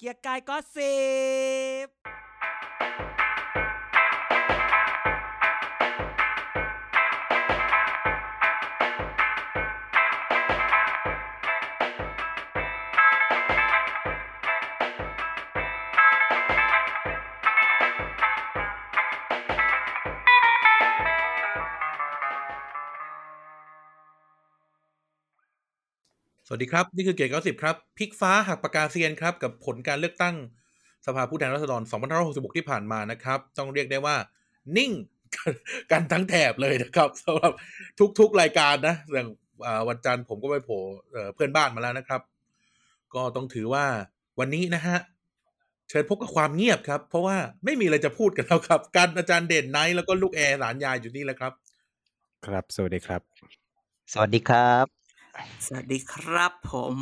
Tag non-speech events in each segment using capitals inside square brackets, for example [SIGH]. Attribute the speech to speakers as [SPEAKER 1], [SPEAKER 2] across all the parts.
[SPEAKER 1] กียร์กายก็สิบ
[SPEAKER 2] สวัสดีครับ นี่คือเกียรติเก้าสิบครับพลิกฟ้าหักปากกาเซียนครับ กับผลการเลือกตั้งสภาผู้แทนราษฎร2566 ที่ผ่านมานะครับ ต้องเรียกได้ว่า นิ่ง [LAUGHS] กันทั้งแถบเลยนะครับสำหรับทุกๆรายการนะอย่างอ่าวันจันทร์ผมก็ไปโผล่เอ่อเพื่อนบ้านมาแล้วนะครับ ก็ต้องถือว่าวันนี้นะฮะ เชิญพบกับความเงียบครับ เพราะว่าไม่มีอะไรจะพูดกันแล้วครับ การอาจารย์เด่นไนท์แล้วก็ลูกแอร์หลานยายอยู่นี่แหละครับ
[SPEAKER 3] ครับ สวัสดีครับ
[SPEAKER 4] สวัสดีครับ
[SPEAKER 1] สวัสดีครับผม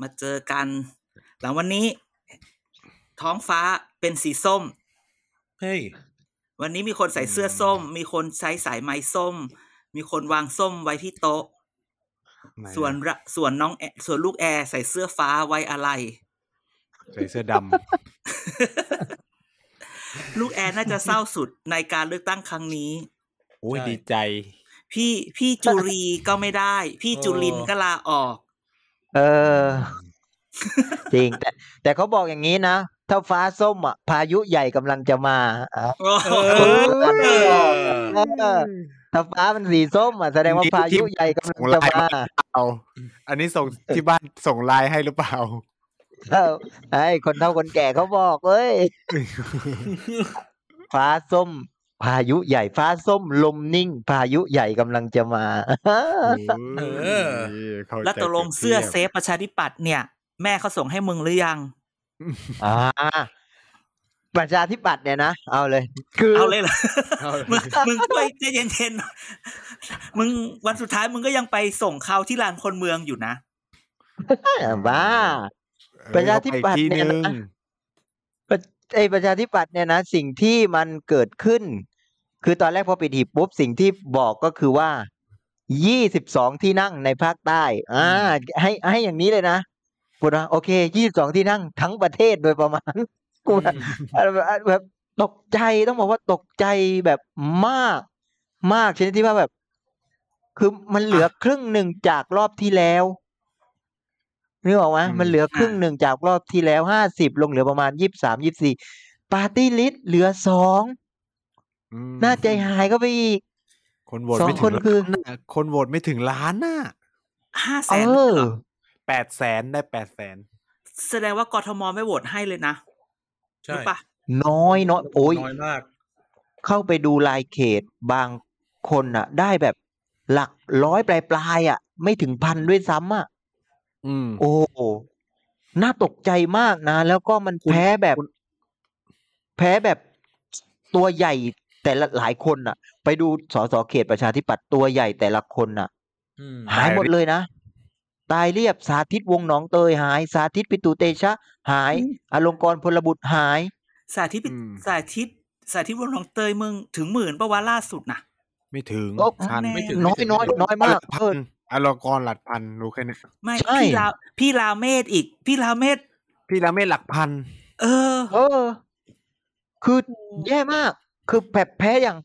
[SPEAKER 1] มาเจอกัน หลังวันนี้ ท้องฟ้าเป็นสีส้ม
[SPEAKER 2] เฮ้ย
[SPEAKER 1] วันนี้มีคนใส่เสื้อส้ม มีคนใช้สายไหมส้ม มีคนวางส้มไว้ที่โต๊ะ ส่วนระส่วนน้องแอส่วนลูกแอร์ใส่เสื้อฟ้าไว้อะไร
[SPEAKER 3] ใส่เสื้อด
[SPEAKER 1] ลูกแอร์น่าจะเศร้าสุดในการเลือกตั้งครั้งนี้
[SPEAKER 3] [LAUGHS] ำ โอ้ยดีใจ
[SPEAKER 1] พี่พี่จุรีก็ไม่ได้ พี่จุลินก็ลาออก
[SPEAKER 4] เออ จริง แต่ แต่เขาบอกอย่างนี้นะ ถ้าฟ้าส้มอ่ะ พายุใหญ่กำลังจะมาอ่ะ
[SPEAKER 2] เออ
[SPEAKER 4] เออถ้าฟ้ามันสีส้มอ่ะแสดงว่า
[SPEAKER 3] นี่
[SPEAKER 4] พายุ
[SPEAKER 3] ที่
[SPEAKER 4] ใหญ่กำลังจะมา
[SPEAKER 3] เอาอันนี้ส่งที่บ้านส่งไลน์ให้หรือเปล่า
[SPEAKER 4] เออไอ้คนเฒ่าคนแก่เขาบอกเอ้ย [LAUGHS] ฟ้าส้ม พายุใหญ่ฟ้าส้ม ลมนิ่ง พายุใหญ่กำลังจะมา [LAUGHS]
[SPEAKER 3] โอ้
[SPEAKER 2] เออ
[SPEAKER 3] ยเข้าใจ
[SPEAKER 1] แล้วตกลงเสื้อ
[SPEAKER 3] ปรียบ
[SPEAKER 1] เซฟประชาธิปัตย์เนี่ย แม่เขาส่งให้มึงหรือยัง
[SPEAKER 4] อ่าประชาธิปัตย์เนี่ยนะ เอาเลย คือ
[SPEAKER 1] เอาเลยเหรอ
[SPEAKER 3] เอาเลย
[SPEAKER 1] มึงมึงไปใจเย็นๆหน่อย [LAUGHS] มึงวันสุดท้ายมึงก็ยังไปส่งเขาที่ลานคนเมืองอยู่นะ
[SPEAKER 4] บ้า
[SPEAKER 3] เออ
[SPEAKER 4] ประชาธิปัตย์
[SPEAKER 3] อีก
[SPEAKER 4] เนี่ยนะ
[SPEAKER 3] ทีหง
[SPEAKER 4] ประไอประชาธิปัตย์เนี่ยนะ สิ่งที่มันเกิดขึ้น คือตอนแรกพอปิดหีบปุ๊บ สิ่งที่บอกก็คือว่า ยี่สิบสองที่นั่งในภาคใต้ อ่า ให้ให้อย่างนี้เลยนะพูดว่าโอเคยี่สิบสองที่นั่งทั้งประเทศโดยประมาณ [LAUGHS] กูแบบแบบตกใจต้องบอกว่าตกใจแบบมาก มากชนิดที่ว่าแบบ คือมันเหลือครึ่งหนึ่งจากรอบที่แล้วนึกออกไหมมันเหลือครึ่งหนึ่งจากรอบที่แล้วห้าสิบลงเหลือประมาณยี่สามยี่สี่ปาร์ตี้ลิสเหลือสอง
[SPEAKER 3] อืม
[SPEAKER 4] น่าใจหายก็ไปอีก
[SPEAKER 3] คนโหวต
[SPEAKER 4] สอง
[SPEAKER 3] ไม่ถึ
[SPEAKER 4] ค
[SPEAKER 3] งล้าน
[SPEAKER 4] นคือ
[SPEAKER 3] น่ะคนโหวตไม่ถึงล้านน่ะ
[SPEAKER 1] ห้าแส
[SPEAKER 4] เอนอ
[SPEAKER 3] แปดแสนได้แปดแสน
[SPEAKER 1] แสดงว่ากทมไม่โหวตให้เลยนะ
[SPEAKER 2] ใช่
[SPEAKER 1] รู้ปะ
[SPEAKER 4] น้อยน้อยโอ้ย
[SPEAKER 2] น้อยมาก
[SPEAKER 4] เข้าไปดูรายเขตบางคนอ่ะ ได้แบบหลักร้อยปลายปลายๆอ่ะ ไม่ถึงพันด้วยซ้ำอ่ะ
[SPEAKER 3] อืม
[SPEAKER 4] โอ้โหน่าตกใจมากนะ แล้วก็มัน
[SPEAKER 3] คุณ
[SPEAKER 4] แพ้แบบ
[SPEAKER 3] คุณ
[SPEAKER 4] แพ้แบบตัวใหญ่แต่ละหลายคนอ่ะ ไปดูสสเขตประชาธิปัตย์ตัวใหญ่แต่ละคนอ่ะ
[SPEAKER 2] อืม
[SPEAKER 4] หายหมดเลยนะ ตายเรียบสาธิตวงศ์หนองเตยหาย สาธิตปิตุเตชะ หาย อลงกรณ์พลบุตรหาย
[SPEAKER 1] สาธิตปิ
[SPEAKER 3] อืม
[SPEAKER 1] สาธิตสาธิตวงศ์หนองเตยมึงถึงหมื่นปะวะล่าสุดนะ
[SPEAKER 3] ไม่ถึง
[SPEAKER 4] โอ้
[SPEAKER 3] พัน
[SPEAKER 1] แน่
[SPEAKER 2] ไม่ถึง
[SPEAKER 4] น้อยน้อยน้อยมาก
[SPEAKER 3] พั
[SPEAKER 4] เออ
[SPEAKER 3] นอลงกรณ์หลักพันรู้แค่เนี้ย
[SPEAKER 1] ไม่
[SPEAKER 4] ใช่
[SPEAKER 1] พี่ลาพี่ลาเมศอีก พี่ลาเมศ
[SPEAKER 3] พี่ละไม่หลักพัน
[SPEAKER 1] เออ
[SPEAKER 4] เออ คือแย่มาก คือแบบแพ้อย่าง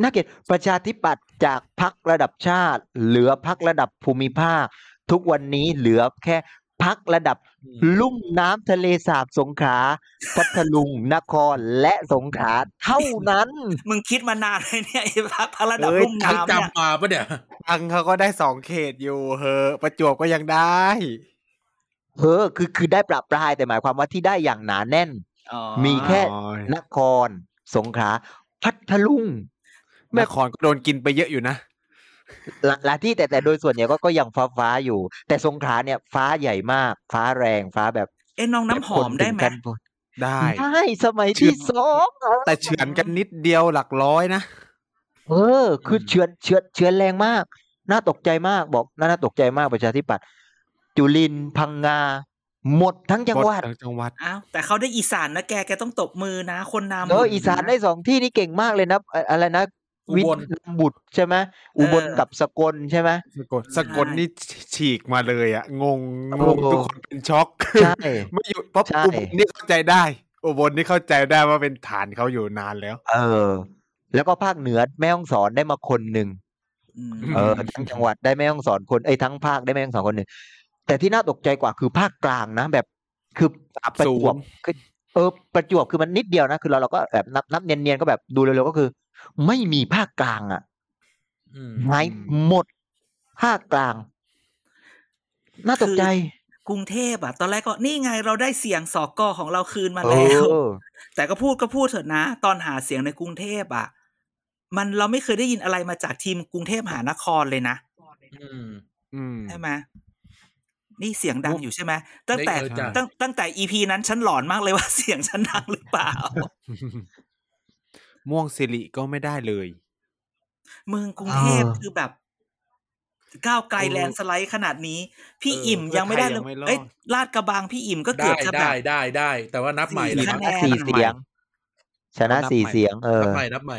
[SPEAKER 4] น่าเกลียดประชาธิปัตย์จากพักระดับชาติ เหลือพักระดับภูมิภาค ทุกวันนี้เหลือแค่พักระดับ
[SPEAKER 2] อืม
[SPEAKER 4] ลุ่มน้ำทะเลสาบสงขลาพัทลุง นครและสงขลาเท่านั้น
[SPEAKER 1] มึงคิดมานานเลยเนี่ยไอ้พักพระระดับ
[SPEAKER 3] เอ้ย
[SPEAKER 1] รุ่ม
[SPEAKER 2] ทั้ง
[SPEAKER 1] น้ำเนี่ย
[SPEAKER 2] จำมาปะเนี่ย
[SPEAKER 3] ตังเขาก็ได้สองเขตอยู่เฮอะประจวบก็ยังได้
[SPEAKER 4] เออ คือคือได้ปรับปลายแต่หมายความว่าที่ได้อย่างหนาแน่น
[SPEAKER 1] อ๋อ
[SPEAKER 4] มีแค่
[SPEAKER 3] อ๋อน
[SPEAKER 4] คร สงขลาพัทลุง
[SPEAKER 3] นครก็โดนกินไปเยอะอยู่นะ
[SPEAKER 4] หลายหลายที่แต่แต่โดยส่วนใหญ่ก็ก็ยังฟ้าฟ้าๆอยู่ แต่สงขลาเนี่ยฟ้าใหญ่มาก ฟ้าแรงฟ้าแบบ
[SPEAKER 1] เอ้น้องน้ำหอมได้ไหม
[SPEAKER 3] ได้
[SPEAKER 4] แบบคนถึงกันได้สมัยที่สองเออ
[SPEAKER 3] แต่เฉือนกันนิดเดียวหลักร้อยนะ
[SPEAKER 4] เออ คือเฉือนเฉือนเฉือนแรงมาก น่าตกใจมากบอกน่าน่าตกใจมากประชาธิปัตย์จุลินทร์พังงา หมดทั้งจังหวัด
[SPEAKER 3] ทั้งจังหวัด
[SPEAKER 1] อ้าวแต่เขาได้อีสานนะแกแกต้องตบมือนะ คนนำ
[SPEAKER 4] เอออีสานได้สองที่นี่เก่งมากเลยนะอะอะไรนะ
[SPEAKER 2] อุ
[SPEAKER 4] วิ
[SPEAKER 2] บล
[SPEAKER 4] ทย์บุตรใช่ไหมอุบล
[SPEAKER 1] เออ
[SPEAKER 4] กับสกลใช่ไหม
[SPEAKER 3] สะกดสะกดนี่ฉีกมาเลยอะงงงงทุกคนเป็นช็อก
[SPEAKER 4] ใช่
[SPEAKER 3] ไม่หยุดเพราะ
[SPEAKER 4] ใช่
[SPEAKER 3] อุบลนี่เข้าใจได้ อุบลนี่เข้าใจได้ว่าเป็นฐานเขาอยู่นานแล้ว
[SPEAKER 4] เออ แล้วก็ภาคเหนือแม่ฮ่องสอนได้มาคนหนึ่ง
[SPEAKER 1] อืม
[SPEAKER 4] เออทั้งจังหวัดได้แม่ฮ่องสอนคนเอ้ยทั้งภาคได้แม่ฮ่องสอนคนหนึ่งแต่ที่น่าตกใจกว่าคือภาคกลางนะแบบ คือ
[SPEAKER 3] อับ
[SPEAKER 4] ประ
[SPEAKER 3] สู
[SPEAKER 4] จวบ
[SPEAKER 3] ง
[SPEAKER 4] คือเออประจวบคือมันนิดเดียวนะคือเราเราก็แบบนับนับเนียนๆก็แบบดูเร็วๆก็คือ ไม่มีภาคกลางอ่ะ
[SPEAKER 2] อืม
[SPEAKER 4] หายหมดภาคกลาง น่าตกใจ
[SPEAKER 1] กรุงเทพอะตอนแรกก็นี่ไงเราได้เสียงสอกอของเราคืนมา
[SPEAKER 4] เอ
[SPEAKER 1] แล้ว
[SPEAKER 4] อ
[SPEAKER 1] แต่ก็พูดก็พูดเถอะนะ ตอนหาเสียงในกรุงเทพอะมันเราไม่เคยได้ยินอะไรมาจากทีมกรุงเทพมหานครเลยนะ
[SPEAKER 2] อืม
[SPEAKER 3] อืม
[SPEAKER 1] ใช่ไหมนี่เสียงดังอยู่ใช่ไหมตั้งแต่
[SPEAKER 2] ได้เจอจ้ะ
[SPEAKER 1] ตั้งตั้งแต่อีพีนั้นฉันหลอนมากเลยว่าเสียง [LAUGHS] ฉันดังหรือเปล่า
[SPEAKER 3] [LAUGHS] ม่วงสิริก็ไม่ได้เลย
[SPEAKER 1] เมืองกรุงเทพ
[SPEAKER 4] เออ
[SPEAKER 1] คือแบบ ก้าวไกล
[SPEAKER 3] เออ
[SPEAKER 1] แลนด์สไลด์ขนาดนี้ พี่
[SPEAKER 2] เอออิ่
[SPEAKER 1] อิ่มยังไม่ได้เล
[SPEAKER 3] เพื่อไทยยังไม่รอด
[SPEAKER 1] เอ้ยลาดกระบังพี่อิ่มก็เกื
[SPEAKER 2] ได้
[SPEAKER 1] อบจะแบ
[SPEAKER 2] ได้
[SPEAKER 1] บ
[SPEAKER 2] ได้ได้ แต่ว่านับใหม่
[SPEAKER 1] สี่
[SPEAKER 2] เลย
[SPEAKER 1] ช
[SPEAKER 2] นะ
[SPEAKER 1] คะแน
[SPEAKER 4] นะ
[SPEAKER 1] น
[SPEAKER 4] สี่เสียง ชนะ
[SPEAKER 3] นับ
[SPEAKER 4] สี่
[SPEAKER 3] ใหม่
[SPEAKER 4] เสียง เออ
[SPEAKER 2] นับใหม่นับใหม่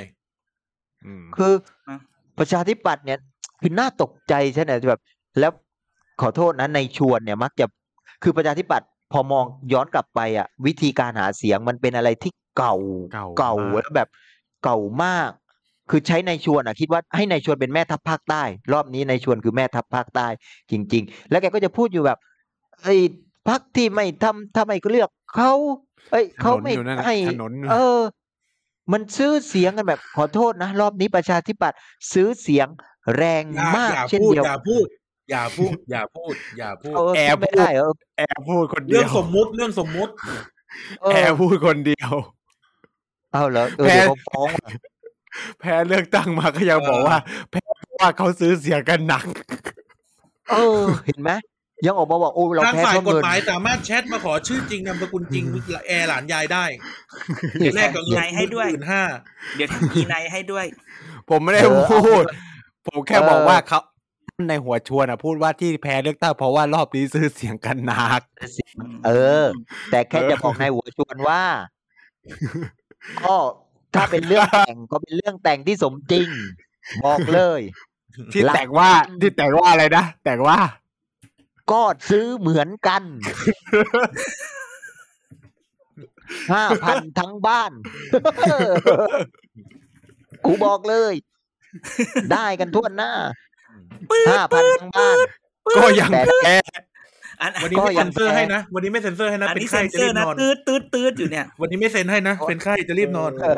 [SPEAKER 3] อืม
[SPEAKER 4] คือ
[SPEAKER 1] นะ
[SPEAKER 4] ประชาธิปัตย์เนี่ยคือน่าตกใจใช่ไหมแบบ แล้วขอโทษนะในชวนเนี่ย มักจะคือประชาธิปัตย์พอมองย้อนกลับไปอ่ะ วิธีการหาเสียงมันเป็นอะไรที่เก่า
[SPEAKER 3] เก่ามา
[SPEAKER 4] แล้
[SPEAKER 3] ก
[SPEAKER 4] วแบบเก่ามาก คือใช้ในายชวนอ่ะคิดว่าให้ในายชวนเป็นแม่ทัพภาคใต้ รอบนี้ในายชวนคือแม่ทัพภาคใต้ จริง ๆ แล้วแกก็จะพูดอยู่แบบไอ้พักที่ไม่ทำทำไมก็เลือกเขาเอ้ย
[SPEAKER 3] ถ
[SPEAKER 4] เขา
[SPEAKER 3] นน
[SPEAKER 4] ไม่
[SPEAKER 3] อยู่นั่นน่ะ
[SPEAKER 4] ให้
[SPEAKER 3] ถนน
[SPEAKER 4] เออ มันซื้อเสียงกันแบบขอโทษนะ รอบนี้ประชาธิปัตย์ซื้อเสียงแรง
[SPEAKER 2] อย่าม
[SPEAKER 4] าก
[SPEAKER 2] อย่า
[SPEAKER 4] เช่น
[SPEAKER 2] พูด
[SPEAKER 4] เดียว
[SPEAKER 2] อย่าพูด อย่าพูด อย่าพูด อย่าพูด
[SPEAKER 4] เออพูดไม่ได้เออ
[SPEAKER 3] แอบพูดคนเดี
[SPEAKER 2] เรื่
[SPEAKER 3] ย
[SPEAKER 2] อง
[SPEAKER 3] ว
[SPEAKER 2] สมมุติเรื่องสมมุติ
[SPEAKER 4] เออ
[SPEAKER 3] แอบพูดคนเดียว
[SPEAKER 4] เอาเหรอเออเดี๋ยวเขาฟ้องว่ะ
[SPEAKER 3] แพ้เลือกตั้งมาก็ยังบอกว่า แพ้เพราะว่าเขาซื้อเสียงกันหนัก
[SPEAKER 4] เออ เห็นไหมยังออกมาบอกโอ้เรา
[SPEAKER 2] ทาง
[SPEAKER 4] แพ้
[SPEAKER 2] ฝ่าย
[SPEAKER 4] เพราะ
[SPEAKER 2] กฎ
[SPEAKER 4] เงิน
[SPEAKER 2] หมายสามารถแชทมาขอชื่อจริงนามสกุลจริงแอร์หลานยายได้
[SPEAKER 4] นี่
[SPEAKER 2] แลกกับเงิน
[SPEAKER 1] ยายให้ด้วย
[SPEAKER 2] หมื่นห้า
[SPEAKER 1] เดี๋ยวทำอีไนให้ด้วย
[SPEAKER 3] ผมไม่ได้พูด ผมแค่บอกว่าเขาในหัวชวนอะพูดว่าที่แพ้เลือกตั้งเพราะว่ารอบนี้ซื้อเสียงกันหนัก
[SPEAKER 4] เออ แต่แค่จะบอกนายหัวชวนว่าก็ถ้าเป็นเรื่องแต่งก็เป็นเรื่องแต่งที่สมจริง บอกเลย
[SPEAKER 3] ที่
[SPEAKER 4] หลัก
[SPEAKER 3] แต่งว่าที่แต่งว่าอะไรนะแต่งว่า
[SPEAKER 4] ก็ซื้อเหมือนกัน ห้าพันทั้งบ้าน กูบอกเลย ได้กันทั่วหน้าห้าพันทั้งบ้าน
[SPEAKER 3] ก็ยัง
[SPEAKER 4] แต่
[SPEAKER 3] แพ้
[SPEAKER 1] อัน
[SPEAKER 2] วันนี้
[SPEAKER 4] ก็
[SPEAKER 2] ไม่
[SPEAKER 4] ยั
[SPEAKER 2] เซ็น
[SPEAKER 4] ง
[SPEAKER 2] เซอร์
[SPEAKER 4] แพ้
[SPEAKER 2] ให้นะ วันนี้ไม่เซ็นเซอร์ให้นะ
[SPEAKER 1] อัน
[SPEAKER 2] เป็น
[SPEAKER 1] นี้
[SPEAKER 2] ไข้
[SPEAKER 1] เซ็นเซ
[SPEAKER 2] จะ
[SPEAKER 1] อ
[SPEAKER 2] รี
[SPEAKER 1] ร์
[SPEAKER 2] บ
[SPEAKER 1] นะ
[SPEAKER 2] นอน
[SPEAKER 1] ตืดตืดตืดอยู่เนี่ย
[SPEAKER 2] วันนี้ไม่เซ็นให้นะ เป็นไข้จะรีบนอน
[SPEAKER 4] เออ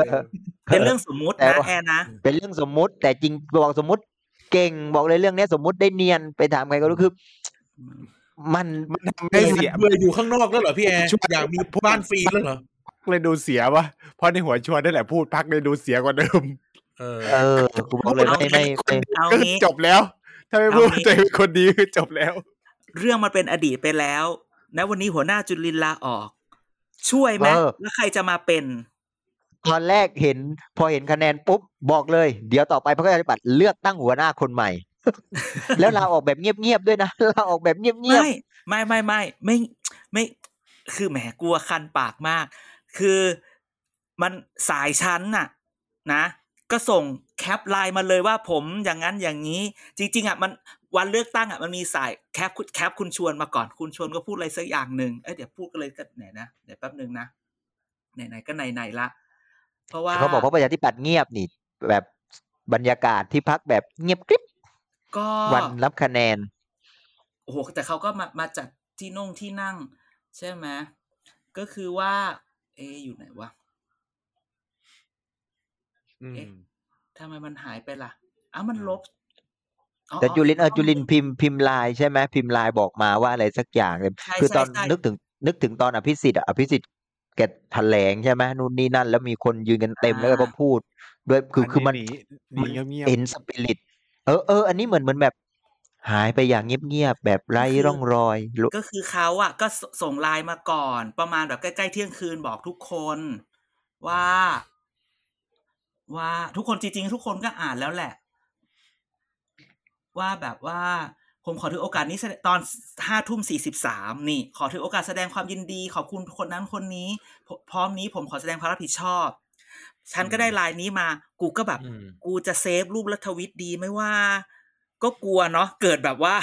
[SPEAKER 1] เป็นเรื่องสมมุติ
[SPEAKER 4] แต่
[SPEAKER 1] นะ
[SPEAKER 4] ว่า
[SPEAKER 1] แอนนะ
[SPEAKER 4] เป็นเรื่องสมมุติ แต่จริงบอกสมมุติ เก่งบอกเลยเรื่องเนี้ย สมมุติได้เนียนไปถามใครก็รู้คือ มัน
[SPEAKER 3] มันทำให้เสี
[SPEAKER 4] [LAUGHS]
[SPEAKER 3] ย
[SPEAKER 2] เบื่ออยู่ข้างนอกแล้วเหรอพี่แอร์
[SPEAKER 3] ช่วย
[SPEAKER 2] อยากมีบ้านฟรีแล้วเหรอ
[SPEAKER 3] เลยดูเสียวะเพราะในหัวชวนนั่นแหละพูดพักเลยดูเสียกว่าเดิม
[SPEAKER 2] เออ
[SPEAKER 4] เออกูบอกเลยไม่ไม่ไม่
[SPEAKER 1] เอา
[SPEAKER 3] ก็
[SPEAKER 1] งี้
[SPEAKER 3] จบแล้ว ถ้าไม่พูด
[SPEAKER 1] เอางี้
[SPEAKER 3] ใจเป็นคนดีคือจบแล้ว
[SPEAKER 1] เรื่องมันเป็นอดีตไปแล้วนะวันนี้หัวหน้าจุลินลาออก ช่วยไหม
[SPEAKER 4] เออ
[SPEAKER 1] แล้วใครจะมาเป็น
[SPEAKER 4] ตอนแรกเห็น พอเห็นคะแนนปุ๊บ บอกเลย เดี๋ยวต่อไปพรรคประชาธิปัตย์เลือกตั้งหัวหน้าคนใหม่ [LAUGHS] แล้วลาออกแบบเงียบๆด้วยนะ [LAUGHS] ลาออกแบบเงียบ
[SPEAKER 1] ไม่ไม่ไม่ไม่ไม่ไม่ คือแหมกลัวคันปากมาก คือมันสายชั้นน่ะ นะ ก็ส่งแคปไลน์มาเลยว่าผมอย่างนั้นอย่างนี้ จริง ๆอ่ะมันวันเลือกตั้งอ่ะมันมีสายแคปแคปคุณชวนมาก่อนคุณชวนก็พูดอะไรสักอย่างหนึ่งเอ้ยเดี๋ยวพูดกันเลยก็ไหนนะเดี๋ยวแป๊บหนึ่งนะไหนๆก็ไหนๆละ เพราะว่า
[SPEAKER 4] ๆเขาบอกพรรคประชาธิปัตย์เงียบนี่ แบบบรรยากาศที่พักแบบเงียบกริบ
[SPEAKER 1] ก็
[SPEAKER 4] วันรับคะแนน
[SPEAKER 1] โอ้โหแต่เขาก็มามาจัดที่นุ่งที่นั่ง ใช่ไหมก็คือว่า เอะอยู่ไหนวะ เอ๊ะ ทำไมมันหายไปล่ะอ้าวมันลบอ๋อ
[SPEAKER 4] แต่จุลินเออ
[SPEAKER 1] ข้
[SPEAKER 4] จุลิน
[SPEAKER 1] มู
[SPEAKER 4] พิมพ์พิมพ์ไลน์ใช่ไหมพิมพ์ไลน์บอกมาว่าอะไรสักอย่างเลย
[SPEAKER 1] ใช่
[SPEAKER 4] คือ
[SPEAKER 1] ใช่
[SPEAKER 4] ตอน
[SPEAKER 1] ใช่
[SPEAKER 4] นึกถึง นึกถึงตอนอภิสิทธิ์อะอภิสิทธิ์แกแถลงใช่ไหมนู่นนี่นั่น แล้วมีคนยืนกันเต็มแล้วก็พูดด้วยคือคือมัน
[SPEAKER 3] หนีเงียบ
[SPEAKER 4] เห็นสปิริต เออเออ อันนี้เหมือนเหมือนแบบ หายไปอย่างเงียบๆ แบบไร้ร่องรอยรู้
[SPEAKER 1] ก็คือเขาอะก็สส่งไลน์มาก่อน ประมาณแบบใกล้ๆเที่ยงคืนบอกทุกคน ว่า ว่าทุกคนจริงๆ ทุกคนก็อ่านแล้วแหละ ว่าแบบว่า ผมขอถือโอกาสนี้แสดงตอนห้าทุ่มสี่สิบสามนี่ ขอถือโอกาสแสดงความยินดี ขอบคุณคนนั้นคนนี้พร้อมนี้ผมขอแสดงความรับผิดชอบ ฉันก็ได้ไลน์นี้มา กูก็แบบ
[SPEAKER 2] อืม
[SPEAKER 1] กูจะเซฟรูปและทวิตดีไหม่ว่า ก็กลัวเนาะเกิดแบบว่า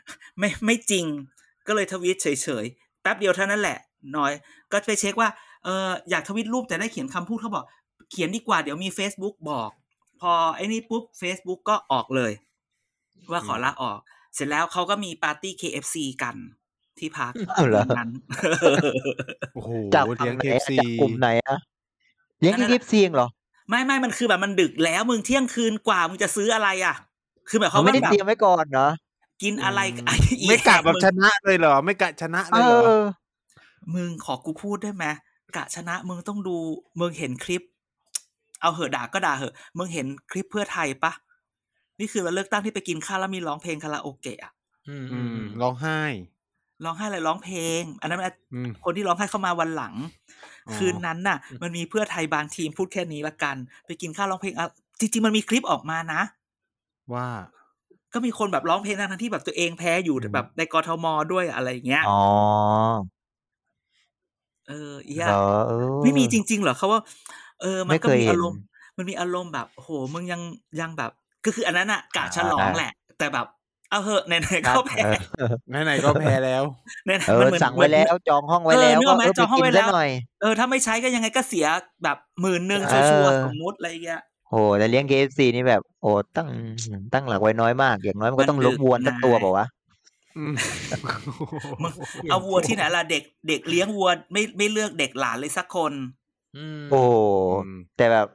[SPEAKER 1] [LAUGHS] ไม่ไม่จริง ก็เลยทวิตเฉยๆแป๊บเดียวเท่านั้นแหละ น้อย ก็ไปเช็คว่าเอออยากทวิตรูปแต่ได้เขียนคำพูดเขาบอก เขียนดีกว่าเดี๋ยวมี Facebook บอก พอไอ้นี่ปุ๊บ Facebook ก็ออกเลย ว่าขอลาออก เสร็จแล้วเขาก็มีปาร์ตี้ KFC กันที่พัก
[SPEAKER 4] อ้าวเหรอ
[SPEAKER 1] นั้น [LAUGHS]
[SPEAKER 3] โอ้โห
[SPEAKER 4] จาก
[SPEAKER 3] เลี้ยงเค
[SPEAKER 4] ฝั่งไหนอะ
[SPEAKER 3] ฟซี
[SPEAKER 4] จากกลุ่มไหนอะเลี้ยงที่
[SPEAKER 1] นั่น
[SPEAKER 4] ทิ
[SPEAKER 1] น่ะ
[SPEAKER 4] ปเซียงเหรอ
[SPEAKER 1] ไม่ไม่มันคือแบบมันดึกแล้วมึงเที่ยงคืนกว่ามึงจะซื้ออะไรอ่ะ คือแบบเขาม
[SPEAKER 4] เขาไม่ได้
[SPEAKER 1] แบบ
[SPEAKER 4] เตรียมไว้ก่อนเนาะ
[SPEAKER 1] กินอะไรก็ [LAUGHS] อี
[SPEAKER 3] ไม่กะ
[SPEAKER 1] แถ
[SPEAKER 3] แบบชนะเลยเหรอ ไม่กะชนะ
[SPEAKER 4] เอ
[SPEAKER 3] เลยเหรอ
[SPEAKER 4] อ
[SPEAKER 1] มึงขอกูพูดได้ไหมกะชนะมึงต้องดูมึงเห็นคลิป เอาเหอะด่าก็ด่าเหอะ มึงเห็นคลิปเพื่อไทยปะนี่คือเราเลือกตั้งที่ไปกินข้าวแล้วมีร้องเพลงคาราโอเกะอะ
[SPEAKER 2] อืม
[SPEAKER 3] อื
[SPEAKER 2] อื
[SPEAKER 3] ม
[SPEAKER 2] ม
[SPEAKER 3] ร้องไห้
[SPEAKER 1] ร้องไห้อะไรร้องเพลง อันนั้นมัน
[SPEAKER 3] อืม
[SPEAKER 1] คนที่ร้องไห้เข้ามาวันหลัง
[SPEAKER 3] อ๋อ
[SPEAKER 1] คืนนั้นน่ะ มันมีเพื่อไทยบางทีมพูดแค่นี้ละกัน ไปกินข้าวร้องเพลงอะจริงๆมันมีคลิปออกมานะ
[SPEAKER 3] ว่า
[SPEAKER 1] ก็มีคนแบบร้องเพลงทั้งๆที่แบบตัวเองแพ้อยู่แต่แบบในกรทมด้วยอะไรอย่างเงี้ย
[SPEAKER 4] อ๋อ
[SPEAKER 1] เออเอี
[SPEAKER 4] เห
[SPEAKER 1] ย
[SPEAKER 4] รอเออ
[SPEAKER 1] ไม่มีจริง ๆ เหรอเขาว่า เออ มันก็
[SPEAKER 4] ไม่เคย
[SPEAKER 1] มี
[SPEAKER 4] เห็น
[SPEAKER 1] อารมณ์ มันมีอารมณ์แบบโอ้โหมึงยังยังแบบ ก็คืออันนั้นอะกะฉลอง
[SPEAKER 4] อ่า
[SPEAKER 1] แหละ แต่แบบ เอาเหอะไหนๆ
[SPEAKER 4] ครับ
[SPEAKER 1] ก็แพ้
[SPEAKER 4] เออ
[SPEAKER 3] ไหนๆก็แพ้แล้ว
[SPEAKER 1] [LAUGHS] ไหนๆ
[SPEAKER 4] เอ
[SPEAKER 1] มัน
[SPEAKER 4] อ
[SPEAKER 1] เหมือน
[SPEAKER 4] สั่งไว้แล้วจองห้องไว้แล้
[SPEAKER 1] เอ
[SPEAKER 4] ว
[SPEAKER 1] อนึกอ
[SPEAKER 4] ก็
[SPEAKER 1] อกไหมจ
[SPEAKER 4] เออไป
[SPEAKER 1] องห้อง
[SPEAKER 4] กิน
[SPEAKER 1] ไว้
[SPEAKER 4] ซะ
[SPEAKER 1] แล้ว
[SPEAKER 4] หน่อย
[SPEAKER 1] เออถ้าไม่ใช้ก็ยังไงก็เสียแบบหมื่นหนึ่ง
[SPEAKER 4] เอ
[SPEAKER 1] ชั
[SPEAKER 4] อ
[SPEAKER 1] วร์ๆสมมติอะไรอย่างเงี้ย
[SPEAKER 4] โอ้แต่เลี้ยง KFC นี่แบบ โอ้ตั้งตั้งหลักไว้น้อยมาก อย่างน้อยมันก็ต้อง
[SPEAKER 1] มันดึ
[SPEAKER 4] ล
[SPEAKER 1] ก
[SPEAKER 4] บวนสัก
[SPEAKER 1] นาย
[SPEAKER 4] ตัวเปล่าวะ
[SPEAKER 3] อืม
[SPEAKER 1] มึงเอาวัวที่ไหนล่ะเด็กเด็กเลี้ยงวัวไม่ไม่เลือกเด็กหลานเลยสักคน
[SPEAKER 2] อืม
[SPEAKER 4] โอ้
[SPEAKER 3] อืม
[SPEAKER 4] แต่แบบ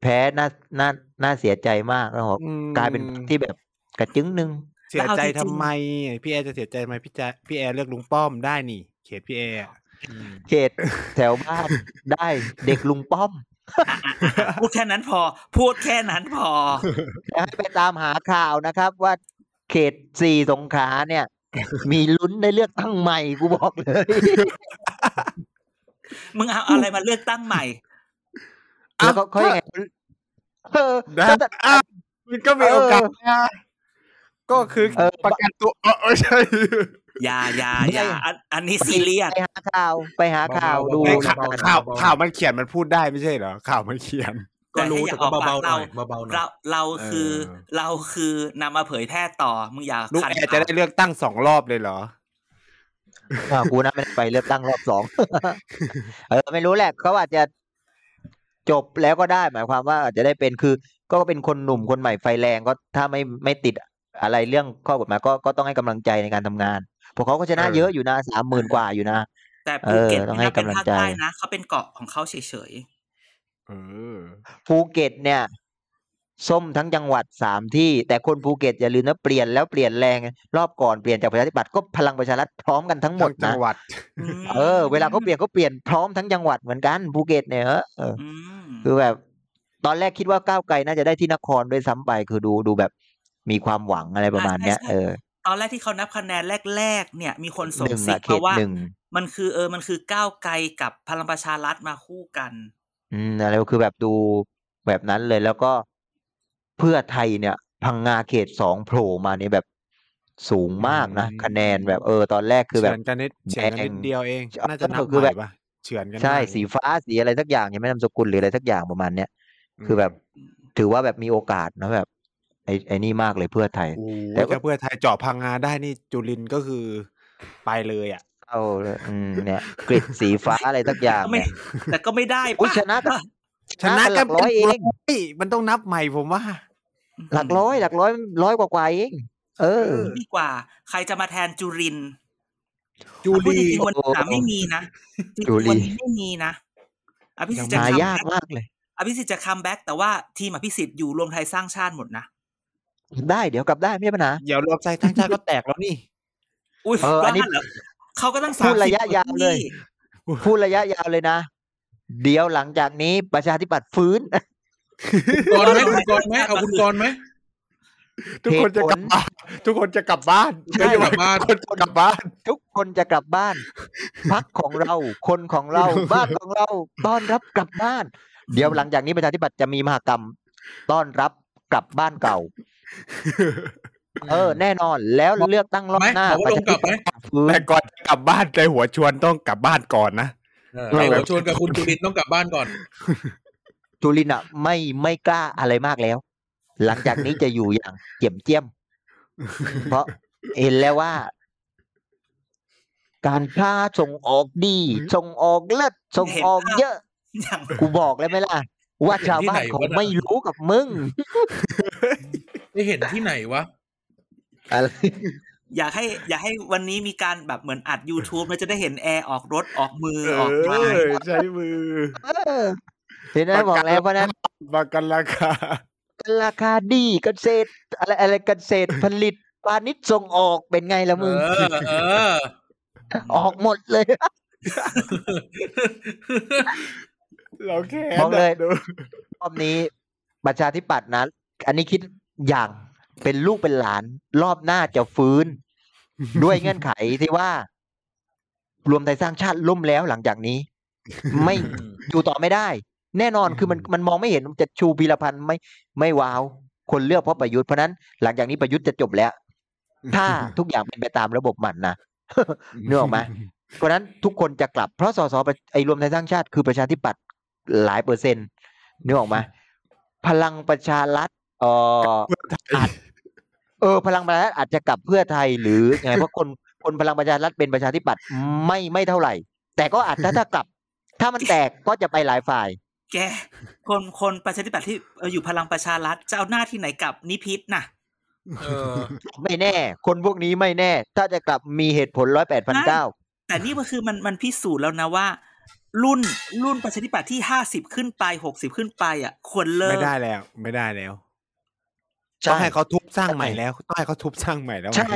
[SPEAKER 4] แพ้น่าน่าน่าเสียใจมากแล้วบอก
[SPEAKER 3] อืม
[SPEAKER 4] กลายเป็นที่แบบกระจึงหนึ่ง
[SPEAKER 3] เสียใจทำไม พี่แอร์จะเสียใจไหมพี่แจะพี่แอร์เลือกลุงป้อมได้นี่ เขตพี่แอร์อะ
[SPEAKER 2] อืม
[SPEAKER 4] เขต [LAUGHS] แถวบ้าน ได้เด็กลุงป้อม
[SPEAKER 1] พูดแค่นั้นพอ พูดแค่นั้นพอ
[SPEAKER 4] แล้วให้ไปตามหาข่าวนะครับ ว่าเขตสี่สงขลา
[SPEAKER 3] [LAUGHS]
[SPEAKER 4] เนี่ย มีลุ้นได้เลือกตั้งใหม่กูบอกเลย [LAUGHS]
[SPEAKER 1] มึงเอาอะไรมาเลือกตั้งใหม่
[SPEAKER 4] แล้วก็เขายังไงเออ
[SPEAKER 3] ได้
[SPEAKER 4] ก็แต่
[SPEAKER 3] อ้าวมันก็มีโอกาสนะก็คือ
[SPEAKER 4] เออ
[SPEAKER 3] ประกันตัวเออเออใช่
[SPEAKER 1] อย่าอย่าอย่าอันอันนี้
[SPEAKER 4] ไป
[SPEAKER 1] ซีเรียส
[SPEAKER 4] ไปหาข่าวไปหาข่าวดู
[SPEAKER 3] ไม่
[SPEAKER 4] นะ
[SPEAKER 3] ข่าวข่าวข่าวมันเขียนมันพูดได้ไม่ใช่เหรอข่าวมันเขียน
[SPEAKER 2] ก็รู้แต่ก็เบาๆหน่อยเบาๆหน่อ
[SPEAKER 1] เรา
[SPEAKER 2] ย
[SPEAKER 1] เราคือ
[SPEAKER 3] เออ
[SPEAKER 1] เราคือนำมาเผยแพร่ต่อมึงอย่า
[SPEAKER 3] ลูก
[SPEAKER 1] ขัด
[SPEAKER 3] แอร์จะได้เลือกตั้งสองรอบเลยเหรอ
[SPEAKER 4] อ่ากูนะไม่ได้ไปเลือกตั้งรอบสอง [LAUGHS] เออไม่รู้แหละเขาอาจจะจบแล้วก็ได้หมายความว่าอาจจะได้เป็นคือ ก็เป็นคนหนุ่มคนใหม่ไฟแรงก็ถ้าไม่ไม่ติดอะไรเรื่องข้อกฎหมายก็ก็ต้องให้กำลังใจในการทำงานพวกเขาก็ชนะ
[SPEAKER 3] เออ
[SPEAKER 4] เยอะอยู่นะสามหมื่นกว่าอยู่นะ
[SPEAKER 1] แต่ภูเก็ต
[SPEAKER 4] เออต้อง
[SPEAKER 1] ไม่นั
[SPEAKER 4] ให้
[SPEAKER 1] บเป็น
[SPEAKER 4] กำลัง
[SPEAKER 1] ภาค
[SPEAKER 4] ใจ
[SPEAKER 1] ใต้นะเขาเป็นเกาะของเขาเฉย
[SPEAKER 3] เออ
[SPEAKER 4] ภูเก็ตเนี่ยส้มทั้งจังหวัดสามที่ แต่คนภูเก็ตอย่าลืมนะเปลี่ยนแล้วเปลี่ยนแรงรอบก่อนเปลี่ยนจากประชาธิปัตย์ก็พลังประชารัฐพร้อมกันทั้งหมด
[SPEAKER 3] ทั้งจัง
[SPEAKER 4] นะ
[SPEAKER 3] หวัด
[SPEAKER 1] ๆม
[SPEAKER 4] เออเวลาเขาเปลี่ยนเขาเปลี่ยนพร้อมทั้งจังหวัดเหมือนกันภูเก็ตเนี่ยเออเออ
[SPEAKER 1] อืม
[SPEAKER 4] คือแบบ ตอนแรกคิดว่าก้าวไกลน่าจะได้ที่นครด้วยซ้ำไป คือดูดูแบบมีความหวังอะไรประมาณเนี้ยเออ
[SPEAKER 1] ตอนแรกที่เขานับคะแนนแรก ๆ เนี่ย มีคน
[SPEAKER 4] ห
[SPEAKER 1] ส่ง
[SPEAKER 4] นึ่ง
[SPEAKER 1] สิ
[SPEAKER 4] อะ
[SPEAKER 1] ทธิ์
[SPEAKER 4] เข
[SPEAKER 1] มา
[SPEAKER 4] ต
[SPEAKER 1] ว่า
[SPEAKER 4] หนึ่ง
[SPEAKER 1] มันคือเออมันคือก้าวไกลกับพลังประชารัฐมาคู่กัน
[SPEAKER 4] อืมอะไรคือแบบดูแบบนั้นเลยแล้วก็เพื่อไทยเนี่ย พังงาเขตสองโผล่มานี่แบบสูงมากนะ
[SPEAKER 3] อืม
[SPEAKER 4] คะแนนแบบเออ ตอนแรกคือแบบ
[SPEAKER 3] เฉือนกันนิดเฉือนกันนิด
[SPEAKER 4] แดง
[SPEAKER 3] เดียวเอง
[SPEAKER 4] เออ
[SPEAKER 3] น่าจะนับ
[SPEAKER 4] คือ
[SPEAKER 3] ให
[SPEAKER 4] แบ
[SPEAKER 3] ม่
[SPEAKER 4] บ
[SPEAKER 3] ปะเฉือนกัน
[SPEAKER 4] ใช่
[SPEAKER 3] มาก
[SPEAKER 4] สีฟ้าสีอะไรสักอย่างยังไม่นามสกุลหรืออะไรสักอย่างประมาณเนี้ย
[SPEAKER 3] ม
[SPEAKER 4] คือแบบ ถือว่าแบบมีโอกาสนะแบบ ไอ้ไอ้นี่มากเลยเพื่อไทย
[SPEAKER 3] โอ้
[SPEAKER 4] แต่
[SPEAKER 3] แต่
[SPEAKER 4] ก็
[SPEAKER 3] ถ้าเพื่อไทยเจาะพังงาได้นี่จุลินก็คือไปเลยอ่ะ
[SPEAKER 4] เอาเลยอืมเนี่ยกริดสีฟ้าอะไรสักอย่าง
[SPEAKER 1] ก็ไม่
[SPEAKER 4] เนี่ย
[SPEAKER 1] แต่ก็ไม่ได้
[SPEAKER 4] อุ้ย
[SPEAKER 1] ปะ
[SPEAKER 4] ชนะกัน
[SPEAKER 3] ชนะ
[SPEAKER 4] ห
[SPEAKER 3] กั
[SPEAKER 4] ลั
[SPEAKER 3] น
[SPEAKER 4] กร้อยเอง
[SPEAKER 3] เฮ้ยมันต้องนับใหม่ผมว่า
[SPEAKER 4] หลักร้อยหลักร้อยร้อยกว่ากว่าเอง เออ
[SPEAKER 1] ดีกว่า ใครจะมาแทนจุรินทร์
[SPEAKER 3] จุ
[SPEAKER 1] พูด
[SPEAKER 3] ลิ
[SPEAKER 1] จ
[SPEAKER 3] น
[SPEAKER 1] ริงๆวันนี้สามไม่มีนะจริง
[SPEAKER 4] จุ
[SPEAKER 1] ๆ
[SPEAKER 4] ลิ
[SPEAKER 1] วัน
[SPEAKER 4] น
[SPEAKER 1] นี้ไม่มีนะอภิสิทธิ์จะ
[SPEAKER 4] หา
[SPEAKER 1] ทำ
[SPEAKER 4] ยากมากเลย
[SPEAKER 1] อภิสิทธิ์จะคัมแบ็กแต่ว่าทีมอภิสิทธิ์อยู่รวมไทยสร้างชาติหมดนะ
[SPEAKER 4] ได้เดี๋ยวกลับได้ไม่มีปัญหา
[SPEAKER 3] เดี๋ยวรวมใจทั้งชาติก็แตกแล้ว
[SPEAKER 4] [LAUGHS]
[SPEAKER 3] นี่
[SPEAKER 1] อุ้ย
[SPEAKER 4] เอออันนี้
[SPEAKER 1] ว่าเหรอเขาก็ต้อง
[SPEAKER 4] พู
[SPEAKER 1] สาม
[SPEAKER 4] ดระยะยาวเลย พูดระยะยาวเลยนะ เดี๋ยวหลังจากนี้ประชาธิปัตย์ฟื้น [LAUGHS]
[SPEAKER 2] ก่อนไหมคุณก่อนไหมเอาคุณก่อนไหม
[SPEAKER 3] ทุกคนจะกลับบ้านทุกคนจะกลับบ้าน
[SPEAKER 4] ใช่
[SPEAKER 3] นโย
[SPEAKER 2] กลั
[SPEAKER 3] บาย
[SPEAKER 2] บบ้าน
[SPEAKER 3] ทุกคนจะกลับบ้าน
[SPEAKER 4] ทุกคนจะกลับบ้าน พักของเรา คนของเรา บ้านของเราต้อนรับกลับบ้าน เดี๋ยวหลังจากนี้ประชาธิปัตย์จะมีมหากรรม ต้อนรับกลับบ้านเก่า เออ แน่นอนแล้วเลือกตั้งรอบ
[SPEAKER 2] ไหม
[SPEAKER 4] หน้า
[SPEAKER 2] ขอว่าลงกลับไหม
[SPEAKER 4] ฟื้น
[SPEAKER 3] แต่ก่อนจะกลับบ้านใจหัวชวนต้องกลับบ้านก่อนนะ
[SPEAKER 2] เออไอ้หัวชวนกับคุณจุลินต้องกลับบ้านก่อน
[SPEAKER 4] จุลินทร์อะไม่ไม่กล้าอะไรมากแล้ว หลังจากนี้จะอยู่อย่างเจียมเจียม [LAUGHS] เพราะเห็นแล้วว่า การค้าส่งออกดี ส่งออกเลิศส่งออกเยอะ
[SPEAKER 1] อย่าง
[SPEAKER 4] กูบอกแล้วไหมล่ะ ว่าชาวบ้านเขาไม่รู้กับมึง
[SPEAKER 2] ได้เห็นที่ไหนวะ
[SPEAKER 4] [LAUGHS] อะไร
[SPEAKER 1] อยากให้ อยากให้วันนี้มีการแบบเหมือนอัด YouTube แล้วจะได้เห็นแอร์ออกรถออกมือออกไม้
[SPEAKER 3] เออใช้มือ
[SPEAKER 4] เออเห็นไหมบอกแล้วเพราะฉะนั้น
[SPEAKER 3] ประ [LAUGHS] กันราคา
[SPEAKER 4] ราคาดีเกษตร อะไรอะไรเกษตรผลิตพาณิชย์ส่งออกเป็นไงละ
[SPEAKER 2] เอ
[SPEAKER 4] มึง
[SPEAKER 2] อ เออ
[SPEAKER 4] ออกหมดเลย
[SPEAKER 3] เราแค่
[SPEAKER 4] บอกเลย รอบนี้ประชาธิปัตย์นะ อันนี้คิดอย่างเป็นลูกเป็นหลาน รอบหน้าจะฟื้น ด้วยเงื่อนไขที่ว่า รวมไทยสร้างชาติล่มแล้วหลังจากนี้ ไม่อยู่ต่อไม่ได้ แน่นอนคือมันมันมองไม่เห็นจะชูพีรพันธ์ไม่ไม่ว้าว คนเลือกเพราะประยุทธ์เพราะฉะนั้นหลังจากนี้ประยุทธ์จะจบแล้ว [LAUGHS] ถ้าทุกอย่างเป็นไปตามระบบมันนะ นึกออกไหม เพราะฉะนั้นทุกคนจะกลับเพราะสสประไอ้รวมไทยสร้างชาติคือประชาธิปัตย์หลายเปอร์เซ็นต์นึกออกไหมพลังประชารัฐเอออาจเออ พลังประชารัฐอาจจะกลับเพื่อไทยหรือไงเพราะคนคนพลังประชารัฐเป็นประชาธิปัตย์ไม่ไม่เท่าไหร่ แต่ก็อาจถ้าถ้ากลับ ถ้ามันแตกก็จะไปหลายฝ่าย
[SPEAKER 1] แก คนคนประชาธิปัตย์ที่เอ่ออยู่พลังประชารัฐจะเอาหน้าที่ไหนกลับนิพิษน่ะ
[SPEAKER 2] เออ
[SPEAKER 4] ไม่แน่ คนพวกนี้ไม่แน่ ถ้าจะกลับมีเหตุผลร้อยแปดพันเก้า
[SPEAKER 1] แต่นี่ก็คือมันมันพิสูจน์แล้วนะว่า รุ่นรุ่นประชาธิปัตย์ที่ห้าสิบขึ้นไปหกสิบขึ้นไปอ่ะ ควรเลิ
[SPEAKER 3] [LAUGHS] ไม่
[SPEAKER 1] ก
[SPEAKER 3] ได้แล้ว ไม่ได้แล้วต้อ
[SPEAKER 4] ใช่
[SPEAKER 3] งให้เขาทุบสร้างใหม่แล้วต้องให้เขาทุบสร้างใหม่แล้ว
[SPEAKER 4] ใช่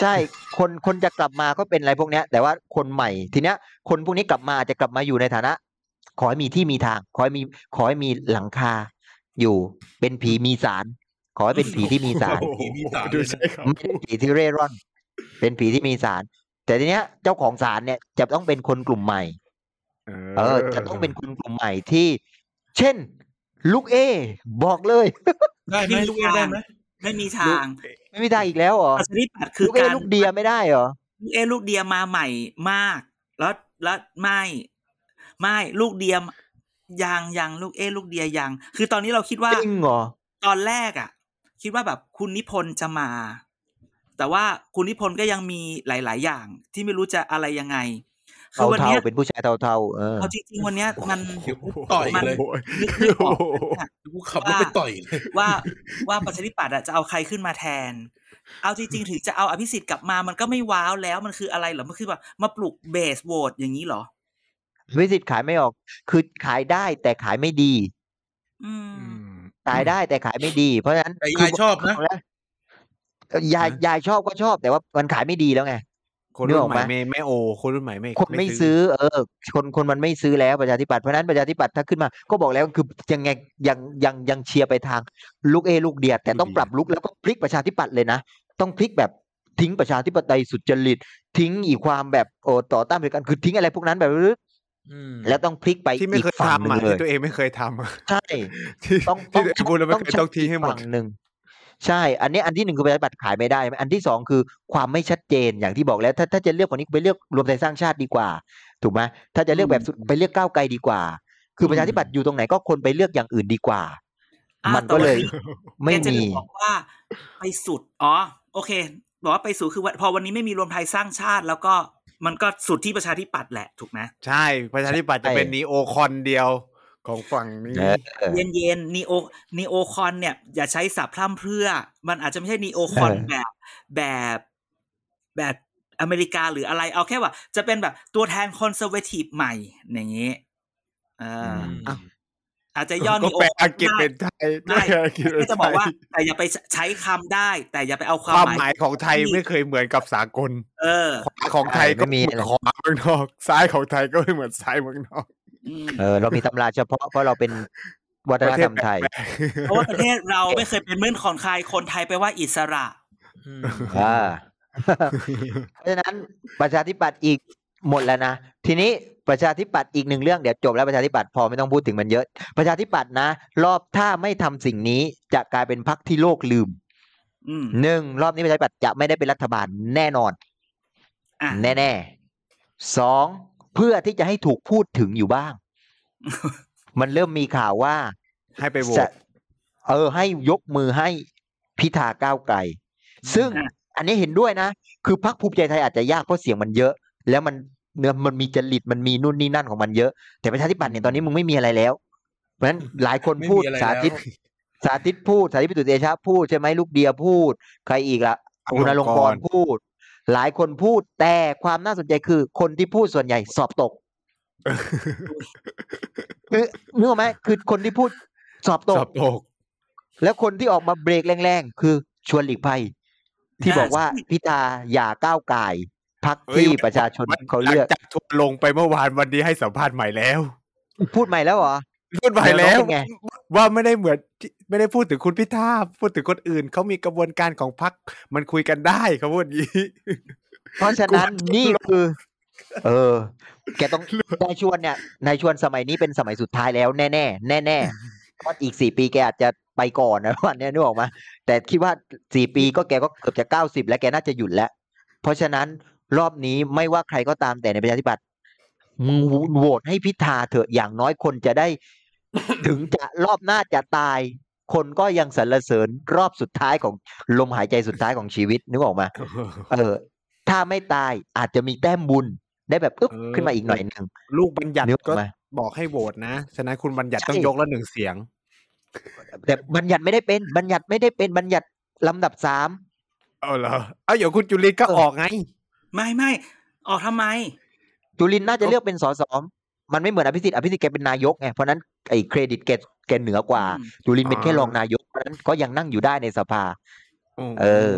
[SPEAKER 4] ใช่คนคนจะกลับมาก็เป็นอะไรพวกเนี้ย แต่ว่าคนใหม่ทีเนี้ย คนพวกนี้กลับมาอาจจะกลับมาอยู่ในฐานะ ขอให้มีที่มีทาง ขอให้มีขอให้มีหลังคา อยู่เป็นผีมีสาร ขอให้เป็นผีที่มีสาร
[SPEAKER 2] [LAUGHS]
[SPEAKER 3] โอ้โห [LAUGHS] ดูใช่ครับ
[SPEAKER 4] ไม่เป็นผีที่เร่ร่อน เป็นผีที่มีสาร แต่ทีเนี้ยเจ้าของสารเนี่ยจะต้องเป็นคนกลุ่มใหม่ เออ จะต้องเป็นคนกลุ่มใหม่ที่ เช่น ลูกเอ บอกเลย [LAUGHS]
[SPEAKER 2] ได้ไหมลูกเอยได้ไหม
[SPEAKER 1] ไม่มีทาง
[SPEAKER 4] ไม่มีทางอีกแล้วเหรอ
[SPEAKER 1] ประชาธิปัตย์คือ
[SPEAKER 4] ลูกเอ
[SPEAKER 1] การ
[SPEAKER 4] ลูกเดียไม่ได้เหรอ
[SPEAKER 1] ลูกเอลูกเดียมาใหม่มาก แล้วแล้วไม่ไม่ลูกเดียมยังยังลูกเอลูกเดียยังคือตอนนี้เราคิดว่า
[SPEAKER 4] จริงเหรอ
[SPEAKER 1] ตอนแรกอะ่ะ คิดว่าแบบคุณนิพนธ์จะมา แต่ว่าคุณนิพนธ์ก็ยังมีหลาย ๆ อย่างที่ไม่รู้จะอะไรยังไง คื
[SPEAKER 4] เทา
[SPEAKER 1] อวัน
[SPEAKER 4] เทา
[SPEAKER 1] เนี้ย
[SPEAKER 4] ๆเป็นผู้ชายเทาเทาๆเออ
[SPEAKER 1] เอาจริง ๆ วันเนี้ย
[SPEAKER 4] [LAUGHS]
[SPEAKER 1] มัน
[SPEAKER 2] เดี๋ยวกูต่อยเลย
[SPEAKER 1] นึกไม่ออก
[SPEAKER 2] กูขับรถไปต่อยเลย
[SPEAKER 1] ว่าว่าประชาธิปัตย์อะจะเอาใครขึ้นมาแทน เอาจริง ๆ ถึงจะเอาอภิสิทธิ์กลับมามันก็ไม่ว้าวแล้วมันคืออะไรเหรอ มันคือแบบมาปลุกเบสโหวตอย่างนี้เหรอ
[SPEAKER 4] วิสิตขายไม่ออก คือขายได้แต่ขายไม่ดี
[SPEAKER 1] อืม
[SPEAKER 4] ขายได้แต่ขายไม่ดี เพราะฉะนั้น
[SPEAKER 2] แต่ยายชอบนะ
[SPEAKER 4] ยายยายชอบก็ชอบ แต่ว่ามันขายไม่ดีแล้วไง
[SPEAKER 3] คน
[SPEAKER 4] นึก
[SPEAKER 3] รุ่
[SPEAKER 4] อน อก
[SPEAKER 3] ให
[SPEAKER 4] ไหม
[SPEAKER 3] ม่ไม่ไม่โอ คนรุ่นใหม่ไม่
[SPEAKER 4] คนไม่ซื้อ เออ คนคนมันไม่ซื้อแล้วประชาธิปัตย์เพราะฉะนั้นประชาธิปัตย์ถ้าขึ้นมา ก็บอกแล้วคือยังไงยังยังยังเชียร์ไปทางลูกเอลูกเดียดแต่ต้องปรับลุกแล้วก็พลิกประชาธิปัตย์เลยนะ ต้องพลิกแบบทิ้งประชาธิปไตยสุจริต ทิ้งอีกความแบบโอ้ต่อต้านเผด็จการคือทิ้งอะไรพวกนั้นแบบลึก
[SPEAKER 2] อืม
[SPEAKER 4] ๆแล้วต้องพลิกไป
[SPEAKER 3] ที่ไม่
[SPEAKER 4] อีก
[SPEAKER 3] เคย
[SPEAKER 4] ฝั่งห
[SPEAKER 3] ทำ
[SPEAKER 4] นึ่
[SPEAKER 3] อ่ะที่
[SPEAKER 4] งเลย
[SPEAKER 3] ตัวเองไม่เคยทำอ่ะ
[SPEAKER 4] ใช่
[SPEAKER 3] ที่ [LAUGHS]
[SPEAKER 4] ต้อง
[SPEAKER 3] ที่
[SPEAKER 4] ต้อง
[SPEAKER 3] ไอ้บูลเราไม่
[SPEAKER 4] ต้อง
[SPEAKER 3] เคยต้องทีให้หมด
[SPEAKER 4] ฝั่งหนึ่งใช่ อันนี้อันที่หนึ่งคือประชาธิปัตย์ขายไม่ได้ อันที่สองคือความไม่ชัดเจนอย่างที่บอกแล้ว ถ้าถ้าจะเลือกคนนี้ไปเลือกรวมไทยสร้างชาติดีกว่า ถูกไหมถ้าจะเลือกแบบสุดไปเลือกก้าวไกลดีกว่า คือประชาธิปัตย์อยู่ตรงไหนก็คนไปเลือกอย่างอื่นดีกว่า
[SPEAKER 1] อ่ะ
[SPEAKER 4] มันก็เลย
[SPEAKER 1] แต่วันนี้
[SPEAKER 4] ไม่
[SPEAKER 1] แกจะ
[SPEAKER 4] มี
[SPEAKER 1] บอกว่าไปสุด อ๋อ โอเค บอกว่าไปสุดคือว่าพอวันนี้ไม่มีรวมไทยสร้างชาติ แล้วก็มันก็สุดที่ประชาธิปัตย์แหละถูกไหม
[SPEAKER 3] ใช่ ประชาธิปัตย์จะเป็นนีโอคอนเดียวของฝั่งนี้
[SPEAKER 4] เออ
[SPEAKER 1] เย็นเย็นนีโอนีโอคอนเนี่ย อย่าใช้สับพร่ำเพรื่อ มันอาจจะไม่ใช่นีโอคอน
[SPEAKER 4] เออ
[SPEAKER 1] แบบแบบแบบอเมริกาหรืออะไรเอาแค่ว่า จะเป็นแบบตัวแทนคอนเซอร์เวทีฟใหม่ อย่างนี้เอออ
[SPEAKER 4] ม
[SPEAKER 3] อ้าว
[SPEAKER 1] อาจจะย่อ
[SPEAKER 3] ก็
[SPEAKER 1] นีโอ
[SPEAKER 3] แปลอังกฤษเป็นไทย
[SPEAKER 1] ได้
[SPEAKER 3] แปลอังกฤษเป็
[SPEAKER 1] ก็
[SPEAKER 3] น
[SPEAKER 1] จะ
[SPEAKER 3] ไท
[SPEAKER 1] บอก
[SPEAKER 3] ย
[SPEAKER 1] ว่า แต่อย่าไปใช้คำได้ แต่อย่าไปเอา
[SPEAKER 3] ค
[SPEAKER 1] คาว
[SPEAKER 3] วา
[SPEAKER 1] ม
[SPEAKER 3] มห
[SPEAKER 1] หมาม
[SPEAKER 3] าย ยของไทยไม่เคยเหมือนกับสากล
[SPEAKER 1] เออ
[SPEAKER 3] ขวาของไทยก็
[SPEAKER 4] ไม่มีอะไร
[SPEAKER 3] ขวาเมืองนอก ซ้ายของไทยก็ไม่เหมือนซ้ายเมืองนอก
[SPEAKER 1] อืม
[SPEAKER 4] เออ เรามีตำราเฉพาะเพราะเราเป็นวัฒนธรรมไทย
[SPEAKER 3] ประเทศแปลก
[SPEAKER 1] เพราะว่าประเทศเราไม่เคยเป็นเมื่อนของใครคนไทยไปว่าอิสระ
[SPEAKER 2] อืม
[SPEAKER 4] อ่า เพราะฉะนั้นประชาธิปัตย์อีกหมดแล้วนะ ทีนี้ประชาธิปัตย์อีกหนึ่งเรื่องเดี๋ยวจบแล้วประชาธิปัตย์พอไม่ต้องพูดถึงมันเยอะ ประชาธิปัตย์นะ รอบถ้าไม่ทำสิ่งนี้จะกลายเป็นพักที่โลกลืม
[SPEAKER 1] อืม
[SPEAKER 4] หนึ่งรอบนี้ประชาธิปัตย์จะไม่ได้เป็นรัฐบาลแน่นอน
[SPEAKER 1] อ่ะ
[SPEAKER 4] แน่ๆสองเพื่อที่จะให้ถูกพูดถึงอยู่บ้าง มันเริ่มมีข่าวว่า
[SPEAKER 3] ให้ไปโหว
[SPEAKER 4] จะ
[SPEAKER 3] ต
[SPEAKER 4] เออให้ยกมือให้พิธาก้าวไกล ซึ่งอันนี้เห็นด้วยนะ คือพรรคภูมิใจไทยอาจจะยากเพราะเสียงมันเยอะ แล้วมันเนื้อมันมีจริตมันมีนู่นนี่นั่นของมันเยอะ แต่ประชาธิปัตย์เนี่ยตอนนี้มึงไม่มีอะไรแล้ว เพราะฉะนั้นหลายคน
[SPEAKER 2] ไม่
[SPEAKER 4] พูด
[SPEAKER 2] มีอะไร
[SPEAKER 4] สาธิต
[SPEAKER 2] แล้ว
[SPEAKER 4] สาธิตพูด สาธิตปิตุเตชะพูดใช่ไหมลูกเดียพูด ใครอีกล่ะ คุณอลงกรณ์พูด หลายคนพูดแต่ความน่าสนใจคือคนที่พูดส่วนใหญ่สอบตกคือนึกออกไหมคือคนที่พูดสอบตก
[SPEAKER 3] สอบตก
[SPEAKER 4] แล้วคนที่ออกมาเบรกแรงๆ คือชวนหลีกภัย ที่บอกว่าพิธาอย่าก้าวไก่ายพัก
[SPEAKER 3] เอ้ย
[SPEAKER 4] ที่ประชาชนเขาเลือก
[SPEAKER 3] หงจากทัวร์ลงไปเมื่อวานวันนี้ให้สัมภาษณ์ใหม่แล้ว
[SPEAKER 4] พูดใหม่แล้วเหรอ
[SPEAKER 3] พูดใหม่แล้ว
[SPEAKER 4] แล้วเป็นไง
[SPEAKER 3] ว่าไม่ได้เหมือนที่ไม่ได้พูดถึงคุณพิธาพูดถึงคนอื่นเขามีกระบวนการของพักมันคุยกันได้เขาพูดอย่าง
[SPEAKER 4] [LAUGHS]
[SPEAKER 3] นี้
[SPEAKER 4] เพราะฉะนั้นนี่คือ เออ แก [LAUGHS] ต้องนายชวนเนี่ยนายชวนสมัยนี้เป็นสมัยสุดท้ายแล้วแน่แน่แน่แน่ๆเพราะอีกสี่ปีแกอาจจะไปก่อนนะ [LAUGHS] วันเนี้ยนึกออกมาแต่คิดว่าสี่ปีก็แกก็เกือบจะเก้าสิบแล้วแกน่าจะหยุดแล้ว เพราะฉะนั้นรอบนี้ไม่ว่าใครก็ตามแต่ในประชาธิปัตย์มึงโหวตให้พิธาเถอะอย่างน้อยคนจะได้ ถึงจะรอบหน้าจะตาย คนก็ยังสรรเสริญรอบสุดท้ายของลมหายใจสุดท้ายของชีวิตนึกออกมา เออ ถ้าไม่ตายอาจจะมีแต้มบุญได้แบบปึ๊บ
[SPEAKER 3] เออ
[SPEAKER 4] ขึ้นมาอีกหน่อยหนึ่ง
[SPEAKER 3] ลูกบัญญัติ
[SPEAKER 4] นึกอ
[SPEAKER 3] ก็
[SPEAKER 4] อกไหม
[SPEAKER 3] บอกให้โหวตนะ ฉะนั้นคุณบัญญัติ
[SPEAKER 4] ใช่
[SPEAKER 3] ต้องยกละหนึ่งเสียง
[SPEAKER 4] แต่บัญญัติไม่ได้เป็น บัญญัติไม่ได้เป็นบัญญัติลำดับสาม
[SPEAKER 3] เอาเหรอเอาเดี๋ยวคุณจุลินก็
[SPEAKER 4] เออ
[SPEAKER 3] ออกไง
[SPEAKER 1] ไม่ไม่ออกทำไม
[SPEAKER 4] จุลินน่าจะเลือกเป็นสสมันไม่เหมือนอภิสิทธิ์อภิสิทธิ์แกเป็นนายกไงเพราะฉะนั้นไอ้เครดิตแกแกเหนือกว่า
[SPEAKER 1] อืม
[SPEAKER 4] จุลินเป็นแค่
[SPEAKER 3] อ่า
[SPEAKER 4] รองนายกเพราะฉะนั้นก็ยังนั่งอยู่ได้ในสภา เออ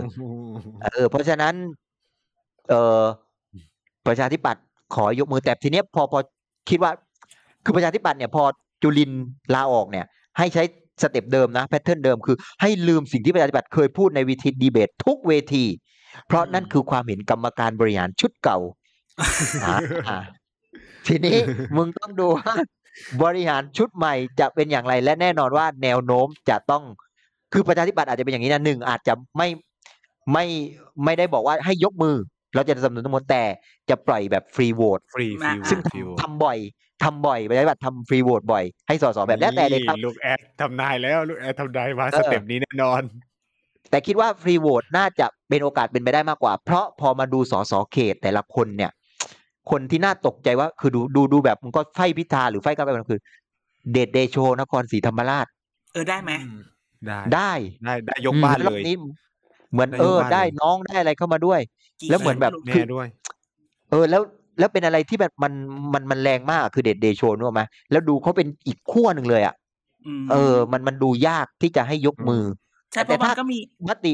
[SPEAKER 4] เออ เพราะฉะนั้น เออประชาธิปัตย์ขอยกมือแต่ทีเนี้ยพอพอคิดว่า คือประชาธิปัตย์เนี่ย พอจุลินลาออกเนี่ย ให้ใช้สเต็ปเดิมนะแพทเทิร์นเดิมคือ ให้ลืมสิ่งที่ประชาธิปัตย์เคยพูดในวิธีดีเบตทุกเวที เพราะนั่นคือความเห็นกรรมการบริหารชุดเก่าอ่าอ่า [LAUGHS] ทีนี้ มึงต้องดูว่าบริหารชุดใหม่จะเป็นอย่างไรและแน่นอนว่าแนวโน้มจะต้อง คือประชาธิปัตย์อาจจะเป็นอย่างนี้นะหนึ่งอาจจะไม่ไม่ไม่ได้บอกว่าให้ยกมือ เราจะสนับสนุนทั้งหมดแต่จะปล่อยแบบฟรีโหวต
[SPEAKER 3] ฟรีฟรี
[SPEAKER 4] ซึ่ง
[SPEAKER 3] ฟรี
[SPEAKER 4] ทำทำบ่อยทำบ่อยประชาธิปัตย์ทำฟรีโหวตบ่อย ให้สสแบบแล้วแต่เลยครับ
[SPEAKER 3] ลูกแอดทำนายแล้ว ลูกแอดทำนายมา
[SPEAKER 4] เอ
[SPEAKER 3] ส
[SPEAKER 4] อ
[SPEAKER 3] เต็ปนี้แน่นอน
[SPEAKER 4] แต่คิดว่าฟรีโหวตน่าจะเป็นโอกาสเป็นไปได้มากกว่า เพราะพอมาดูสสเขตแต่ละคนเนี่ย คนที่น่าตกใจว่าคือดูดูดูแบบมันก็ไฟพิธาหรือไฟก้าวไกลมันคือ เดชเดโชนครศรีธรรมราช
[SPEAKER 1] เออได้ไหม
[SPEAKER 3] ได้
[SPEAKER 4] ได้
[SPEAKER 3] ได้ได้ยกบ้าน
[SPEAKER 4] แล้วร
[SPEAKER 3] เล
[SPEAKER 4] อบ
[SPEAKER 3] ย
[SPEAKER 4] นี้เหมือนเออ
[SPEAKER 3] นโยบาย
[SPEAKER 4] ได้น้องได้อะไรเข้ามาด้วย
[SPEAKER 1] กี่
[SPEAKER 4] แล้วเหมือนแบบ
[SPEAKER 1] ค
[SPEAKER 3] แน่
[SPEAKER 1] คือ
[SPEAKER 3] ด้วย
[SPEAKER 4] เออ แล้วแล้วเป็นอะไรที่แบบมันมันมันแรงมากคือเดดเดโชนึกออกไหมแล้วดูเขาเป็นอีกขั้วหนึ่งเลยอ่ะ
[SPEAKER 1] ม
[SPEAKER 4] เออ มันมันดูยากที่จะให้ยกมือ
[SPEAKER 1] ใช่เพ
[SPEAKER 4] แต่
[SPEAKER 1] ราะมั
[SPEAKER 4] ถ้า
[SPEAKER 1] นก็มี
[SPEAKER 4] มติ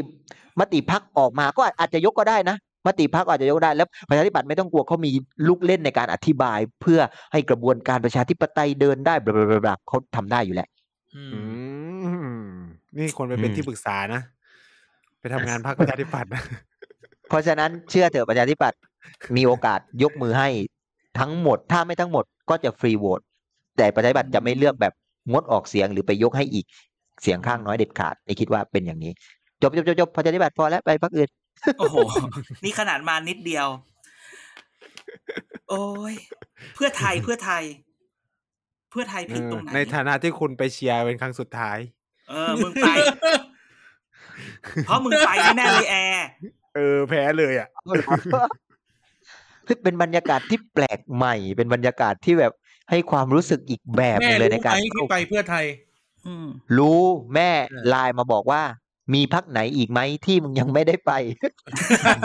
[SPEAKER 4] มติพักออกมาก็อาจจะยกก็ได้นะมติพักอาจจะยกได้แล้วประชาธิปัตย์ไม่ต้องกลัวเขามีลูกเล่นในการอธิบาย เพื่อให้กระบวนการประชาธิปไตยเดินได้บลาบลาบลาบลาเขาทำได้อยู่แล้ว
[SPEAKER 2] อื
[SPEAKER 3] อื
[SPEAKER 2] ม
[SPEAKER 3] มนี่คนไปเป็น
[SPEAKER 4] อืม
[SPEAKER 3] ที่ปรึกษานะ ไปทำ
[SPEAKER 1] [LAUGHS]
[SPEAKER 3] งานพรรคประชาธิปัตย์นะ
[SPEAKER 4] เพราะฉะนั้นเชื่อเถอะประชาธิปัตย์มีโอกาสยกมือให้ทั้งหมด ถ้าไม่ทั้งหมดก็จะฟรีโหวตแต่ประชาธิปัตย์จะไม่เลือกแบบงดออกเสียงหรือไปยกให้อีกเสียงข้างน้อยเด็ดขาดนี่คิดว่าเป็นอย่างนี้ จบจบจบจบประชาธิปัตย์พอแล้วไปพรรคอื่น
[SPEAKER 1] โอ้โห นี่ขนาดมานิดเดียว โอ้ยเพื่อไทยเพื่อไทย เพื่อไทยผิดตรงไหน
[SPEAKER 3] ในฐานะที่คุณไปเชียร์เป็นครั้งสุดท้าย
[SPEAKER 1] เออมึงไป เพราะมึงไปแน่ๆเลยแอร์
[SPEAKER 3] เออ แพ้เลยอ่ะ
[SPEAKER 4] คือ [LAUGHS] เป็นบรรยากาศที่แปลกใหม่ เป็นบรรยากาศที่แบบให้ความรู้สึกอีกแบบห
[SPEAKER 2] แม่
[SPEAKER 4] นึ่งเลย
[SPEAKER 2] รู้
[SPEAKER 4] ใน
[SPEAKER 2] ไห
[SPEAKER 4] การ
[SPEAKER 2] มที่ไปเพื่อไทย
[SPEAKER 1] อืม
[SPEAKER 4] รู้แม่
[SPEAKER 2] เออ
[SPEAKER 4] ไลน์มาบอกว่า มีพักไหนอีกไหมที่มึงยังไม่ได้ไป
[SPEAKER 3] [LAUGHS]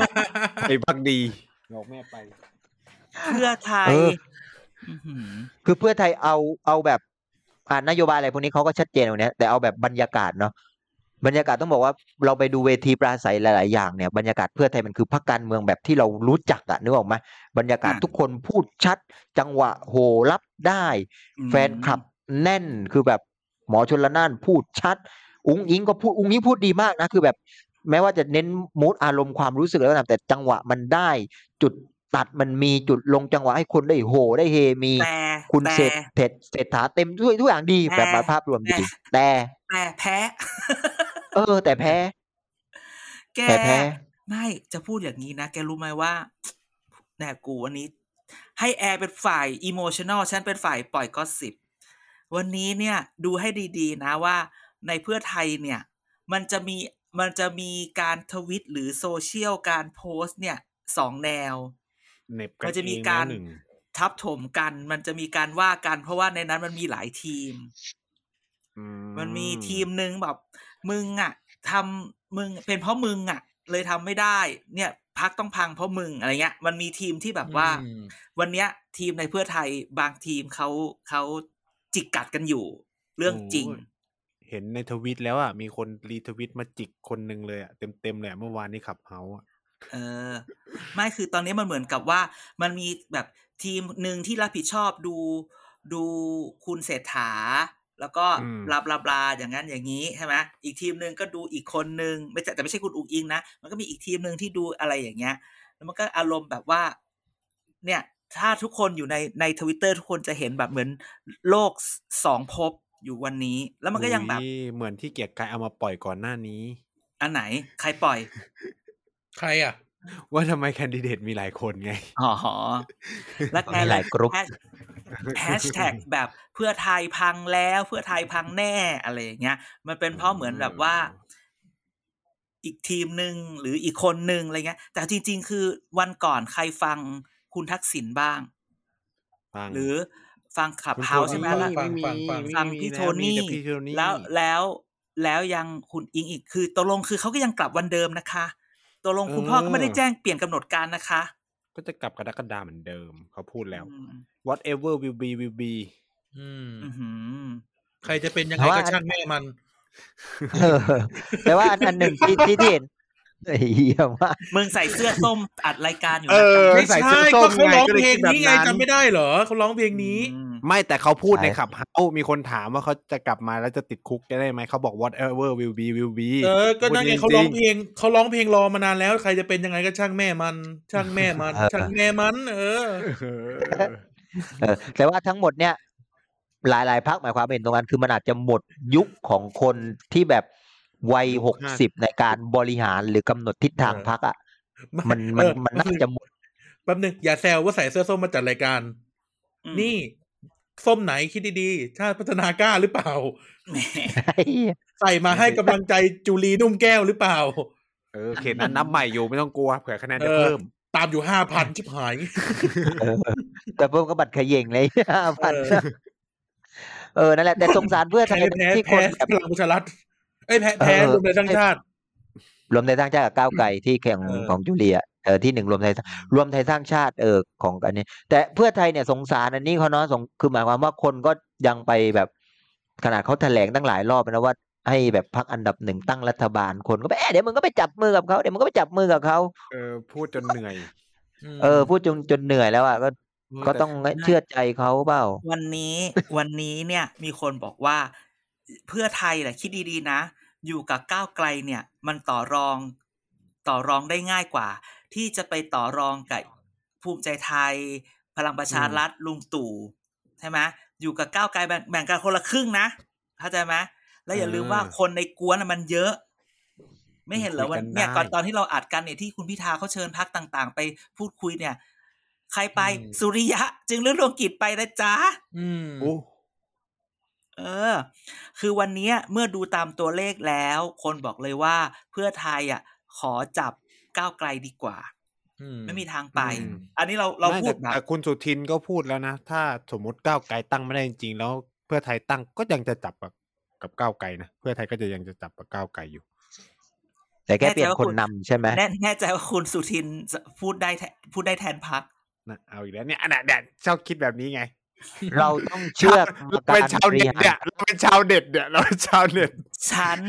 [SPEAKER 4] [LAUGHS]
[SPEAKER 3] ไปพักดีบอกแม่ไป
[SPEAKER 1] เพื่อไทย
[SPEAKER 4] เออ
[SPEAKER 1] อื้อหือ
[SPEAKER 4] คือเพื่อไทยเอาเอาแบบอ่านนโยบายอะไรพวกนี้เขาก็ชัดเจนตรงเนี้ยแต่เอาแบบบรรยากาศเนาะบรรยากาศต้องบอกว่าเราไปดูเวทีปราศัยหลาย ๆ อย่างเนี่ยบรรยากาศเพื่อไทยมันคือพรรคการเมืองแบบที่เรารู้จักอะนึกออกไหมบรรยากาศทุกคนพูดชัด จังหวะโหรับได้ แฟนคลับแน่นคือแบบหมอชนละนานพูดชัด อุ้งอิงก็พูดอุ้งอิงพูดดีมากนะ คือแบบ แม้ว่าจะเน้นมูดอารมณ์ความรู้สึกแล้วนะแต่จังหวะมันได้ จุดตัดมันมีจุดลงจังหวะให้คนได้โหได้เฮมี
[SPEAKER 1] แต่
[SPEAKER 4] คุณ
[SPEAKER 1] แต่
[SPEAKER 4] เศรษฐเศรษฐเศรษฐาเต็มด้วยทุกอย่างดี
[SPEAKER 1] แต่
[SPEAKER 4] แบบมาภาพรวม
[SPEAKER 1] แต่
[SPEAKER 4] ดีแต่
[SPEAKER 1] แต่แพ้
[SPEAKER 4] เออ แต่แพ้
[SPEAKER 1] แก
[SPEAKER 4] แต่แพ้
[SPEAKER 1] ไม่จะพูดอย่างนี้นะ แกรู้ไหมว่าแหนกูวันนี้ ให้แอร์เป็นฝ่ายอิโมชัน a ลฉันเป็นฝ่ายปล่อยก็สิบ วันนี้เนี่ยดูให้ดีๆนะว่าในเพื่อไทยเนี่ย มันจะมีมันจะมีการทวิตหรือโซเชียลการโพสต์เนี่ยสองแนว
[SPEAKER 3] เหน็บ
[SPEAKER 1] มันจะมี
[SPEAKER 3] เอง
[SPEAKER 1] การ
[SPEAKER 3] แล้วหนึ่ง
[SPEAKER 1] ทับถมกัน มันจะมีการว่ากัน เพราะว่าในนั้นมันมีหลายทีม
[SPEAKER 3] อื
[SPEAKER 1] มันมีทีมหนึ่งแบบ มึงอ่ะทำมึงเป็นเพราะมึงอ่ะ เลยทำไม่ได้ เนี่ยพักต้องพังเพราะมึงอะไรเงี้ย มันมีทีมที่แบบว่า
[SPEAKER 2] อืม
[SPEAKER 1] วันเนี้ย ทีมในเพื่อไทยบางทีมเขาเขาจิกกัดกันอยู่ เรื่องจริง
[SPEAKER 3] โยเห็นในทวิตแล้วอ่ะมีคนรีทวิตมาจิกคนหนึ่งเลยอ่ะเต็มเต็มๆเลยอะเมื่อวานนี้ขับเฮาส์อะ
[SPEAKER 1] เออ ไม่คือตอนนี้มันเหมือนกับว่า มันมีแบบทีมหนึ่งที่รับผิดชอบดู ดูคุณเศรษฐา แล้วก็บลาบลาบลาอย่างนั้นอย่างนี้ใช่ไหมอีกทีมหนึ่งก็ดูอีกคนหนึ่งไม่ใช่แต่ไม่ใช่คุณอุกอิงนะมันก็มีอีกทีมหนึ่งที่ดูอะไรอย่างเงี้ย แล้วมันก็อารมณ์แบบว่า เนี่ย ถ้าทุกคนอยู่ในในทวิตเตอร์ทุกคนจะเห็นแบบเหมือนโลกสองภพอยู่วันนี้ แล้วมันก็ยังแบบ
[SPEAKER 3] อุ๊เหมือนที่เกียรติกายเอามาปล่อยก่อนหน้านี้
[SPEAKER 1] อันไหน ใครปล่อย
[SPEAKER 2] ใครอ่ะ
[SPEAKER 3] ว่าทำไมแคนดิเดตมีหลายคนไง
[SPEAKER 1] อ๋อแล้วไง
[SPEAKER 4] มีหลายกรุ๊ป
[SPEAKER 1] แฮช แฮชแท็กแบบเพื่อไทยพังแล้วเพื่อไทยพังแน่อะไรอย่างเงี้ย มันเป็นเพราะเหมือนแบบว่า อีกทีมหนึ่งหรืออีกคนหนึ่งอะไรเงี้ย แต่จริง ๆ คือวันก่อนใครฟังคุณทักษิณบ้าง
[SPEAKER 3] ฟัง
[SPEAKER 1] หรือฟังขับ
[SPEAKER 3] คุณ
[SPEAKER 1] เฮา
[SPEAKER 3] โทนี่
[SPEAKER 1] ใช่ไหม
[SPEAKER 2] บ้าง
[SPEAKER 1] ล่ะ
[SPEAKER 2] ฟัง
[SPEAKER 3] ไม่มี
[SPEAKER 2] ฟังฟัง
[SPEAKER 3] ไม่
[SPEAKER 1] ฟัง
[SPEAKER 3] มี
[SPEAKER 1] พี่
[SPEAKER 3] นะ
[SPEAKER 1] โทนี่
[SPEAKER 3] มีแต่พี่โทนี่
[SPEAKER 1] แล้วแล้วแล้วยังคุณอิงอีกคือตกลงคือเขาก็ยังกลับวันเดิมนะคะตกลงคุณพ่อก็ไม่ได้แจ้งเปลี่ยนกำหนดการนะคะ
[SPEAKER 3] ก็จะกลับกระดกกระดาเหมือนเดิม เขาพูดแล้ว
[SPEAKER 1] อืม
[SPEAKER 3] whatever will be will be
[SPEAKER 2] อืม
[SPEAKER 1] อื้อหือ
[SPEAKER 2] ใครจะเป็นยัง
[SPEAKER 4] แต่
[SPEAKER 2] ไง
[SPEAKER 4] ว่า
[SPEAKER 2] ก็ช่างแม่มัน
[SPEAKER 4] เออแต่ว่าอันอันหนึ่งที่ที่ที่เห็นไอ้เหี้ยมาก
[SPEAKER 1] มึงใส่เสื้อส้มอัดรายการอยู่
[SPEAKER 3] เอ
[SPEAKER 1] นะ
[SPEAKER 3] อ
[SPEAKER 2] ไม่
[SPEAKER 3] ใส่
[SPEAKER 2] ใช่
[SPEAKER 3] เสื้อส้
[SPEAKER 2] ก็
[SPEAKER 3] ม
[SPEAKER 2] เขา
[SPEAKER 3] ไง
[SPEAKER 2] ร้อง
[SPEAKER 3] ก็เลย
[SPEAKER 2] เพลง
[SPEAKER 3] คิดแบบ
[SPEAKER 2] นี้ไง
[SPEAKER 3] นั้น
[SPEAKER 2] จำไม่ได้เหรอเขาร้องเพลงนี้
[SPEAKER 1] อืม
[SPEAKER 3] ไม่แต่เขาพูดในขับเฮามีคนถามว่าเขาจะกลับมาแล้วจะติดคุกจะได้ไหมเขาบอก whatever will be will be
[SPEAKER 2] เออ ก็นั่นไง
[SPEAKER 3] พู
[SPEAKER 2] เขา
[SPEAKER 3] ดจ
[SPEAKER 2] ร้อง
[SPEAKER 3] ๆ
[SPEAKER 2] เพลงเขาร้องเพลงรอมานานแล้วใครจะเป็นยังไงก็ช่างแม่มัน ช่างแม่มันช่างแม่มัน เออ
[SPEAKER 3] เออ
[SPEAKER 4] เออแต่ว่าทั้งหมดเนี่ย หลายหลายๆพักหมายความเห็นตรงกันคือมันอาจจะหมดยุคของคนที่แบบวัยหกสิบในการบริหารหรือกำหนดทิศทางพักอ่ะ มันมัน
[SPEAKER 2] เออ
[SPEAKER 4] มันน่าจะหมด
[SPEAKER 2] แป๊บหนึงอย่าแซวว่าใส่เสื้อส้มมาจัดรายการ
[SPEAKER 1] อืม
[SPEAKER 2] นี่ ส้มไหนคิดดีๆ ชาติพัฒนากล้าหรือเปล่า
[SPEAKER 1] แหม
[SPEAKER 2] ใส่มาให้กำลังใจจุลีนุ่มแก้วหรือเปล่า
[SPEAKER 3] เออเขตนั้นนับใหม่อยู่ไม่ต้องกลัวเผื่อคะแนนจะ
[SPEAKER 2] เออ
[SPEAKER 3] เพิ่ม
[SPEAKER 2] ตามอยู่ห้าพันชิบหาย
[SPEAKER 4] เออแต่เพิ่มก็บัตรเขย่งเลย [LAUGHS] ห้า
[SPEAKER 2] [LAUGHS]
[SPEAKER 4] พันเออ นั่นแหละ แต่สงสารเพื่อ
[SPEAKER 2] ใค
[SPEAKER 4] ไท
[SPEAKER 2] ร
[SPEAKER 4] ย
[SPEAKER 2] ไปแพ้
[SPEAKER 4] ที่ค
[SPEAKER 2] แพ้
[SPEAKER 4] นแบบ
[SPEAKER 2] พลังประชารัฐเอ้ยแพ้แพ้
[SPEAKER 4] เออ
[SPEAKER 2] รวมไทยสร้างชาติ
[SPEAKER 4] รวมไทยสร้างชาติกับก้าวไกลที่แข่ง
[SPEAKER 2] เออ
[SPEAKER 4] ของจุเลียเออที่หนึ่งรวมไทยรวมไทยสร้างชาติเออของอันนี้ แต่เพื่อไทยเนี่ยสงสารอันนี้เขาเนาะสงคือหมายความว่าคนก็ยังไปแบบขนาดเขาแถลงตั้งหลายรอบนะว่า ให้แบบพักอันดับหนึ่งตั้งรัฐบาลคนก็ไปเอ๊ะเดี๋ยวมึงก็ไปจับมือกับเขาเดี๋ยวมึงก็ไปจับมือกับเขา
[SPEAKER 3] เออ พูดจนเหนื่อย
[SPEAKER 4] เออพูดจนจนเหนื่อยแล้วอ่ะก็ก็ต้องเชื่อใจเขาเปล่า
[SPEAKER 1] วันนี้ วันนี้เนี่ย มีคนบอกว่า เพื่อไทยแหละคิดดีๆนะ อยู่กับก้าวไกลเนี่ย มันต่อรอง ต่อรองได้ง่ายกว่า ที่จะไปต่อรองกับภูมิใจไทย พลังประชารัฐลุงตู่ใช่ไหมอยู่กับก้าวไกลแบ่งแบ่งกันคนละครึ่งนะเข้าใจไหมแล้วอย่าลืมว่าคนในกวนน่ะมันเยอะ ไม่เห็นเหรอวันเนี่ยก่อนตอนที่เราอัดกันเนี่ยที่คุณพิธาเขาเชิญพักต่าง ๆ ไปพูดคุยเนี่ย ใครไป
[SPEAKER 2] อืม
[SPEAKER 1] สุริยะ จึงเรื่องรวงกิจไปนะจ๊ะ
[SPEAKER 2] อืม
[SPEAKER 3] โอ้
[SPEAKER 1] เออ คือวันเนี้ยเมื่อดูตามตัวเลขแล้ว คนบอกเลยว่าเพื่อไทยอ่ะ ขอจับก้าวไกลดีกว่า
[SPEAKER 2] อืม
[SPEAKER 1] ไม่มีทางไป อันนี้เราเรา
[SPEAKER 3] ไม่
[SPEAKER 1] พูดแบ
[SPEAKER 3] แต่แต่
[SPEAKER 1] บ
[SPEAKER 3] คุณสุทินก็พูดแล้วนะ ถ้าสมมติก้าวไกลตั้งไม่ได้จริงๆ แล้วเพื่อไทยตั้งก็ยังจะจับกับกับก้าวไกลนะ เพื่อไทยก็จะยังจะจับกับก้าวไกลอยู่
[SPEAKER 4] แต่แค่เปลี่ยนคนนำใช่ไหม
[SPEAKER 1] แน่แน่ใจว่าคุณสุทินพูดได้แทนพูดได้แทนพัก
[SPEAKER 3] นะเอาอีกแล้วเนี่ยอันนั้นเนี่ยชอบคิดแบบนี้ไง
[SPEAKER 4] เราต้องเชื่อ
[SPEAKER 3] เราเป็นชาวเน็ตเนี่ยเราเป็นชาวเน็ตเนี่ยเราเป็นชาวเน็ต
[SPEAKER 1] ฉัน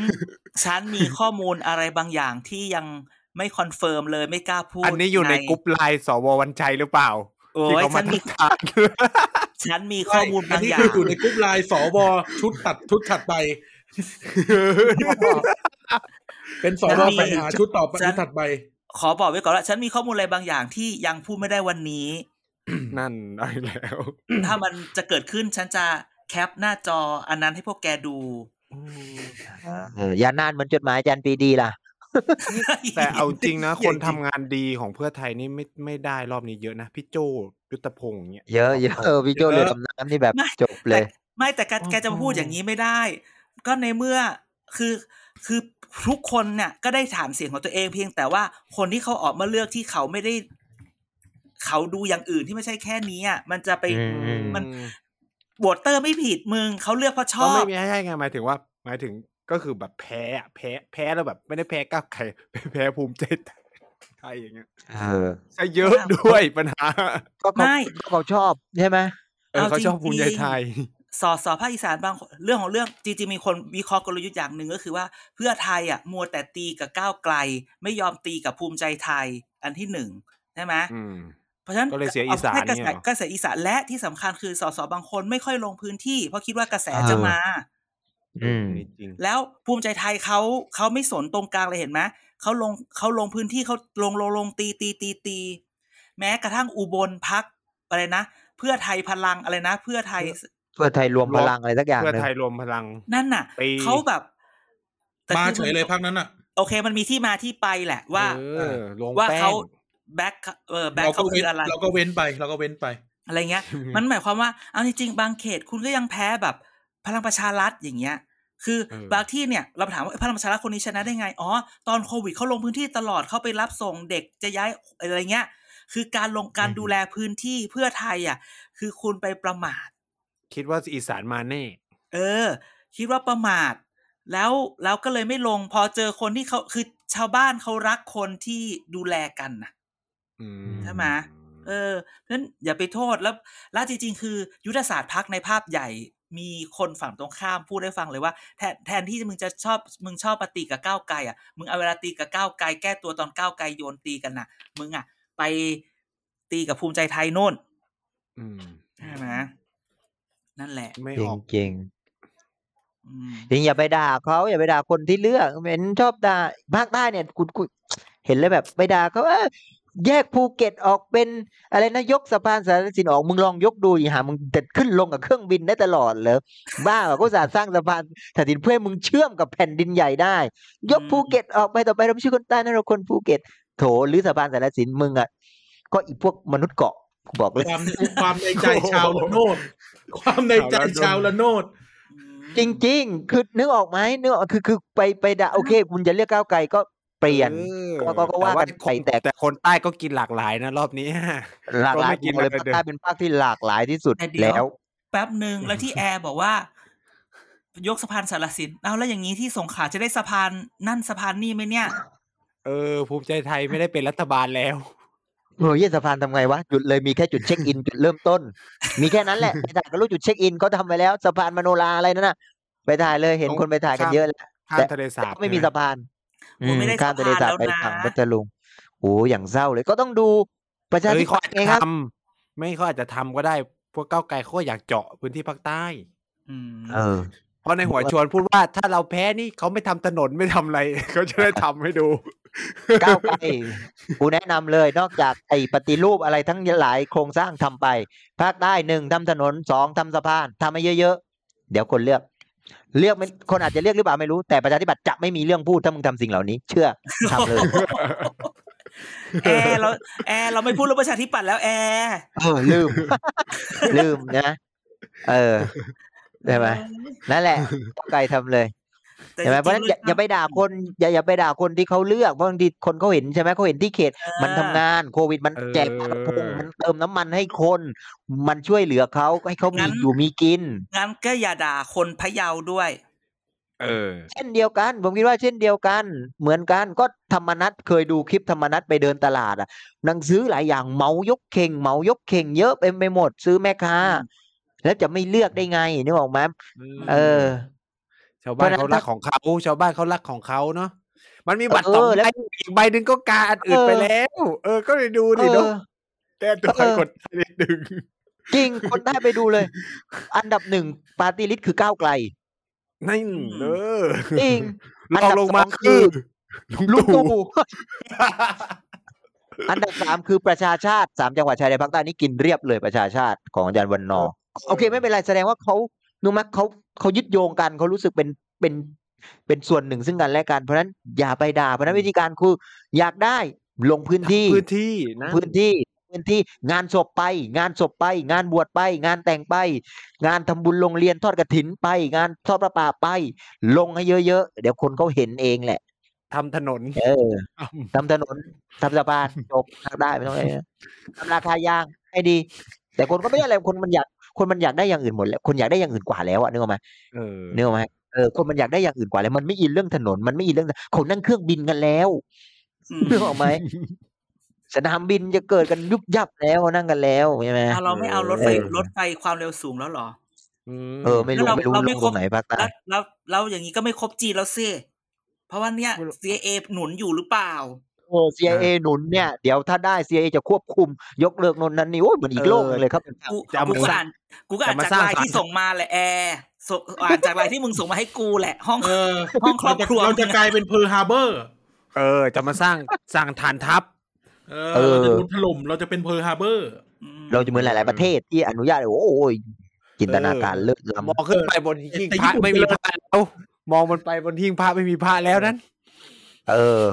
[SPEAKER 1] ฉันมีข้อมูลอะไรบางอย่างที่ยังไม่คอนเฟิร์มเลยไม่กล้าพูด
[SPEAKER 3] อันนี้อยู่ในกรุ๊ปไลน์สววันชัยหรือเปล่า
[SPEAKER 1] โอ้
[SPEAKER 3] ที่
[SPEAKER 1] ย
[SPEAKER 3] เขา
[SPEAKER 1] ฉั
[SPEAKER 3] มาน [LAUGHS] ทั
[SPEAKER 1] มี
[SPEAKER 3] กทาย
[SPEAKER 1] ฉันมีข้อมูล
[SPEAKER 2] อัน
[SPEAKER 1] บาง
[SPEAKER 2] นี้
[SPEAKER 1] อย่า
[SPEAKER 2] คื
[SPEAKER 1] ง
[SPEAKER 2] ออยู่ในกรุ๊ปไลน์สวชุดตัดชุดถัดไป เป็นสว
[SPEAKER 1] แล้วมี
[SPEAKER 2] ไปหาชุดต่อไปชุดถัดไป
[SPEAKER 1] ขอบอกไว้ก่อนว่าฉันมีข้อมูลอะไรบางอย่างที่ยังพูดไม่ได้วันนี้
[SPEAKER 3] นั่นเอาอีกแล้ว
[SPEAKER 1] ถ้ามันจะเกิดขึ้นฉันจะแคปหน้าจออันนั้นให้พวกแกดู
[SPEAKER 4] เอออย่านานเหมือนจดหมายอาจารย์ปรีดีล่ะ
[SPEAKER 3] แต่เอาจริงนะ [LAUGHS]
[SPEAKER 1] เหี้
[SPEAKER 3] ค
[SPEAKER 1] ย
[SPEAKER 3] นทำงานดีของเพื่อไทยนี่ไม่ไม่ได้รอบนี้เยอะนะ พี่โจยุทธพงษ์อย่างเงี้ย
[SPEAKER 4] เยอะเยอะเออพี่โจ
[SPEAKER 2] เยอะ
[SPEAKER 4] เรือดำน้ำนี่แบบ
[SPEAKER 1] ไม่
[SPEAKER 4] จบเลย
[SPEAKER 1] ไม่แต่แกแกจะมาพูดอย่างนี้ไม่ได้ ก็ในเมื่อคือคือทุกคนเนี่ยก็ได้ฐานเสียงของตัวเองเพียงแต่ว่าคนที่เขาออกมาเลือกที่เขาไม่ได้ เขาดูอย่างอื่นที่ไม่ใช่แค่นี้อ่ะมันจะไป
[SPEAKER 4] อืม
[SPEAKER 1] มัน บวตเตอร์ไม่ผิดมึงเขาเลือกเพราะช
[SPEAKER 3] ก็
[SPEAKER 1] อบ
[SPEAKER 3] ไม่มีให้ไงหมายถึงว่า หมายถึงก็คือแบบแพ้อะแพ้แพ้แล้วแบบไม่ได้แพ้ก้าวไกลไป [LAUGHS] แพ้ภูมิใจไทยอย่างเงี้ย
[SPEAKER 4] เออ
[SPEAKER 3] ใช่เยอะด้วยปัญหา
[SPEAKER 4] ก็เขา
[SPEAKER 1] ไม่
[SPEAKER 4] ก็เขาชอบใช่ไหม
[SPEAKER 3] เออเขาชอบภูมิใจไทย
[SPEAKER 1] สอสอภาคอีสานบางคนเรื่องของเรื่องจริงๆมีคนวิเคราะห์กลยุทธ์อย่างหนึ่งก็คือว่าเพื่อไทยอ่ะมัวแต่ตีกับก้าวไกล ไม่ยอมตีกับภูมิใจไทยอันที่หนึ่งใช่ไหม
[SPEAKER 3] อืม
[SPEAKER 1] เพราะฉะนั้น
[SPEAKER 3] ก็เลยเสียอีสาน
[SPEAKER 1] ให้กระแส
[SPEAKER 3] เนี่ยเหรอ
[SPEAKER 1] กระแสอีสานและที่สำคัญคือสอสอบางคนไม่ค่อยลงพื้นที่ เพราะคิดว่ากระแสจะมา
[SPEAKER 4] อืม
[SPEAKER 3] นี่จริง
[SPEAKER 1] แล้วภูมิใจไทยเขาเขาไม่สนตรงกลางเลยเห็นไหมเขาลงเขาลงพื้นที่เขาลงลงลงตีตีตีตี แม้กระทั่งอุบลพักอะไรนะ เพื่อไทยพลังอะไรนะ เพื่อไทย
[SPEAKER 4] เพื่อไทยรวมพลังอะไรสักอย่าง
[SPEAKER 3] เพื่อ
[SPEAKER 4] หนึ่ง
[SPEAKER 3] ไทยรวมพลัง
[SPEAKER 1] นั่นน่ะ
[SPEAKER 3] ปี
[SPEAKER 1] เขาแบบแต่
[SPEAKER 2] มา
[SPEAKER 1] คือ
[SPEAKER 2] เฉยเลยพักนั้นอ่ะ
[SPEAKER 1] โอเค มันมีที่มาที่ไปแหละว่า
[SPEAKER 3] เออลง
[SPEAKER 1] ว่า
[SPEAKER 3] แป้ง
[SPEAKER 1] เขาแบ็คเออแบ็ค
[SPEAKER 2] เราก็
[SPEAKER 1] เขา
[SPEAKER 2] เว้
[SPEAKER 1] คื
[SPEAKER 2] น
[SPEAKER 1] ออะไร
[SPEAKER 2] เราก็เว้นไปเราก็เว้นไป
[SPEAKER 1] อะไรเงี้ย มันหมายความว่าเอาจริงๆบางเขตคุณก็ยังแพ้แบบพลังประชารัฐอย่างเงี้ย คือ
[SPEAKER 3] เออ
[SPEAKER 1] บางที่เนี่ยเราถามว่าเอ้ยพลังประชารัฐคนนี้ชนะได้ไงอ๋อตอนโควิดเขาลงพื้นที่ตลอดเขาไปรับส่งเด็กจะย้ายอะไรเงี้ย คือการลงการดูแลพื้นที่เพื่อไทยอ่ะ คือคุณไปประมาท
[SPEAKER 3] คิดว่าอีสานมาแน่
[SPEAKER 1] เออ คิดว่าประมาท แล้วแล้วก็เลยไม่ลงพอเจอคนที่เขาคือชาวบ้านเขารักคนที่ดูแลกันนะ
[SPEAKER 3] อื
[SPEAKER 1] ใช่ไหม เออเพราะฉะนั้นอย่าไปโทษแล้วแล้วจริงๆ คือ ยุทธศาสตร์พักในภาพใหญ่มีคนฝั่งตรงข้ามพูดให้ฟังเลยว่าแทนแทนที่มึงจะชอบมึงชอบปฏิกับก้าวไกลอ่ะมึงเอาเวลาตีกับก้าวไกลแก้ตัวตอนก้าวไกลโยนตีกันน่ะ มึงอ่ะ ไปตีกับภูมิใจไทยโน่น
[SPEAKER 3] อืม
[SPEAKER 1] ใช่ไหมนั่นแหละ
[SPEAKER 3] ไม่
[SPEAKER 4] จ
[SPEAKER 3] อ
[SPEAKER 4] ริ
[SPEAKER 3] อง ก
[SPEAKER 4] จริง
[SPEAKER 1] อืม
[SPEAKER 4] จริงอย่าไปด่าเขาอย่าไปด่าคนที่เลือกเห็นชอบด่าภาคใต้เนี่ยกูกูเห็นแล้วแบบไปด่าเขาเออแยกภูเก็ตออกเป็นอะไรนะยกสะพานสารสินออกมึงลองยกดูอีหามึงแต่ขึ้นลงกับเครื่องบินได้ตลอดเหรอบ้าเหรอก็สาสร้างสะพานสารสินเพื่อให้มึงเชื่อมกับแผ่นดินใหญ่ได้ ยก
[SPEAKER 1] อืม
[SPEAKER 4] ภูเก็ตออกไปต่อไปเราไม่ใช่คนใต้นะเราคนภูเก็ตโถหรือสะพานสารสินมึงอ่ะก็อีพวกมนุษย์เกาะกูบอกเลย
[SPEAKER 2] ความความในใจชาวละโนดความในใจชาวละโนด
[SPEAKER 1] อืม
[SPEAKER 4] จริง ๆ คือนึกออกไหมนึกออกคือคือไปไปด่าโอเค คุณจะเลือกก้าวไกลก็เปลี่ยน
[SPEAKER 3] เออ
[SPEAKER 4] ก็ก็ว่ากัน
[SPEAKER 3] แต่
[SPEAKER 4] ไปแต่
[SPEAKER 3] แต่คนใต้ก็กินหลากหลายนะรอบนี้ [LAUGHS]
[SPEAKER 4] หลากหลา
[SPEAKER 3] ก็
[SPEAKER 4] ย
[SPEAKER 3] ไม่กิน
[SPEAKER 4] มองเลย
[SPEAKER 3] อะไร
[SPEAKER 4] ภาค
[SPEAKER 3] เดิม
[SPEAKER 4] ใต้เป็นภาคที่หลากหลายที่สุด
[SPEAKER 1] แต่เดี๋ยว
[SPEAKER 4] แล้ว
[SPEAKER 1] แป๊บหนึ่งแล้วที่แอร์บอกว่า ยกสะพานสารสินเอาแล้วอย่างนี้ที่สงขลาจะได้สะพานนั่นสะพานนี่ไหมเนี่ย
[SPEAKER 3] เออ ภูมิใจไทยไม่ได้เป็นรัฐบาลแล้ว
[SPEAKER 4] โรยเยสะพานทำไงวะจุดเลยมีแค่จุดเช็คอิน จุดเริ่มต้น มีแค่นั้นแหละไปถ่ายก็รู้จุดเช็คอินเขาทำไปแล้วสะพานมโนราอะไรนั่นน่ะ ไปถ่ายเลยเห็น
[SPEAKER 3] ต้อง
[SPEAKER 4] คนไปถ่ายกัน
[SPEAKER 3] ข้าม
[SPEAKER 4] เยอะแล้ว
[SPEAKER 3] ข้ามทะเลสา
[SPEAKER 4] แต่
[SPEAKER 3] บ
[SPEAKER 4] ก็ไม่มี
[SPEAKER 3] ใช่
[SPEAKER 4] สะ
[SPEAKER 3] ห
[SPEAKER 4] พาน
[SPEAKER 1] โอ้ไม่ได้
[SPEAKER 4] อืมข้ามทะเลสาบ
[SPEAKER 1] สะพาน
[SPEAKER 4] ไป
[SPEAKER 1] แล้วนะ
[SPEAKER 4] ทางพัทลุงโอ้อย่างเศร้าเลยก็ต้องดูประชา
[SPEAKER 3] เฮ้
[SPEAKER 4] ธิ
[SPEAKER 3] ย
[SPEAKER 4] ปั
[SPEAKER 3] เขา
[SPEAKER 4] ต
[SPEAKER 3] อา
[SPEAKER 4] ย์
[SPEAKER 3] จ
[SPEAKER 4] ไง
[SPEAKER 3] จะ
[SPEAKER 4] ครับ
[SPEAKER 3] ทำไม่เขาอาจจะทำก็ได้ พวกก้าวไกลเขาก็อยากเจาะพื้นที่ภาคใต้
[SPEAKER 1] อืม
[SPEAKER 4] เออ
[SPEAKER 3] เพราะในหัวชวนพูดว่าถ้าเราแพ้นี่เขาไม่ทำถนนไม่ทำอะไร [LAUGHS] เขาจะได้ทำให้ดู
[SPEAKER 4] ก้าวไกลกูแนะนำเลยนอกจากไอ้ปฏิรูปอะไรทั้งหลายโครงสร้างทำไป ภาคใต้หนึ่งทำถนนสองทำสะพานทำให้เยอะๆ เดี๋ยวคนเลือก เลือกไม่คนอาจจะเลือกหรือเปล่าไม่รู้แต่ประชาธิปัตย์จะไม่มีเรื่องพูดถ้ามึงทำสิ่งเหล่านี้ เชื่อทำเลย
[SPEAKER 1] แอร์เราแอร์เราไม่พูดเรื่องประชาธิปัตย์แล้วแอร์
[SPEAKER 4] เออลืม ลืมนะ เออได้ไหมนั่ [LAUGHS] นแหละก้าวไกลทำเลย
[SPEAKER 1] แต่
[SPEAKER 4] ใช่ไหมเพราะฉะนั้นอย่าอย่าไปด่าคนอย่าอย่าไปด่าคนที่เขาเลือกเพราะบางทีคนเขาเห็นใช่ไหมเขาเห็นที่เขต มันทำงานโควิดมัน
[SPEAKER 3] เออ
[SPEAKER 4] แจกปลากระพงมันเติมน้ำมันให้คน มันช่วยเหลือเขาให้เขามีอยู่มีกิน
[SPEAKER 1] งั้นก็อย่าด่าคนพะเยาด้วย
[SPEAKER 3] เออ
[SPEAKER 4] เช่นเดียวกัน ผมคิดว่าเช่นเดียวกัน เหมือนกันก็ธรรมนัตเคยดูคลิปธรรมนัตไปเดินตลาดอ่ะหนังซื้อหลายอย่างเหมายกเข่งเหมายกเข่งเยอะเต็มไปหมดซื้อแม่ค้า
[SPEAKER 1] อืม
[SPEAKER 4] แล้วจะไม่เลือกได้ไงนึกออกไหมเออ
[SPEAKER 3] ชาวบ้าน
[SPEAKER 4] เพราะฉะนั้น
[SPEAKER 3] เขารักของเขาชาวบ้านเขารักของเขาเนาะมันมีบัตร
[SPEAKER 4] เออ
[SPEAKER 3] สองใบ
[SPEAKER 4] แล้ว
[SPEAKER 3] อีกใบหนึ่งก็กาอันอื่น
[SPEAKER 4] เออ
[SPEAKER 3] ไปแล้ว เออ ก็เลยดูดิเนาะ
[SPEAKER 4] เออ
[SPEAKER 3] แต่ตัว
[SPEAKER 4] เออ
[SPEAKER 3] กดไทยนิดนึง
[SPEAKER 4] จริงคนได้ไปดูเลย อันดับหนึ่งปาร์ตี้ลิสต์คือก้าวไกล
[SPEAKER 3] นั่นเออ
[SPEAKER 4] จริง
[SPEAKER 3] ลองลงมาคือลุ
[SPEAKER 4] ลู
[SPEAKER 3] ง
[SPEAKER 4] ก
[SPEAKER 3] ตู่
[SPEAKER 4] ตู่ [LAUGHS] อันดับสามคือประชาชาติสามจังหวัดชายแดนภาคใต้นี่กินเรียบเลยประชาชาติของอาจารย์วันนอร์โอเค ไม่เป็นไรแสดงว่าเขานุมักเขาเขายึดโยงกันเขารู้สึกเป็นเป็นเป็นส่วนหนึ่งซึ่งกันและกันเพราะฉะนั้นอย่าไปด่าเพราะฉะนั้นวิธีการคืออยากได้ลงพื้นที่
[SPEAKER 3] พื้นที่นะ
[SPEAKER 4] พื้นที่ พื้นที่งานศพไป งานศพไป งานบวชไป งานแต่งไป งานทำบุญโรงเรียนทอดกระถินไป งานทอดประปาไป ลงให้เยอะๆ เดี๋ยวคนเขาเห็นเองแหละ
[SPEAKER 3] ทำถนน
[SPEAKER 4] เอ
[SPEAKER 1] [LAUGHS]
[SPEAKER 4] อ ทำถนนทำสะพาน จบทำได้ไม่ต้องอะไรนะทำราคายางให้ดี แต่คนก็ไม่ได้อะไรคนมันอยากคนมันอยากได้อย่างอื่นหมดแล้วคนอยากได้อย่างอื่นกว่าแล้วอะนึกออกไหม
[SPEAKER 3] เออ
[SPEAKER 4] นึกออกไหมเออคนมันอยากได้อย่างอื่นกว่าแล้ว มันไม่อินเรื่องถนนมันไม่อินเรื่องเขานั่งเครื่องบินกัน
[SPEAKER 1] [LAUGHS]
[SPEAKER 4] แล้ว
[SPEAKER 1] อืม
[SPEAKER 4] นึกออกไหมสนามบินจะเกิดกันยุบยับแล้วนั่งกันแล้วใช่ไหม
[SPEAKER 1] อ่ะเราไม่เอารถไฟรถไฟความเร็วสูงแล้วเหรอ
[SPEAKER 3] อืม
[SPEAKER 4] เออไม่รู้
[SPEAKER 1] แล้วเรา
[SPEAKER 4] ไม่รู้
[SPEAKER 1] เราไม่
[SPEAKER 4] ลง
[SPEAKER 1] ค
[SPEAKER 4] ต
[SPEAKER 1] รบ
[SPEAKER 4] รงไหนภาคใต้
[SPEAKER 1] แล้วแล้วแล้วอย่างนี้ก็ไม่ครบจีนแล้วสิเพราะว่าเนี่ย CIA หนุนอยู่หรือเปล่า
[SPEAKER 4] โอ้ CIA หนุนเนี่ยเดี๋ยวถ้าได้ CIA จะควบคุม ยกเลิกนนนั้นนี่โอ้ยเหมือนอีกโลกหนึ่งเลยครับ
[SPEAKER 1] กู
[SPEAKER 3] จะเอา
[SPEAKER 1] กู
[SPEAKER 3] มา
[SPEAKER 1] ก็
[SPEAKER 3] สร้า
[SPEAKER 1] อ่าง นกูก็อ่าน
[SPEAKER 3] จะมา
[SPEAKER 1] จาก
[SPEAKER 3] สร้าง
[SPEAKER 1] ไลน์
[SPEAKER 3] สรรค์
[SPEAKER 1] ที่ส่งมาแหละแอร์ส่งอ่านจากไลน์ที่มึงส่งมาให้กูแหละ ห้อง
[SPEAKER 2] เออ
[SPEAKER 1] ห้องครอบครัว
[SPEAKER 2] เาจะเราจะกลายเป็นเพอร์ฮาร์เบอร์
[SPEAKER 3] เออ จะมาสร้างสร้างฐานทัพ
[SPEAKER 2] เอ
[SPEAKER 4] เอ
[SPEAKER 2] อ
[SPEAKER 4] อ
[SPEAKER 2] เราจะโดนถล่มเราจะเป็นเพอร์ฮาร์เบอร์
[SPEAKER 4] เราจะเหมือนหลาย ๆ ประเทศที่อนุญาตเลยโอ้ยจินตนาการเลิศ
[SPEAKER 3] มอ
[SPEAKER 4] ล้ำ
[SPEAKER 3] งขึ้นไปบนหิ้งพระไม่มีพระแล้วมองบนไปบนหิ้งพระไม่มีพระแล้ว
[SPEAKER 4] [LAUGHS]
[SPEAKER 3] นั้น
[SPEAKER 4] เออ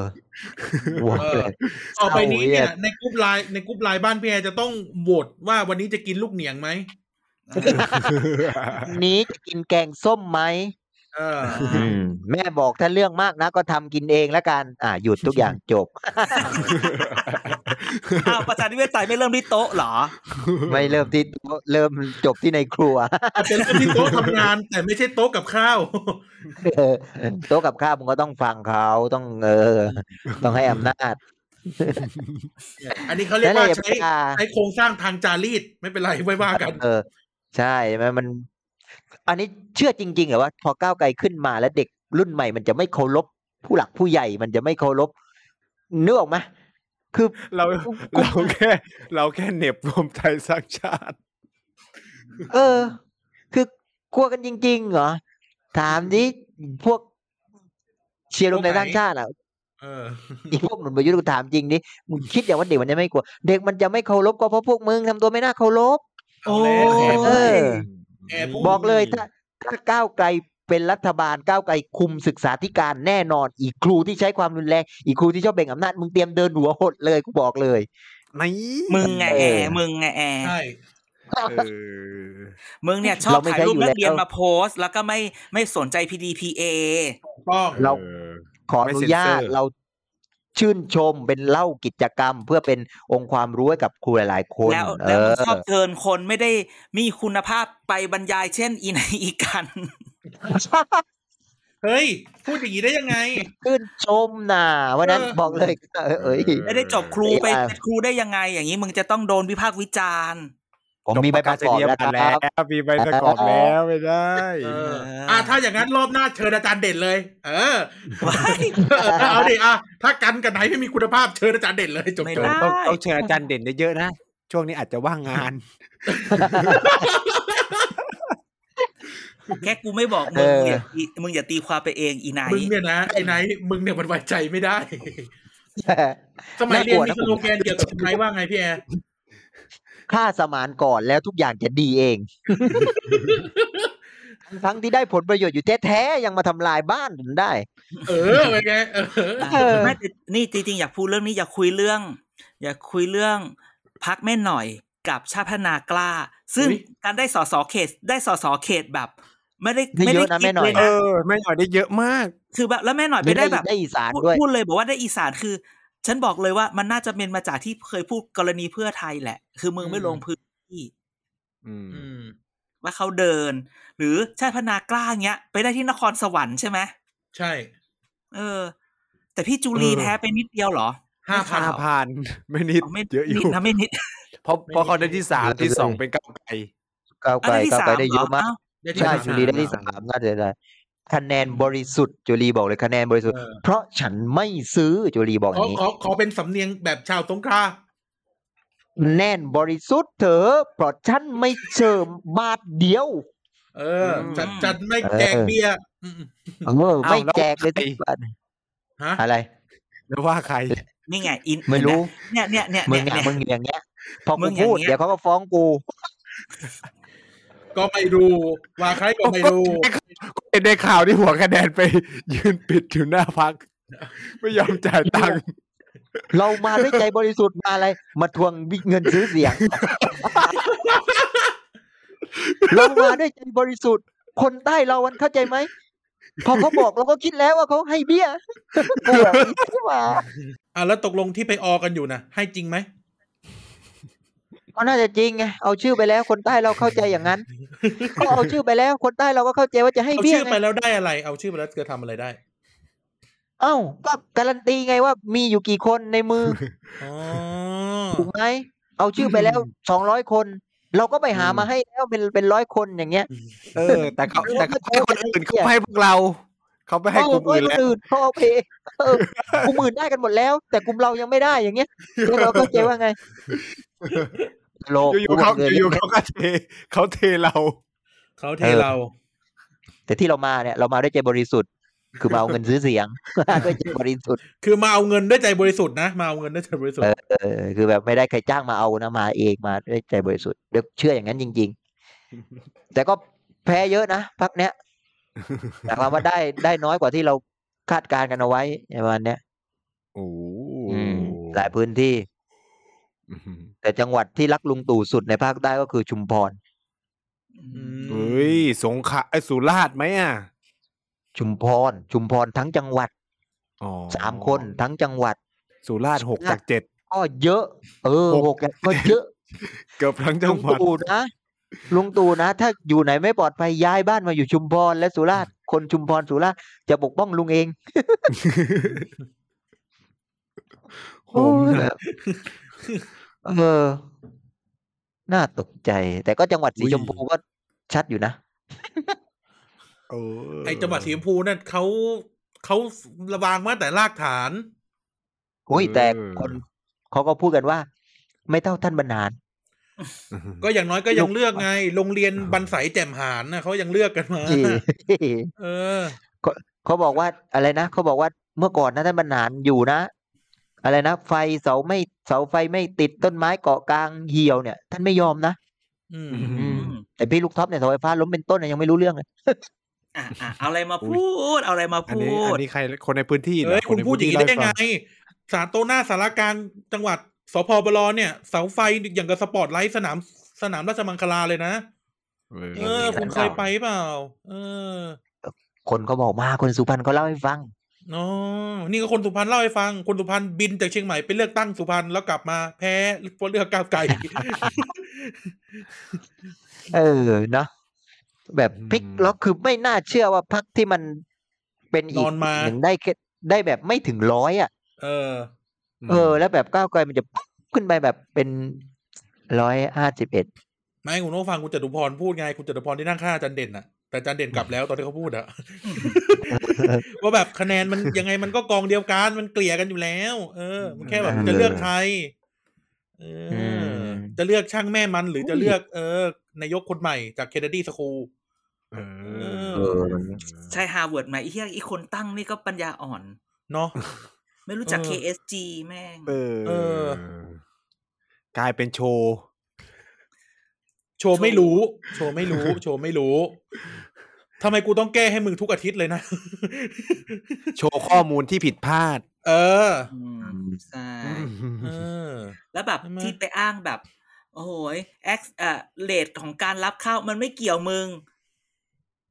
[SPEAKER 4] ว้าวเลย
[SPEAKER 2] ต่อไปนี้เนี่ย
[SPEAKER 4] เอาเว้ย
[SPEAKER 2] ในกรุ๊ปไลน์ในกรุ๊ปไลน์บ้านพี่แอร์จะต้องโหวตว่าวันนี้จะกินลูกเหนียงไหม
[SPEAKER 4] นี้จะกินแกงส้มไหม
[SPEAKER 2] เออ
[SPEAKER 4] อืม แม่บอกถ้าเรื่องมากนะ ก็ทำกินเองละกัน อ่าหยุดทุกอย่าง [LAUGHS] จบ
[SPEAKER 1] อ้าวประชาธิปไตยไม่เริ่มที่โต๊ะเหรอ
[SPEAKER 4] ไม่เริ่มที่โต๊ะเริ่มจบที่ในครัว [LAUGHS]
[SPEAKER 2] อาจจะเริ่มที่โต๊ะทำงาน [LAUGHS] แต่ไม่ใช่โต๊ะกับข้าว [LAUGHS]
[SPEAKER 4] เออโต๊ะกับข้าวมึงก็ต้องฟังเขาต้องเออ ต้องให้อำนาจ
[SPEAKER 2] อันนี้เขาเรียกว่า
[SPEAKER 4] นั่นแหละ
[SPEAKER 2] ใช้
[SPEAKER 4] อย่า
[SPEAKER 2] ใช้โครงสร้างทางจารีตไม่เป็นไรไว้ว่ากัน
[SPEAKER 4] เอ [LAUGHS] อ ใช่ไหมมัน อันนี้เชื่อจริงๆเหรอว่าพอก้าวไกลขึ้นมาแล้วเด็กรุ่นใหม่มันจะไม่เคารพผู้หลักผู้ใหญ่มันจะไม่เคารพนึกออกไหมคือ
[SPEAKER 3] เราเราแค่ เราแค่เหน็บรวมไทยสร้างชาติ
[SPEAKER 4] เออ คือกลัวกันจริงๆเหรอ ถามดิพวกเชียร์รวมในด้านชาติอ่ะ
[SPEAKER 2] เออ
[SPEAKER 4] อีพวกหนุนประยุทธ์กูถามจริงดิมึงคิดอย่างว่าเด็กมันจะไม่กลัว เด็กมันจะไม่เคารพก็เพราะพวกมึงทำตัวไม่น่าเคารพ
[SPEAKER 2] เอาแล้ว
[SPEAKER 1] โอ้
[SPEAKER 2] แอบ
[SPEAKER 4] เออ
[SPEAKER 2] แอบพูด
[SPEAKER 4] บอกเลยถ้าถ้าก้าวไกลเป็นรัฐบาลก้าวไกลคุมศึกษาธิการแน่นอน อีกครูที่ใช้ความรุนแรงอีกครูที่ชอบแบ่งอำนาจมึงเตรียมเดินหัวหดเลยกูบอกเลย
[SPEAKER 3] ไหน
[SPEAKER 1] มึงไงแอร์มึงไงแอร์
[SPEAKER 2] ใช่
[SPEAKER 3] เออ
[SPEAKER 1] มึงเนี่ยชอบ
[SPEAKER 4] เราไม่
[SPEAKER 1] ถ่าย
[SPEAKER 4] ใช่
[SPEAKER 1] รูป
[SPEAKER 4] อยู่
[SPEAKER 1] นั
[SPEAKER 4] แล้ว
[SPEAKER 1] กเรียนมาโพสต์ แล้วก็ไม่ไม่สนใจ PDPA
[SPEAKER 2] ถูกต้อง
[SPEAKER 4] เรา
[SPEAKER 3] ออ
[SPEAKER 4] ขออนุญา
[SPEAKER 3] ไม่
[SPEAKER 4] ต
[SPEAKER 3] เซ็นเซอร์
[SPEAKER 4] เราชื่นชมเป็นเล่ากิจกรรม เพื่อเป็นองค์ความรู้ให้กับครูหลายๆคน
[SPEAKER 1] แล้ว
[SPEAKER 4] เอ
[SPEAKER 1] แล้วมึ
[SPEAKER 4] อง
[SPEAKER 1] ชอบเชิญคนไม่ได้มีคุณภาพไปบรรยายเช่น [LAUGHS] อีไหนอีกัน
[SPEAKER 2] เฮ้ย พูดอย่างนี้ได้ยังไง
[SPEAKER 4] ชื่นชมนะวันนั้น
[SPEAKER 2] เออ
[SPEAKER 4] บอกเลยเออเอ้ย
[SPEAKER 1] ไม่ได้จบครูไป
[SPEAKER 4] เออ
[SPEAKER 1] เป็นครูได้ยังไง อย่างนี้มึงจะต้องโดนวิพากษ์วิจารณ์
[SPEAKER 4] ผมมีใบประกอบแล้วค
[SPEAKER 3] จ
[SPEAKER 4] รับ [LAUGHS]
[SPEAKER 3] แล้วมีใบประกอบแล้วไม่ได้
[SPEAKER 2] เออ
[SPEAKER 1] เอออ่
[SPEAKER 2] อ่ะถ้าอย่างนั้นรอบหน้าเชิญอาจารย์เด่นเลย เออ
[SPEAKER 1] ว้าย
[SPEAKER 2] เออเอาดิอ่ะถ้ากันกับไหนไม่มีคุณภาพเชิญอาจารย์เด่นเลยจบ
[SPEAKER 1] ไม่
[SPEAKER 2] จบ
[SPEAKER 1] ได้
[SPEAKER 3] ต้องต้องเชิญอาจารย์เด่นเยอะๆนะ ช่วงนี้อาจจะว่างงาน
[SPEAKER 1] แค่กูไม่บอกมึง
[SPEAKER 4] เออ
[SPEAKER 1] อย่าตีมึงอย่าตีความไปเองอีไหน
[SPEAKER 2] มึงเนี่ยนะไอ้ไหนมึงเนี่ยมันไว้ใจไม่
[SPEAKER 4] [LAUGHS]
[SPEAKER 2] ได้ สมัย
[SPEAKER 4] น่า
[SPEAKER 2] เรีย
[SPEAKER 4] กลั
[SPEAKER 2] น
[SPEAKER 4] ว
[SPEAKER 2] มี
[SPEAKER 4] นะ
[SPEAKER 2] สโลแกนเกี่ยวกับทำไมว่าไงพี่แอร์
[SPEAKER 4] ค่าสมานก่อนแล้วทุกอย่างจะดีเอง [LAUGHS] ทั้งที่ได้ผลประโยชน์อยู่แท้ๆยังมาทำลายบ้านผมได้
[SPEAKER 2] เออเป็นไงเออ
[SPEAKER 4] เออ
[SPEAKER 1] ไม่แต่นี่จริงๆอยากพูดเรื่องนี้อยากคุยเรื่อง อยากคุยเรื่องพักแม่หน่อยกับชาติพัฒนากล้า ซึ่ง
[SPEAKER 2] อุ๊ย
[SPEAKER 1] การได้สสเขตได้สสเขตแบบ ไม่ได้
[SPEAKER 4] ได้
[SPEAKER 1] ไม่
[SPEAKER 4] เย
[SPEAKER 1] ได้
[SPEAKER 4] อะนะ
[SPEAKER 1] คิด
[SPEAKER 4] แม่หน่
[SPEAKER 1] เล
[SPEAKER 4] อย
[SPEAKER 1] ย
[SPEAKER 3] เอ
[SPEAKER 1] นะ
[SPEAKER 3] อ ไม่หน่อยได้เยอะมาก
[SPEAKER 1] คือแบบแล้วแม่หน่อยไปได้แบบ
[SPEAKER 4] ได้อีสาน
[SPEAKER 1] พูด
[SPEAKER 4] ด้วย
[SPEAKER 1] พูดเลยบอกว่าได้อีสานคือ ฉันบอกเลยว่ามันน่าจะเป็นมาจากที่เคยพูดกรณีเพื่อไทยแหละ คือมึงไม่ลงพื้นที่
[SPEAKER 3] อืม
[SPEAKER 2] อืม
[SPEAKER 1] ว่าเขาเดิน หรือชาติพัฒนากล้าเงี้ย ไปได้ที่นครสวรรค์ใช่ไหม
[SPEAKER 2] ใช่
[SPEAKER 1] เออ แต่พี่จุลี
[SPEAKER 3] เออ
[SPEAKER 1] แพ้ไปนิดเดียวเหรอ
[SPEAKER 2] ห้าพัน
[SPEAKER 3] ห้าพันไม่นิด
[SPEAKER 1] าไม่
[SPEAKER 3] เยอะอยู่
[SPEAKER 1] นิดนะไม่นิด
[SPEAKER 3] เพราะเพราะเขาได้ที่สาม
[SPEAKER 4] ไม่นิด
[SPEAKER 3] ที่สองเป็นก้าวไกล
[SPEAKER 4] ก้าวไกล
[SPEAKER 1] อันนั้นที่
[SPEAKER 4] ก้าว
[SPEAKER 1] สาม
[SPEAKER 4] ไกลได้เย
[SPEAKER 1] ห
[SPEAKER 4] อะ
[SPEAKER 1] ร
[SPEAKER 4] มาก
[SPEAKER 1] ว
[SPEAKER 4] ใช่
[SPEAKER 3] ที่
[SPEAKER 4] จุ
[SPEAKER 3] สาม
[SPEAKER 4] ลีได้ที่
[SPEAKER 3] อ่ะ
[SPEAKER 4] สามน่าจะได้คะแนนบริสุทธิ์จุลีบอกเลยคะแนนบริสุทธิ์
[SPEAKER 2] เออ
[SPEAKER 4] เพราะฉันไม่ซื้อจุลีบอกอ
[SPEAKER 2] ขอย่าง
[SPEAKER 4] นี้
[SPEAKER 2] ขอขอเป็นสำเนียงแบบชาวสงขลา
[SPEAKER 4] แน่นบริสุทธิ์เถอะเพราะฉันไม่เชิมบาทเดียว
[SPEAKER 2] เออ
[SPEAKER 3] ม
[SPEAKER 2] จัดจัดไม่แจกเบียร์อืม
[SPEAKER 4] เออไม่แจกเลย
[SPEAKER 3] แล้ว
[SPEAKER 4] สักบาท
[SPEAKER 2] ฮะ
[SPEAKER 4] อะไร
[SPEAKER 3] แล้วว่าใคร
[SPEAKER 1] นี่ไงอิน
[SPEAKER 4] ไม่รู้
[SPEAKER 1] เนี่ยเนี่ยเนี่ย
[SPEAKER 4] มึ
[SPEAKER 1] เนี่
[SPEAKER 4] ง
[SPEAKER 1] ย
[SPEAKER 4] อะ
[SPEAKER 1] เนี่ย
[SPEAKER 4] มึงอย่างเงี้ย พอ
[SPEAKER 1] มึ
[SPEAKER 4] กู
[SPEAKER 1] งอย่าง
[SPEAKER 4] พูด
[SPEAKER 1] เงี้ย
[SPEAKER 4] เดี๋ยวเขาก็ฟ้องกู
[SPEAKER 2] ก็ไม่รู้ว่าใครก็ไม่รู้
[SPEAKER 3] ได้ข่ [LAUGHS] าวที่หัวคะแนนไป ยืนปิดอยู่หน้าพัก ไม่ยอมจ่ายตังค์
[SPEAKER 4] เรามาด้วยใจบริสุทธิ์มาอะไร มาทวงเงินซื้อเสียง
[SPEAKER 2] [LAUGHS]
[SPEAKER 4] เรามาด้วยใจบริสุทธิ์ คนใต้เราวันเข้าใจไหม พอเขาบอกเราก็คิดแล้วว่าเขาให้เบี้ยกูแบบนี้ไม่มา
[SPEAKER 2] อ่ะแล้วตกลงที่ไปออกันอยู่นะให้จริงไหม
[SPEAKER 4] ก็น่าจะจริงไงเอาชื่อไปแล้วคนใต้เราเข้าใจอย่างนั้นก็เอาชื่อไปแล้วคนใต้เราก็เข้าใจว่าจะให้
[SPEAKER 2] เอา
[SPEAKER 4] เบี้ย
[SPEAKER 2] ชื่อไป
[SPEAKER 4] ไง
[SPEAKER 2] แล้วได้อะไร เอาชื่อไปแล้วจะทำอะไรได้
[SPEAKER 4] เอ้าก็การันตีไงว่ามีอยู่กี่คนใน
[SPEAKER 2] [LAUGHS]
[SPEAKER 4] มือ [LAUGHS]
[SPEAKER 2] อ๋อ
[SPEAKER 4] ถูกไหมเอาชื่อไปแล้วสองร้อยคน เราก็ไปหามาให้แล้วเป็นเป็นร้อยคนอย่างเงี้ย
[SPEAKER 3] เออ แต่เขาแต่เขาให้คนอื่นเขาไม่ให้พวกเรา เขาไม่ให้กลุ่มอื่น
[SPEAKER 4] เออ
[SPEAKER 3] แล้ว
[SPEAKER 4] เออคนอื่นเขาเอาไปเออ กลุ่มอื่นได้กันหมดแล้ว แต่กลุ่มเรายังไม่ได้อย่างเงี้ยแล้วเราก็ใจว่าไงตลก
[SPEAKER 3] [LAUGHS] อยู่ๆเขาอยู่ๆเขาก็เทเขาเทเรา
[SPEAKER 2] เขาเทเรา
[SPEAKER 4] แต่ที่เรามาเนี่ยเรามาด้วยใจบริสุทธิ์ คือมาเอาเงินซื้อเสี
[SPEAKER 3] [LAUGHS]
[SPEAKER 4] ยง ด้วยใจบริสุทธิ์
[SPEAKER 2] คือมาเอาเงินด้วยใจบริสุทธิ์นะมาเอาเงินด้วยใจบริสุทธิ์
[SPEAKER 4] เออคือแบบไม่ได้ใครจ้างมาเอานะมาเองมาด้วยใจบริสุทธิ์เดี๋ยวเชื่ออย่างนั้นจริง ๆ แต่ก็แพ้เยอะนะพักเนี้ยแต่ความว่าได้ได้น้อยกว่าที่เราคาดการณ์กันเอาไว้ประมาณเนี้ย
[SPEAKER 3] โอ้โห
[SPEAKER 4] อืมหลายพื้นที่
[SPEAKER 3] อืม
[SPEAKER 4] แต่จังหวัดที่รักลุงตู่สุดในภาคใต้ก็คือชุมพร
[SPEAKER 3] เฮ้ย สงขลาไอ้ยสุราษฎร์ไหมอ่ะ
[SPEAKER 4] ชุมพร ชุมพรทั้งจังหวัด
[SPEAKER 3] อ๋อ
[SPEAKER 4] สามคนทั้งจังหวัด
[SPEAKER 3] สุราษฎร์หกจากเจ็ด
[SPEAKER 4] ก็เยอะ เออ
[SPEAKER 3] หก
[SPEAKER 4] หกก็เยอะ
[SPEAKER 3] เกือบทั้ง [LAUGHS] จั
[SPEAKER 4] ลุ
[SPEAKER 3] ง
[SPEAKER 4] ง
[SPEAKER 3] หวัด
[SPEAKER 4] ตู่นะลุงตู่นะ ถ้าอยู่ไหนไม่ปลอดภัยย้ายบ้านมาอยู่ชุมพรและสุราษฎร์คนชุมพรสุราษฎร์จะปกป้องลุงเอง
[SPEAKER 3] โอ้โห
[SPEAKER 4] แบบ [LAUGHS] เออ น่าตกใจ แต่ก็จังหวัดสีชมพูก็ชัดอยู่นะ
[SPEAKER 3] เออ
[SPEAKER 2] ไอจังหวัดสีชมพูนั่นเขาเขาระวางมาแต่รากฐาน
[SPEAKER 4] โอ้ยแต่คนเขาก็พูดกันว่า ไม่เท่าท่านบรรหาร
[SPEAKER 2] ก็อย่างน้อยก็ยังเลือกไง โรงเรียนบันไสแจ่มหานนะเขายังเลือกกันมา เออ
[SPEAKER 4] เขาบอกว่าอะไรนะเขาบอกว่าเมื่อก่อนนะท่านบรรหารอยู่นะ อะไรนะไฟเสาไม่เสาไฟไม่ติดต้นไม้เกาะกลางเหี่ยวเนี่ย ท่านไม่ยอมนะ
[SPEAKER 2] อืม
[SPEAKER 3] อืม
[SPEAKER 4] แต่พี่ลูกท็อปเนี่ยเสาไฟฟ้าล้มเป็นต้นเนี่ยยังไม่รู้เรื่องเลย
[SPEAKER 1] อ่ะอ่ะเอาอะไรมาพูด เอาอะไรมา
[SPEAKER 3] อัน
[SPEAKER 1] พู
[SPEAKER 3] นี้อั
[SPEAKER 1] ด
[SPEAKER 3] นนี้ใครคนในพื้นที่หร
[SPEAKER 2] เอ้ย
[SPEAKER 3] น
[SPEAKER 2] คุณ
[SPEAKER 3] ใน
[SPEAKER 2] พูด
[SPEAKER 3] น
[SPEAKER 2] อย่าง
[SPEAKER 3] ที่
[SPEAKER 2] นี้ได้ยังไง
[SPEAKER 3] เล่าให้ฟั
[SPEAKER 2] สารโตหน้าสารกลางจังหวัดสพบลเนี่ย เสาไฟอย่างกับสปอตไลท์สนามสนามราชมังคลาเลยนะ เออ คุณเคยไปเปล่า เออ
[SPEAKER 4] คนเขาบอกมาคนสุพรรณเขาเล่าให้ฟัง
[SPEAKER 2] อ๋อ นี่ก็คนสุพรรณเล่าให้ฟัง คนสุพรรณบินจากเชียงใหม่ไปเลือกตั้งสุพรรณแล้วกลับมาแพ้เพราะเลือกก้าวไกล [LAUGHS]
[SPEAKER 4] เออเนาะแบบพลิกล็อกคือไม่น่าเชื่อว่าพักที่มันเป็นอีก
[SPEAKER 2] นอนมา
[SPEAKER 4] หนึ่งได้แค่ได้แบบไม่ถึงร้อยอ่ะ
[SPEAKER 2] เออ
[SPEAKER 4] เออ แล้วแบบก้าวไกลมันจะปุ๊บขึ้นไปแบบเป็นร้อยห้าสิบเอ็ด [LAUGHS]
[SPEAKER 2] ไม่คุณต้องฟังคุณจตุพรพูดไง คุณจตุพรที่นั่งข้างอาจันเด่นน่ะ แต่อาจันเด่นกลับแล้วตอนที่เขาพูดอะ ว่าแบบคะแนนมันยังไงมันก็กองเดียวกัน มันเกลี่ยกันอยู่แล้ว เออ มันแค่แบบจะเลือกใครเอออ
[SPEAKER 4] ม
[SPEAKER 2] จะเลือกช่างแม่มันหรือจะเลือก เออนายกคนใหม่จากเคนเนดีสคูล
[SPEAKER 3] เออ
[SPEAKER 2] เอ
[SPEAKER 4] อ
[SPEAKER 1] ใช่ฮาร์วาร์ดไหมไอ้เหี้ยไอีคนตั้งนี่ก็ปัญญาอ่อน
[SPEAKER 2] เนาะ [LAUGHS]
[SPEAKER 1] ไม่รู้จัก
[SPEAKER 2] เออ
[SPEAKER 1] KSG แม่ง
[SPEAKER 3] เออ
[SPEAKER 2] เออ
[SPEAKER 3] กลายเป็นโชว์
[SPEAKER 2] โชว์ไม่รู้ โชว์ไม่ [LAUGHS] รู้ โชว์ไม่รู้ทำไมกูต้องแก้ให้มึงทุกอาทิตย์เลยนะ [LAUGHS]
[SPEAKER 3] โชว์ข้อมูลที่ผิดพลาด
[SPEAKER 2] เออ
[SPEAKER 1] อืมใช่
[SPEAKER 2] เออ
[SPEAKER 1] แล้วแบบ
[SPEAKER 2] ใช่ไหม
[SPEAKER 1] ที่ไปอ้างแบบ โอ้โหยแอคเอ่อเลทของการรับเข้ามันไม่เกี่ยวมึง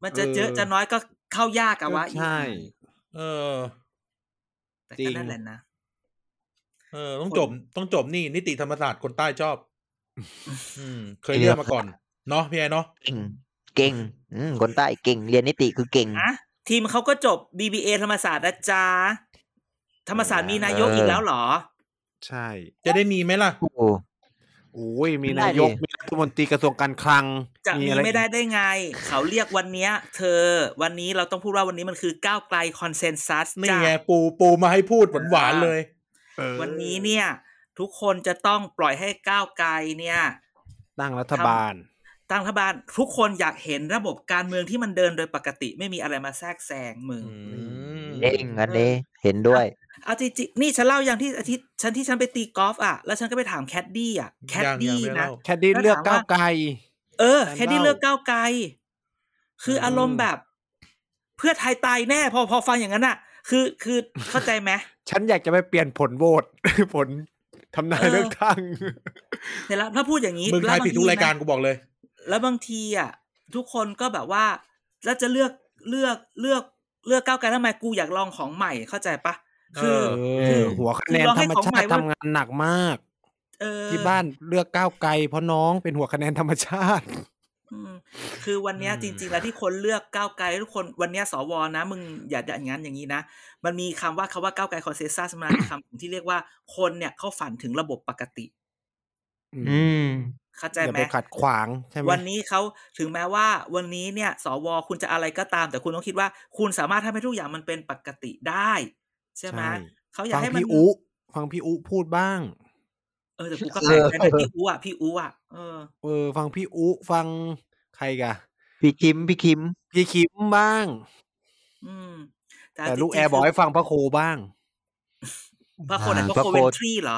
[SPEAKER 1] มันจะเยอะจะน้อยก็เข้ายากอะวะ
[SPEAKER 3] ใช่
[SPEAKER 2] เออ
[SPEAKER 1] แต่
[SPEAKER 3] จริ
[SPEAKER 1] ก็
[SPEAKER 3] ง
[SPEAKER 1] นั่นแหละนะ
[SPEAKER 2] เออ ต้อง
[SPEAKER 1] คน
[SPEAKER 2] จบต้องจบนี่ นิติธรรมศาสตร์คนใต้ชอบ อืม เคยเรียนมาก่อน เนาะพี่แอร์เนาะ
[SPEAKER 4] เก่ง เก่งอืมคนใต้เก่ง เรียนนิติคือเก่ง
[SPEAKER 1] อ่ะทีมเขาก็จบ BBA ธรรมศาสตร์นะจ๊ะธรรมศาสตร์มีนายก
[SPEAKER 4] เอออี
[SPEAKER 1] อีกแล้วเหรอ
[SPEAKER 3] ใช่
[SPEAKER 2] จะได้มีไหมล่ะ
[SPEAKER 4] โอ้โห
[SPEAKER 3] โอ้ยมี
[SPEAKER 4] ได้
[SPEAKER 3] นายก
[SPEAKER 4] ดิ
[SPEAKER 3] มีรัฐมนตรีกระทรวงการคลัง
[SPEAKER 1] จะมี
[SPEAKER 3] อะไร
[SPEAKER 1] ไม่ได้ได้ไง เขาเรียกวันเนี้ย เธอ วันนี้เราต้องพูดว่าวันนี้มันคือก้าวไกลคอนเซนแซส
[SPEAKER 2] นี่
[SPEAKER 1] จ้ะ
[SPEAKER 2] ไงปูปูมาให้พูดหวานๆเลย
[SPEAKER 3] เออ
[SPEAKER 1] วันนี้เนี่ย ทุกคนจะต้องปล่อยให้ก้าวไกลเนี่ย
[SPEAKER 3] ตั้งรัฐบาล
[SPEAKER 1] ตั้งรัฐบาลทุกคนอยากเห็นระบบการเมืองที่มันเดินโดยปกติ ไม่มีอะไรมาแทรกแซงมึง
[SPEAKER 2] อืม
[SPEAKER 4] เก่งอันนี้เห็นด้วย
[SPEAKER 1] เอาจริงๆนี่ฉันเล่าอย่างที่อาทิตย์ฉันที่ฉันไปตีกอล์ฟอ่ะแล้วฉันก็ไปถามแคดดี้อ่ะแคด
[SPEAKER 2] ยังยัง
[SPEAKER 1] ดี้
[SPEAKER 2] ไม่
[SPEAKER 1] นะ
[SPEAKER 2] เล่า
[SPEAKER 3] แคดดี้เลือก
[SPEAKER 1] แล้วถามว่า
[SPEAKER 3] ก้าวไกล
[SPEAKER 1] เออ
[SPEAKER 3] ฉั
[SPEAKER 1] แคด
[SPEAKER 3] นเล่า
[SPEAKER 1] ดี้เลือกก้าวไกล คืออ
[SPEAKER 3] ม
[SPEAKER 1] อารมณ์แบบ [LAUGHS] เพื่อไทยตายแน่ พอพอฟังอย่างนั้นอ่ะ คือคือเข้าใจไหม
[SPEAKER 3] ฉันอยากจะไปเปลี่ยนผลโหวต [LAUGHS] ผลทำนาย
[SPEAKER 1] เออ
[SPEAKER 3] เลือกตั้ง
[SPEAKER 1] แต่ละถ้าพูดอย่างนี้
[SPEAKER 2] มึงทาย
[SPEAKER 1] แล้วบ
[SPEAKER 2] ผิดทุกรายการ
[SPEAKER 1] นะ
[SPEAKER 2] กูบอกเลย
[SPEAKER 1] แล้วบางทีอ่ะทุกคนก็แบบว่า แล้วจะเลือกเลือกเลือกเลือกก้าวไกลทำไมกูอยากลองของใหม่เข้าใจปะคือ
[SPEAKER 2] เอ
[SPEAKER 1] คือ
[SPEAKER 3] หัวคะแนนธรรมชาติทำงานหนักมาก
[SPEAKER 1] เออ
[SPEAKER 3] ที่บ้านเลือกก้าวไกลเพราะน้องเป็นหัวคะแนนธรรมชาติ
[SPEAKER 1] อืมคือวันเนี้ย
[SPEAKER 2] อืม
[SPEAKER 1] จริง ๆ แล้วที่คนเลือกก้าวไกลทุกคนวันเนี้ยสวนะ มึงอย่าอย่างนั้นอย่างนี้นะ มันมีคำว่าคำว่าก้าวไกลคอนเซซัสมันคือคำที่เรียกว่าคนเนี่ยเขาฝันถึงระบบปกติ
[SPEAKER 4] อืม
[SPEAKER 1] เข้าใจ
[SPEAKER 3] อย่า
[SPEAKER 1] ไหม
[SPEAKER 3] ไปขัดขวางใช่ไหม
[SPEAKER 1] วันนี้เขาถึงแม้ว่า วันนี้เนี่ย สวคุณจะอะไรก็ตาม แต่คุณต้องคิดว่าคุณสามารถทำให้ทุกอย่างมันเป็นปกติได้ ใช่ไหมเขาอยาก
[SPEAKER 3] ฟัง
[SPEAKER 1] ให้มัน
[SPEAKER 3] พี่อุฟังพี่อุพูดบ้าง
[SPEAKER 1] เออแต่กูก็แปลกใจนะพี่อูอ่ะพี่อูอ่ะเออ
[SPEAKER 3] เออ ฟังพี่อุฟังใครกะ
[SPEAKER 4] พี่คิม พี่คิม
[SPEAKER 3] พี่คิมบ้าง
[SPEAKER 1] อืม
[SPEAKER 3] แต่ลูก
[SPEAKER 1] จ
[SPEAKER 3] แอ
[SPEAKER 1] ริงๆ
[SPEAKER 3] ร์บอก
[SPEAKER 1] คื
[SPEAKER 3] ให้ฟังพระครูบ้าง
[SPEAKER 1] พระโคนอ่ะ
[SPEAKER 4] อ่า
[SPEAKER 1] พระ
[SPEAKER 4] พระ
[SPEAKER 1] โค
[SPEAKER 4] โค
[SPEAKER 1] เวนทรีเหรอ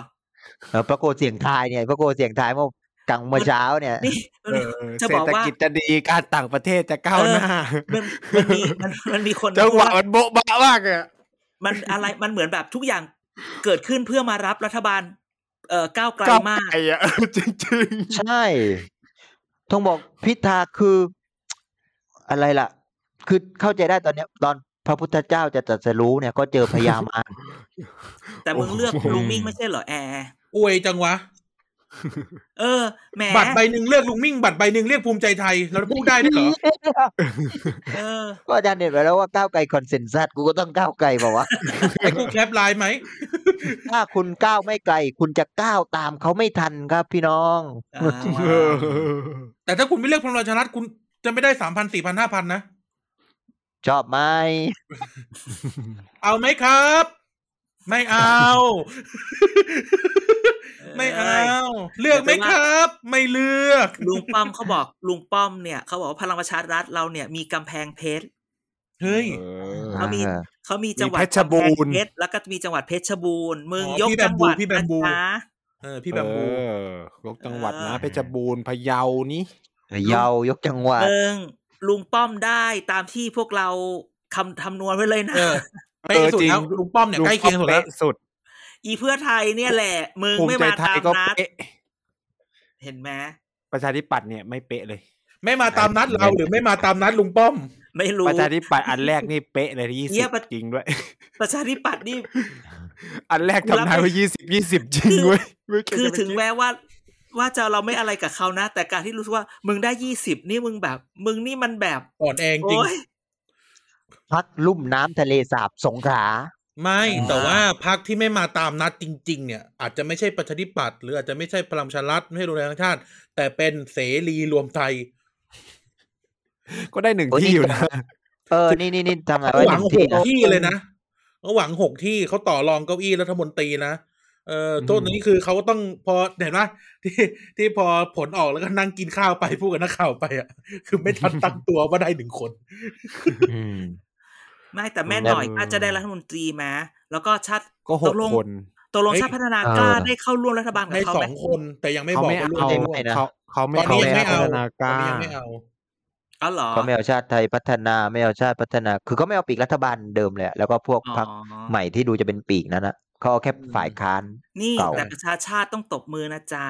[SPEAKER 4] เออพระโกเสียงทายเนี่ยพระโกเสียงทายเมื่อกลางเมื่อเช้าเนี่ย
[SPEAKER 1] นี่
[SPEAKER 3] เออ
[SPEAKER 1] จะ
[SPEAKER 3] เศร
[SPEAKER 1] บ
[SPEAKER 3] ษ
[SPEAKER 1] อก
[SPEAKER 3] ฐ
[SPEAKER 1] ว่า
[SPEAKER 3] กิจจะดีการต่างประเทศจะก้าวหน้า
[SPEAKER 1] มันมันมีมันมันมีคน
[SPEAKER 3] จังหวะ
[SPEAKER 1] พูดา
[SPEAKER 3] มันโบ๊ะบะมากเลยอะ
[SPEAKER 1] มันอะไรมันเหมือนแบบทุกอย่างเกิดขึ้นเพื่อมารับรัฐบาล เอ่อก้าวไกล
[SPEAKER 3] ก้าว
[SPEAKER 1] มาก
[SPEAKER 3] ไกลอ่ะ [LAUGHS] จริง
[SPEAKER 4] ใช่ ต้องบอกพิธาคือ อะไรล่ะ คือเข้าใจได้ตอนเนี้ย ตอนพระพุทธเจ้าจะตรัสรู้เนี่ย ก็เจอพญาม [LAUGHS] าร
[SPEAKER 1] แต่มึงเลือก
[SPEAKER 4] โอ้โห
[SPEAKER 1] ลุงมิ่งไม่ใช่เหรอแอร์
[SPEAKER 2] อวยจังวะ
[SPEAKER 1] เออแหม
[SPEAKER 2] บัตรใบหนึ่งเลือกลุงมิ่ง บัตรใบหนึ่งเลือกภูมิใจไทย เราพูดได้ด้วยเหรอ
[SPEAKER 1] เออ
[SPEAKER 4] ก็อาจารย์เด็ดไว้แล้วว่าก้าวไกลคอนเซนแซสกูก็ต้องก้าวไกลเปล่าวะ
[SPEAKER 2] ไอ้กูแคปไลน์ไหม
[SPEAKER 4] ถ้าคุณก้าวไม่ไกล คุณจะก้าวตามเขาไม่ทันครับพี่น้อง
[SPEAKER 3] [LAUGHS]
[SPEAKER 1] อ่า
[SPEAKER 3] ๆเออ
[SPEAKER 2] แต่ถ้าคุณไม่เลือกพลังประชารัฐคุณจะไม่ได้สามพันสี่พันห้าพันนะ
[SPEAKER 4] ชอบไหม
[SPEAKER 2] เอาไหมครับ ไม่เอา ไม่เอา เลือกไหมครับ ไม่เลือก
[SPEAKER 1] ลุงป้อมเขาบอกลุงป้อมเนี่ยเขาบอกว่าพลังประชารัฐเราเนี่ยมีกำแพงเพชร
[SPEAKER 2] เฮ้ย
[SPEAKER 1] เขามี
[SPEAKER 4] อ่า
[SPEAKER 1] เขามีจังหวัด
[SPEAKER 3] มีเพชรบูรณ์
[SPEAKER 1] กำแพงเพชรแล้วก็มีจังหวัดเพชรบูรณ์มึง
[SPEAKER 2] อ๋อย
[SPEAKER 1] ก
[SPEAKER 2] พี่แบ
[SPEAKER 1] จั
[SPEAKER 2] ม
[SPEAKER 1] งห
[SPEAKER 2] บู
[SPEAKER 1] วัด
[SPEAKER 2] พี่แบมบู
[SPEAKER 1] นะจ๊ะ
[SPEAKER 2] เออพี่แบมบู
[SPEAKER 3] เออยกจังหวัดนะ
[SPEAKER 1] เออ
[SPEAKER 3] เพชรบูรณ์พะเยานี่
[SPEAKER 4] เยาวยกจังหวัด
[SPEAKER 1] เอิงลุงป้อมได้ตามที่พวกเราคำทำนวนไว้เลยนะ
[SPEAKER 2] เออเป๊ะสุดแล้ว
[SPEAKER 3] เออจริง
[SPEAKER 2] ลุงป้อมเนี่ยใกล้เคียงสุดแล้ว
[SPEAKER 3] ป๊ะสุด
[SPEAKER 1] อีเพื่อไทยเนี่ยแหละ มึง
[SPEAKER 3] ภูมิ
[SPEAKER 1] ไม่
[SPEAKER 3] ใจ
[SPEAKER 1] มา
[SPEAKER 3] ไท
[SPEAKER 1] ตายม
[SPEAKER 3] ก็
[SPEAKER 1] นัด
[SPEAKER 3] เป๊ะ
[SPEAKER 1] เห็นไหม
[SPEAKER 3] ประชาธิปัตย์เนี่ยไม่เป๊ะเลย
[SPEAKER 2] ไม่มาตามนัดเราหรือไม่มาตามนัดลุงป้อม
[SPEAKER 1] ไม่รู้
[SPEAKER 3] ประชาธิปัตย์อันแรกนี่เป๊ะเลยที่ยี่
[SPEAKER 1] เหี้
[SPEAKER 3] สิ
[SPEAKER 1] ย
[SPEAKER 3] บ
[SPEAKER 1] ประ
[SPEAKER 3] จริงด้วย [LAUGHS]
[SPEAKER 1] ประชาธิปัตย์นี่
[SPEAKER 3] อันแรกทำนายไว่ายี่สิบยี่สิบจริงเว้ยไม่เย
[SPEAKER 1] คือ
[SPEAKER 3] จะไป
[SPEAKER 1] ถึง
[SPEAKER 3] ด
[SPEAKER 1] แม้ว่า ว่าจะเราไม่อะไรกับเขานะ แต่การที่รู้สึกว่า มึงได้ยี่สิบนี่มึงแบบ มึงนี่มันแบบ
[SPEAKER 2] อ่อนแอจริง
[SPEAKER 1] โอ้ย
[SPEAKER 4] พักลุ่มน้ำทะเลสาบสงขลา
[SPEAKER 2] ไม่
[SPEAKER 1] อ่า
[SPEAKER 2] แต่ว่าพักที่ไม่มาตามนัดจริง ๆ เนี่ย อาจจะไม่ใช่ประชาธิปัตย์หรืออาจจะไม่ใช่พลังประชารัฐไม่ใช่รวมไทยสร้างชาติ แต่เป็นเสรีรวมไทย
[SPEAKER 3] ก็ได้หนึ่ง
[SPEAKER 4] โอ้ย
[SPEAKER 3] ที่
[SPEAKER 4] นี่
[SPEAKER 3] อยู่นะ
[SPEAKER 4] เออ นี่นี่นี่ทำไง
[SPEAKER 2] เขา
[SPEAKER 4] ไว้
[SPEAKER 2] ห
[SPEAKER 4] ห
[SPEAKER 2] วัง
[SPEAKER 4] นึ่ง
[SPEAKER 2] ห
[SPEAKER 4] ที่
[SPEAKER 2] ก
[SPEAKER 4] นะ
[SPEAKER 2] ที่เลยนะเขาหวังหกที่เขาต่อรองเก้าอี้รัฐมนตรีนะเออโทษ
[SPEAKER 3] อืม
[SPEAKER 2] นี้คือเขาต้องพอเห็นไหมที่ที่พอผลออกแล้วก็นั่งกินข้าวไปพูดกับนักข่าวไปอ่ะ คือไม่ทันตั้งตัวว่าได้หนึ่งคน
[SPEAKER 4] อืม
[SPEAKER 1] ไม่แต่แม่หน่อย
[SPEAKER 3] เออ
[SPEAKER 1] อาจจะได้รัฐมนตรีไหมแล้วก็ชาติ
[SPEAKER 3] ก็ห
[SPEAKER 1] ต
[SPEAKER 3] ก
[SPEAKER 1] ลง
[SPEAKER 3] คน
[SPEAKER 1] ตกลง
[SPEAKER 2] เฮ้ย
[SPEAKER 1] ชาติพัฒนากล้า
[SPEAKER 4] เออ
[SPEAKER 1] ได้เข้าร่วมรัฐบาลกับ
[SPEAKER 2] ได้
[SPEAKER 1] เขา
[SPEAKER 2] ส
[SPEAKER 1] ไห
[SPEAKER 2] อ
[SPEAKER 1] ม
[SPEAKER 2] งคนแต่ยังไม่
[SPEAKER 3] เขา
[SPEAKER 2] บอก
[SPEAKER 3] ไม่
[SPEAKER 2] ว่า
[SPEAKER 3] เอา
[SPEAKER 2] ร่วม
[SPEAKER 3] เขา
[SPEAKER 2] ด้
[SPEAKER 4] ไม่
[SPEAKER 2] วย
[SPEAKER 4] นะ
[SPEAKER 3] เขาเขาไม่
[SPEAKER 2] ตอน
[SPEAKER 3] เอา
[SPEAKER 2] นี้ยังไม่เอา
[SPEAKER 3] พัฒนากา
[SPEAKER 2] ตอนนี้ยั
[SPEAKER 3] รง
[SPEAKER 2] ไม่เอา
[SPEAKER 1] อ๋อเหรอ
[SPEAKER 4] เขาไม่เอาชาติไทยพัฒนาไม่เอาชาติพัฒนา คือเขาไม่เอาปีกรัฐบาลเดิมเลยอะแล้วก็พวก
[SPEAKER 1] อ๋อ
[SPEAKER 4] พรรคใหม่ที่ดูจะเป็นปีกนั้นนะเขาเอาแค่ฝ่ายค้าน
[SPEAKER 1] นี่
[SPEAKER 4] เก่า
[SPEAKER 1] แต่ประชาชาติต้องตบมือนะจ๊ะ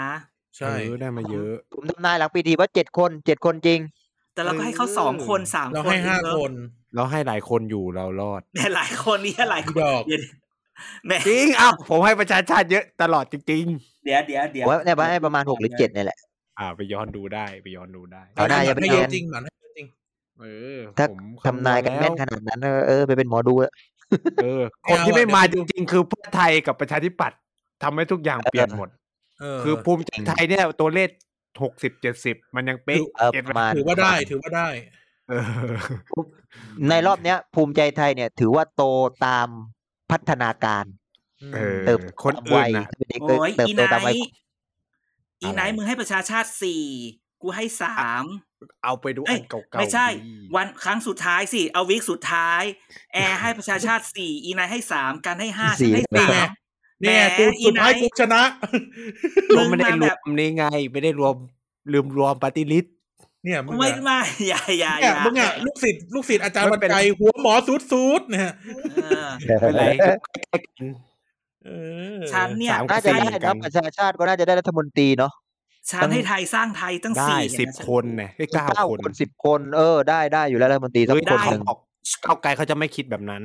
[SPEAKER 2] ใช่
[SPEAKER 3] เออได้มาเยอะ
[SPEAKER 4] ผมทำนายหลังปีดีว่าเจ็ดคนเจ็ดคนจริง
[SPEAKER 1] แต่เราก็ให้เขาสองคนสาม
[SPEAKER 2] เรา
[SPEAKER 1] คน
[SPEAKER 2] ให้ห้า
[SPEAKER 1] เยอะ
[SPEAKER 2] คน
[SPEAKER 3] แล้วให้หลายคนอยู่เรารอด
[SPEAKER 1] แหม่หลายคนนี่หลายคน
[SPEAKER 2] ดอก
[SPEAKER 1] เดี๋ยวแหม่
[SPEAKER 3] จริงอ้าวผมให้ประชาชาติเยอะตลอดจริง
[SPEAKER 1] เดี๋ยวเดี๋ยวเดี๋ยว
[SPEAKER 4] ว่าในบ้านให้ประมาณหกหรือเจ็ดเนี่ยแหละ
[SPEAKER 3] ๆอ่าไปย้อนดูได้ไปย้อนดูได้
[SPEAKER 4] เอาได้อย่าไป
[SPEAKER 2] ให้เยอะ
[SPEAKER 4] เอา
[SPEAKER 2] จริงหมันให้เยอะจริง
[SPEAKER 3] เออ
[SPEAKER 4] ถ้า
[SPEAKER 3] ผม
[SPEAKER 4] ทำนายกันแม่นขนาดนั้น เออเออไปเป็นหมอดูแล้ว
[SPEAKER 3] เออ คนที่
[SPEAKER 2] ไม่เอา
[SPEAKER 3] ไม่
[SPEAKER 2] อะ
[SPEAKER 3] มาจริงๆคือเพื่อไทยกับประชาธิปัตย์ทำให้ทุกอย่างเปลี่ยนหมด
[SPEAKER 2] เออ
[SPEAKER 3] คือภูมิใจไทยเนี่ยตัวเลขหกสิบเจ็ดสิบมันยังเป๊ะ
[SPEAKER 4] เออ
[SPEAKER 3] เจ็ด
[SPEAKER 4] ประมาณ
[SPEAKER 2] ถือว่าได้ถือว่าได้
[SPEAKER 3] เออ
[SPEAKER 4] ในรอบเนี้ย ภูมิใจไทยเนี่ย ถือว่าโตตามพัฒนาการ
[SPEAKER 3] เออ
[SPEAKER 4] เติบ
[SPEAKER 3] คน
[SPEAKER 4] ตาม
[SPEAKER 3] อื่น
[SPEAKER 4] วัย
[SPEAKER 3] น่ะ
[SPEAKER 4] เด็ก
[SPEAKER 1] โอ้ย
[SPEAKER 4] เติบ
[SPEAKER 1] อี
[SPEAKER 4] โต
[SPEAKER 1] ไน
[SPEAKER 4] ตามวัย
[SPEAKER 1] ท์อีไนท์
[SPEAKER 4] อะไร
[SPEAKER 1] มึงให้ประชาชาติสี่กูให้สาม
[SPEAKER 3] เอาไปดู
[SPEAKER 1] เอ้
[SPEAKER 3] อั
[SPEAKER 1] ย
[SPEAKER 3] นเก่าๆ
[SPEAKER 1] ไม่ใช่
[SPEAKER 3] ดี
[SPEAKER 1] วันครั้งสุดท้ายสิ เอาวิกสุดท้าย แอร์ให้ประชาชาติสี่อีไนท์ให้สามกันให้ห้าฉั
[SPEAKER 4] สี่
[SPEAKER 1] นให้
[SPEAKER 2] นี่
[SPEAKER 1] สา
[SPEAKER 2] ไง
[SPEAKER 1] ม
[SPEAKER 2] เนี่ย
[SPEAKER 1] แหม
[SPEAKER 2] กู
[SPEAKER 1] อี
[SPEAKER 2] สุด
[SPEAKER 1] ไนท์
[SPEAKER 2] ท้ายกูชนะ [LAUGHS]
[SPEAKER 3] ผมไม่ได้
[SPEAKER 1] งาร แบ
[SPEAKER 3] ว
[SPEAKER 1] บ
[SPEAKER 3] มนี่ไง ไม่ได้รวมลืมรวมปฏิริษ
[SPEAKER 2] เนี่ยมึง
[SPEAKER 1] ไม่
[SPEAKER 2] อะ
[SPEAKER 1] ไม่ [LAUGHS] อย่าอย่าอ
[SPEAKER 2] เนี่ย
[SPEAKER 1] ย่า
[SPEAKER 2] มึงอะลูกศิษย์ลูกศิษย์อาจารย์
[SPEAKER 3] มั
[SPEAKER 2] บรร
[SPEAKER 3] นเป็น
[SPEAKER 2] จัยหัวหมอซูดซูดเนี่ย
[SPEAKER 1] เออ
[SPEAKER 3] เป็นไรใกล้ๆกัน
[SPEAKER 2] เออ
[SPEAKER 1] ฉันเนี่ย
[SPEAKER 3] สาม
[SPEAKER 4] น่าจะ
[SPEAKER 1] ให้
[SPEAKER 3] เ
[SPEAKER 4] ได้ครับประชาชาติก็น่าจะได้รัฐมนตรีเนาะ
[SPEAKER 1] ฉันให้ไทยสร้างไทยตั้ง
[SPEAKER 3] ได้
[SPEAKER 1] สี่
[SPEAKER 3] สิบ
[SPEAKER 1] เยะ
[SPEAKER 3] คนเนี่ยได้เก้า
[SPEAKER 4] เก้า
[SPEAKER 3] คน
[SPEAKER 4] คนสิบคน เออ ได้ได้อยู่แล้วรัฐมนตรีสัก
[SPEAKER 3] เฮ้ย
[SPEAKER 4] คน
[SPEAKER 1] ได้
[SPEAKER 4] ห
[SPEAKER 3] เขา
[SPEAKER 4] นึ่ง
[SPEAKER 3] บอกก้าวไกลเขาจะไม่คิดแบบนั้น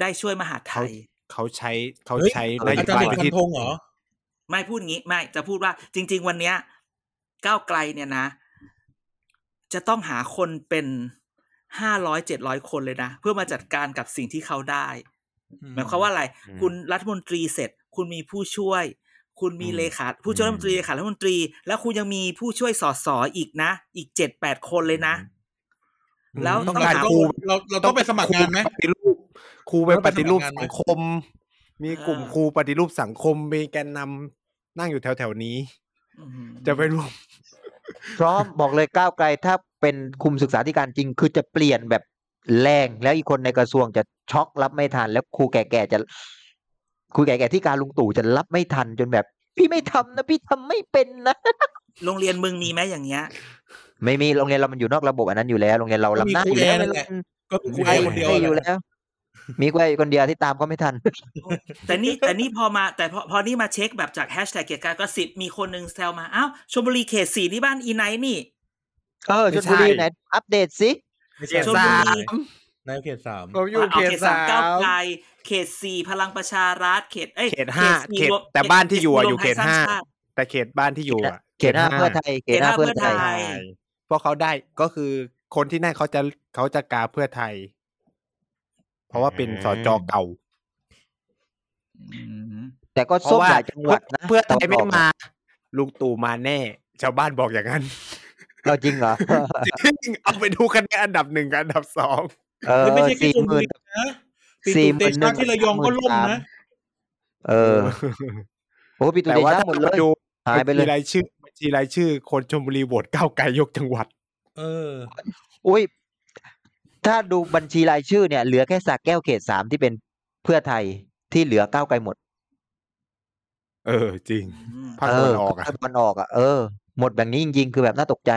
[SPEAKER 1] ได้ช่วยมหาดไทย
[SPEAKER 3] เขาใช้เขา
[SPEAKER 2] เฮ้ย
[SPEAKER 3] ใช้
[SPEAKER 2] อาจารย์
[SPEAKER 3] บา
[SPEAKER 2] เห็นฟันธงเหรอ
[SPEAKER 1] ไม่พูดงี้ไม่จะพูดว่าจริง ๆ วันเนี้ยก้าวไกลเนี่ยนะ จะต้องหาคนเป็นห้าร้อยเจ็ดร้อยคนเลยนะ เพื่อมาจัดการกับสิ่งที่เขาได้ หมายความว่าอะไร คุณรัฐมนตรีเสร็จ คุณมีผู้ช่วย คุณมี
[SPEAKER 3] อืม
[SPEAKER 1] เลขาผู้ช่วย
[SPEAKER 3] อื
[SPEAKER 1] รัฐ
[SPEAKER 3] ม
[SPEAKER 1] มนตรีเลขารัฐมนตรี แล้วคุณยังมีผู้ช่วยสอสออีกนะ อีกเจ็ดแปดคนเลยนะ แล้ว
[SPEAKER 3] ต้อง
[SPEAKER 1] ต้อง
[SPEAKER 3] การ
[SPEAKER 1] หา
[SPEAKER 3] ครู
[SPEAKER 2] เราเราต้องไปสมัครงานไหม
[SPEAKER 3] ปฏิรูปครูไปปฏิรูปสังคม มีกลุ่ม
[SPEAKER 1] เออ
[SPEAKER 3] ครูปฏิรูปสังคมมีแกนนำนั่งอยู่แถวแถวๆนี้
[SPEAKER 1] อืม
[SPEAKER 3] จะไปร่วม
[SPEAKER 4] พร้อมบอกเลยก้าวไกลถ้าเป็นคุมศึกษาธิการจริง คือจะเปลี่ยนแบบแรงแล้วอีกคนในกระทรวงจะช็อกรับไม่ทัน แล้วครูแก่ๆจะครูแก่ๆที่การลุงตู่จะรับไม่ทันจนแบบ พี่ไม่ทำนะพี่ทำไม่เป็นนะ
[SPEAKER 1] โรงเรียนมึงมีไหมอย่างเงี้ย
[SPEAKER 3] [LAUGHS]
[SPEAKER 4] ไม่มีโรงเรียนเรามันอยู่นอกระบบอันนั้นอยู่แล้วโรงเรียนเรา
[SPEAKER 2] ก็มี
[SPEAKER 4] ลำหน้า
[SPEAKER 2] ครู
[SPEAKER 4] อยู่
[SPEAKER 2] แอ
[SPEAKER 4] แล้ว
[SPEAKER 2] ร์นั่นแหละ ก็คือ
[SPEAKER 3] ไม่
[SPEAKER 2] คุณไอ้คน
[SPEAKER 3] ได้
[SPEAKER 2] เดียว
[SPEAKER 4] ไม่อยู่
[SPEAKER 2] แหละ
[SPEAKER 4] แล้ว มีกูไอ้คนเดียวที่ตามก็ไม่ทัน
[SPEAKER 1] แต่นี่แต่นี่พอมาแต่พอพอนี่มาเช็คแบบจากแฮชแท็กเกียรติกายก็สิบมีคนหนึ่งแซวมาอ้าวชลบุรีเขตสี่ที่บ้านอีไนท์นี่
[SPEAKER 4] เออชลบุรีไหนอัปเดตสิ
[SPEAKER 2] ไม่
[SPEAKER 3] เข
[SPEAKER 2] ใช่
[SPEAKER 3] ต
[SPEAKER 1] ชลบุ
[SPEAKER 3] สา
[SPEAKER 1] รี
[SPEAKER 3] ม
[SPEAKER 2] นายกเขตสาม
[SPEAKER 3] ผมอยู่
[SPEAKER 1] เอา
[SPEAKER 3] เขตสา
[SPEAKER 1] ก้าว
[SPEAKER 3] ม
[SPEAKER 1] ไกลเขตสี่พลังประชารัฐเขตเอ้ย
[SPEAKER 3] เขตห้า
[SPEAKER 1] สี่
[SPEAKER 3] เขต
[SPEAKER 1] รวม
[SPEAKER 3] แต่บ้านที่อยู่อะอยู่เขต
[SPEAKER 1] รวมไทสร้งช
[SPEAKER 3] ห้า
[SPEAKER 1] ติ
[SPEAKER 3] แต่เขตบ้านที่อยู่อะ
[SPEAKER 4] เขตห้าเพื่อไทยเขตห้าเพื่อไทย
[SPEAKER 1] เขตห้าเพื่อไทย
[SPEAKER 3] ใช่เพราะเขาได้ก็คือคนที่นั่นเขาจะเขาจะกาเพื่อไทย เพราะว่าเป็น
[SPEAKER 4] อืม
[SPEAKER 3] สจเก่า
[SPEAKER 1] อืม
[SPEAKER 4] แต่ก็
[SPEAKER 3] เพราะ
[SPEAKER 4] ส้ม
[SPEAKER 3] ว่า
[SPEAKER 4] หลายจังหวัดนะ
[SPEAKER 3] เพื่อไทยไม่
[SPEAKER 4] เราบอก
[SPEAKER 3] มาลุงตู่มาแน่ ชาวบ้านบอก
[SPEAKER 4] [LAUGHS]
[SPEAKER 3] อย่างนั้น
[SPEAKER 4] เราจริงเหรอ
[SPEAKER 3] จริงเอาไปดูคะแนนอันดับหนึ่งกับอันดับสอง
[SPEAKER 4] เออ
[SPEAKER 2] มันไม่ใช่แค่
[SPEAKER 4] สี่
[SPEAKER 2] ชลบุ
[SPEAKER 4] หมื่
[SPEAKER 2] รี
[SPEAKER 4] น
[SPEAKER 2] นะปี
[SPEAKER 4] สี่
[SPEAKER 2] ตู
[SPEAKER 4] หมื่
[SPEAKER 2] เต
[SPEAKER 4] น
[SPEAKER 2] ชะที่ระยองก็ล่ม
[SPEAKER 4] สาม
[SPEAKER 2] นะ
[SPEAKER 4] เออโอ้โหพี่ตู
[SPEAKER 3] แต่
[SPEAKER 4] เด
[SPEAKER 3] ว่า
[SPEAKER 4] ชา
[SPEAKER 3] ถ้า
[SPEAKER 4] หมดเล
[SPEAKER 3] เรา
[SPEAKER 4] ย
[SPEAKER 3] ดู
[SPEAKER 4] หายไปเล
[SPEAKER 3] บัญ
[SPEAKER 4] ย
[SPEAKER 3] ชีรายชื่อบัญชีรายชื่อ คนชมบุรีโหวตก้าวไกลยกจังหวัด
[SPEAKER 2] เออ
[SPEAKER 4] อุ้ย ถ้าดูบัญชีรายชื่อเนี่ย เหลือแค่สากแก้วเขตสามที่เป็นเพื่อไทยที่เหลือก้าวไกลหมด
[SPEAKER 3] เออ จริง
[SPEAKER 1] อืม
[SPEAKER 3] ภาค
[SPEAKER 4] เอ
[SPEAKER 3] ตะวั
[SPEAKER 4] อน
[SPEAKER 3] ออกอ่ะ
[SPEAKER 4] ภาคตะวันออกอ่ะเออหมดแบบนี้จริงๆ คือแบบน่าตกใจ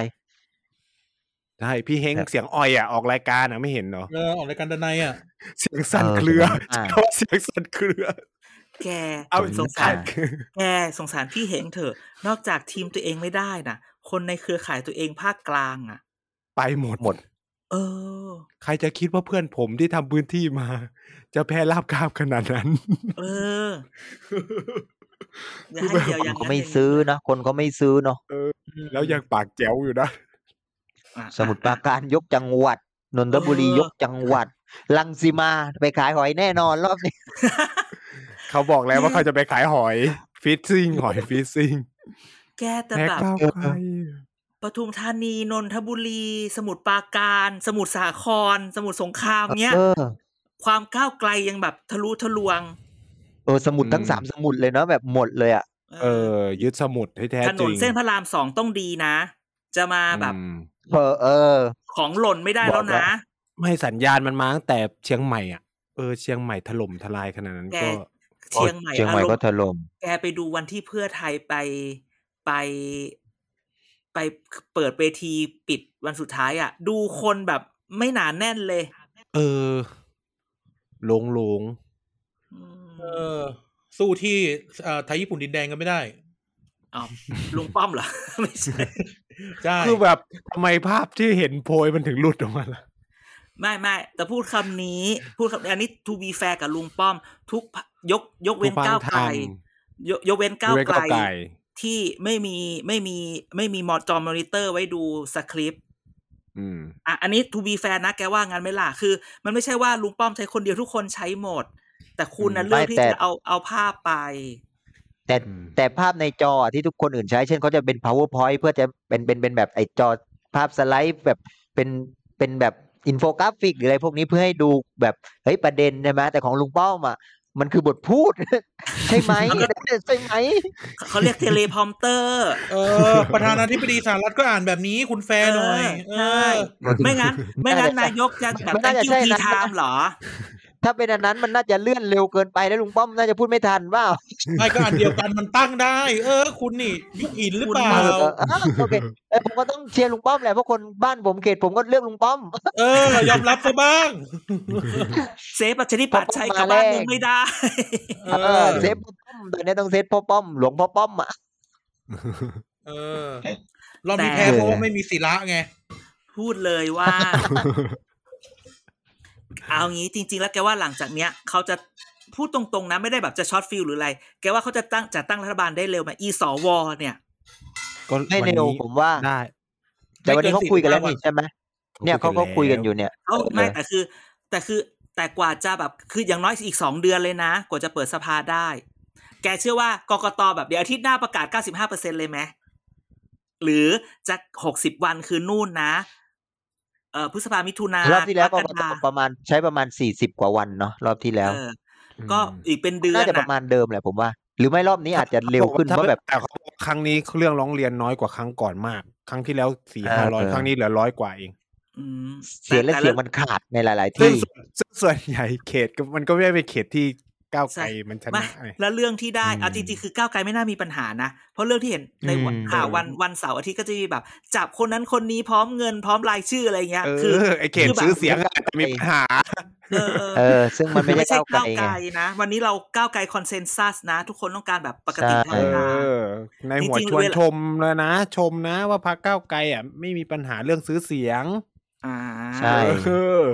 [SPEAKER 3] ใช่พี่เฮงเสียงอ่อยอ่ะออกรายการอ่ะไม่เห็นเนาะ
[SPEAKER 2] เออออกรายการดนายอ่ะ
[SPEAKER 3] เสียงสั่นเครือ
[SPEAKER 4] เออ
[SPEAKER 3] เขาเสียงสั่นเครือ
[SPEAKER 1] แก
[SPEAKER 3] เอา
[SPEAKER 1] ส
[SPEAKER 3] ส
[SPEAKER 1] ง
[SPEAKER 3] ง
[SPEAKER 1] สา
[SPEAKER 3] สาร ร
[SPEAKER 1] แกสงสารพี่เหงเถอะ นอกจากทีมตัวเองไม่ได้น่ะ คนในเครือข่ายตัวเองภาคกลางอ่ะ
[SPEAKER 3] ไปหมด
[SPEAKER 4] หมด
[SPEAKER 1] เออ
[SPEAKER 3] ใครจะคิดว่าเพื่อนผมที่ทำพื้นที่มา [LAUGHS] จะแพ้ราบคาบขนาดนั้น
[SPEAKER 1] เออ
[SPEAKER 3] [LAUGHS]
[SPEAKER 1] อย่า
[SPEAKER 3] คือ
[SPEAKER 1] ให้
[SPEAKER 3] แบบ
[SPEAKER 1] เดียวอย่าง
[SPEAKER 4] เขา
[SPEAKER 1] นั้น
[SPEAKER 4] ไม่
[SPEAKER 1] ย่างนี้
[SPEAKER 4] ซื้อนะคนเขาไม่ซื้อเนาะ
[SPEAKER 3] แล้วยังปากแจ๋วอยู่นะ
[SPEAKER 1] [LAUGHS] อ่ะ
[SPEAKER 4] สมุทรปราการยกจังหวัดนนทบุรียกจังหวัดลังสีมาไปขายหอยแน่นอนรอบนี้
[SPEAKER 3] เขาบอกแล้วว่าเขาจะไปขายหอย [LAUGHS] ฟิชซิ่งหอยฟิชซิ่ง
[SPEAKER 1] แกแต่
[SPEAKER 3] แพ้
[SPEAKER 1] แบบ
[SPEAKER 3] ก้าวไกล
[SPEAKER 1] ปทุมธานีนนทบุรี สมุทรปราการ สมุทรสาคร สมุทรสงครามเนี้ย
[SPEAKER 4] เออ
[SPEAKER 1] ความก้าวไกลยังแบบทะลุทะลวง
[SPEAKER 4] เออสมุดทั้งสามสมุดเลยเนาะแบบหมดเลยอ่ะ
[SPEAKER 3] เออ ยึดสมุดให้แท้
[SPEAKER 1] ถน
[SPEAKER 3] จริ
[SPEAKER 1] น
[SPEAKER 3] ง
[SPEAKER 1] เส้นพระรามสองต้องดีนะ จะมาแบบ
[SPEAKER 3] อืม
[SPEAKER 4] เออเออ
[SPEAKER 1] ของหล่นไม่ได้แล้วนะ
[SPEAKER 3] ไม่สัญญาณมันมาตั้งแต่เชียงใหม่อ่ะเออเชียงใหม่ถล่มทลายขนาดนั้นก็
[SPEAKER 1] แก เชียงใหม่
[SPEAKER 4] เชียงใหม่
[SPEAKER 1] อาร
[SPEAKER 4] ก็
[SPEAKER 1] มณ์
[SPEAKER 4] ถล่ม
[SPEAKER 1] แกไปดูวันที่เพื่อไทยไปไป ไปเปิดเวทีปิดวันสุดท้ายอ่ะ ดูคนแบบไม่หนาแน่นเลย
[SPEAKER 3] เออหลงหลง
[SPEAKER 1] อืม
[SPEAKER 2] เออ สู้ที่เอ่อไทยญี่ปุ่นดินแดงกันไม่ได้
[SPEAKER 1] อ้าวลุงป้อมเหรอ [LAUGHS] ไม่ใช่
[SPEAKER 2] ใช่
[SPEAKER 3] ๆคือแบบทำไมภาพที่เห็นโพยมันถึงหลุดออกมาล่ะ
[SPEAKER 1] ไม่ไม่แต่พูดคำนี้ พูดคำอันนี้ to be fair กับลุงป้อม ทุกพรรคยกยกเว้นก้าวไกลยกยกเว้นก้าวไกล ที่ไม่มีไม่มีไม่มีมอจอมอนิเตอร์ไว้ดูสคริปต์
[SPEAKER 3] อืม
[SPEAKER 1] อ่ะอันนี้ to be fair นะแกว่างั้นไหม่ล่ะคือ มันไม่ใช่ว่าลุงป้อมใช้คนเดียวทุกคนใช้หมด แต่คุณนะ
[SPEAKER 3] อืม
[SPEAKER 1] เลือกที่จะเอาเอาภาพไป
[SPEAKER 4] แต่แต่ภาพในจอที่ทุกคนอื่นใช้ เช่นเขาจะเป็น powerpoint เพื่อจะเป็นเป็นเป็นแบบไอจอภาพสไลด์แบบเป็นเป็นแบบอินโฟกราฟิกหรืออะไรพวกนี้เพื่อให้ดูแบบเฮ้ยประเด็นใช่ไหมแต่ของลุงป้อมอ่ะมันคือบทพูด [LAUGHS] ใช่
[SPEAKER 1] [LAUGHS]
[SPEAKER 4] ไหม ใช่ไหม
[SPEAKER 1] เขาเรียกเทเลพอมเตอร์
[SPEAKER 2] เออ ประธานาธิบดีสหรัฐก็อ่านแบบนี้คุณแฟร์หน่อย
[SPEAKER 1] เออ
[SPEAKER 2] เอ
[SPEAKER 1] ใช่
[SPEAKER 2] อ
[SPEAKER 1] ไม่งั้น ไม่งั้น
[SPEAKER 4] น่าจะ
[SPEAKER 1] นายกจะแบบ
[SPEAKER 4] ไม่น่า
[SPEAKER 1] thank
[SPEAKER 4] จะ
[SPEAKER 1] you
[SPEAKER 4] ใช่
[SPEAKER 1] tea
[SPEAKER 4] นะ
[SPEAKER 1] time เหรอ
[SPEAKER 4] ถ้าเป็นอันนั้นมันน่าจะเลื่อนเร็วเกินไปแล้วลุงป้อมน่าจะพูดไม่ทันว่า
[SPEAKER 2] ไม่ก็อันเดียวกันมันตั้งได้ เออ คุณนี่ยุคอินหรือเปล่า
[SPEAKER 1] คุณมาก
[SPEAKER 4] โอเคเออผมก็ต้องเชียร์ลุงป้อมแหละเพราะคนบ้านผมเขตผมก็เลือกลุงป้อม
[SPEAKER 2] เออยอมรับซะบ้าง
[SPEAKER 1] เซฟประชาธิปัตย์ใช้กับบ้านเมืองไม่ได้
[SPEAKER 2] เอ
[SPEAKER 4] เออ
[SPEAKER 2] อ
[SPEAKER 4] เซฟพ่อป้อมตอนนี้ต้องเซฟพ่อป้อม หลวงพ่อป้อมอ่ะ
[SPEAKER 2] เออรอบนี้
[SPEAKER 1] แต่
[SPEAKER 2] แพ้เพราะว่าไม่มีศิระไง
[SPEAKER 1] พูดเลยว่า เอางี้จริง ๆ แล้วแกว่าหลังจากเนี้ยเขาจะพูดตรงๆนะไม่ได้แบบจะช็อตฟิลหรืออะไร แกว่าเขาจะตั้งจัดตั้งรัฐบาลได้เร็วไหมอีสวเนี่ย
[SPEAKER 3] ก็
[SPEAKER 4] ไม่
[SPEAKER 3] วัน
[SPEAKER 4] เร็ว
[SPEAKER 3] นี้
[SPEAKER 4] ผมว่า
[SPEAKER 3] ได้
[SPEAKER 4] แต่วันนี้เขาคุยกันแล้ว
[SPEAKER 2] ไม่
[SPEAKER 4] นี่
[SPEAKER 2] เกิน
[SPEAKER 4] ใช่ไหมเนี่ยเขาก็คุยกันอยู่เนี่ย
[SPEAKER 1] เอาไม่
[SPEAKER 4] เออ
[SPEAKER 1] แต่คือ แต่คือแต่กว่าจะแบบคืออย่างน้อยอีกสองเดือนเลยนะ กว่าจะเปิดสภาได้ แกเชื่อว่ากกตแบบเดี๋ยวอาทิตย์หน้าประกาศ 95เปอร์เซ็นเลยไหมหรือจะ 60 วันคือนู่นนะเออพฤษภามิถุนาร
[SPEAKER 4] อบที่แล้ว
[SPEAKER 1] ก
[SPEAKER 4] กก
[SPEAKER 1] น
[SPEAKER 4] ต
[SPEAKER 1] ยา
[SPEAKER 4] ประมาณใช้ประมาณสี่สิบกว่าวันเนาะรอบที่แล้ว
[SPEAKER 1] เออ ก็อีกเป็นเดือ
[SPEAKER 4] น่าน จะประ
[SPEAKER 1] น่ะ
[SPEAKER 4] มาณเดิมแหละผมว่า หรือไม่รอบนี้อาจจะเร็วขึ้น
[SPEAKER 3] ถ้
[SPEAKER 4] เพราะแบบ
[SPEAKER 3] แต่เขาบอกครั้งนี้เรื่องร้องเรียนน้อยกว่าครั้งก่อนมาก ครั้งที่แล้วสี่ห้าร้อย
[SPEAKER 4] เออ
[SPEAKER 3] ครั้งนี้เหลือร้อยกว่าเอง
[SPEAKER 1] อืม
[SPEAKER 4] เสียงและ
[SPEAKER 1] แต่
[SPEAKER 4] เสียง
[SPEAKER 1] แต่ะ
[SPEAKER 4] มันขาดในหลาย ๆ
[SPEAKER 3] ซึ่ง
[SPEAKER 4] ที่
[SPEAKER 3] ซึ่งส่วนใหญ่เขตก็มันก็ไม่ได้เป็นเขตที่ก้าวไกล
[SPEAKER 1] ใช่
[SPEAKER 3] มันช
[SPEAKER 1] ไม่
[SPEAKER 3] นะไง
[SPEAKER 1] แล้วเรื่องที่ได้
[SPEAKER 3] อืม
[SPEAKER 1] เอาจริงๆคือก้าวไกลไม่น่ามีปัญหานะ เพราะเรื่องที่เห็นในวัน
[SPEAKER 3] อืม
[SPEAKER 1] ข่าววันวันเสาร์อาทิตย์ก็จะมีแบบ จับคนนั้นคนนี้พร้อมเงินพร้อมรายชื่ออะไรเงี้ย
[SPEAKER 3] เอ
[SPEAKER 1] คือ
[SPEAKER 3] อไอเขต
[SPEAKER 1] คือแบบ
[SPEAKER 3] ซื้อเสียงอาจจะมีปัญหา
[SPEAKER 1] เออเออ
[SPEAKER 4] เออ ซึ่งมันไม่ได้
[SPEAKER 1] ไม่ใช่
[SPEAKER 4] ก้าวไกล
[SPEAKER 1] ก้าว
[SPEAKER 4] ไง
[SPEAKER 1] ไกลนะ วันนี้เราก้าวไกลคอนเซนซัสนะ ทุกคนต้องการแบบปกติ
[SPEAKER 4] ใช่
[SPEAKER 1] ธรรม
[SPEAKER 3] เอ
[SPEAKER 1] ดา
[SPEAKER 3] อ ในหัว
[SPEAKER 1] จริงๆ
[SPEAKER 3] ชวน
[SPEAKER 1] เวลา
[SPEAKER 3] ชมแล้วนะ ชมนะว่าพักก้าวไกลอ่ะ ไม่มีปัญหาเรื่องซื้อเสียง
[SPEAKER 1] อ่า
[SPEAKER 4] ใช่
[SPEAKER 3] เออ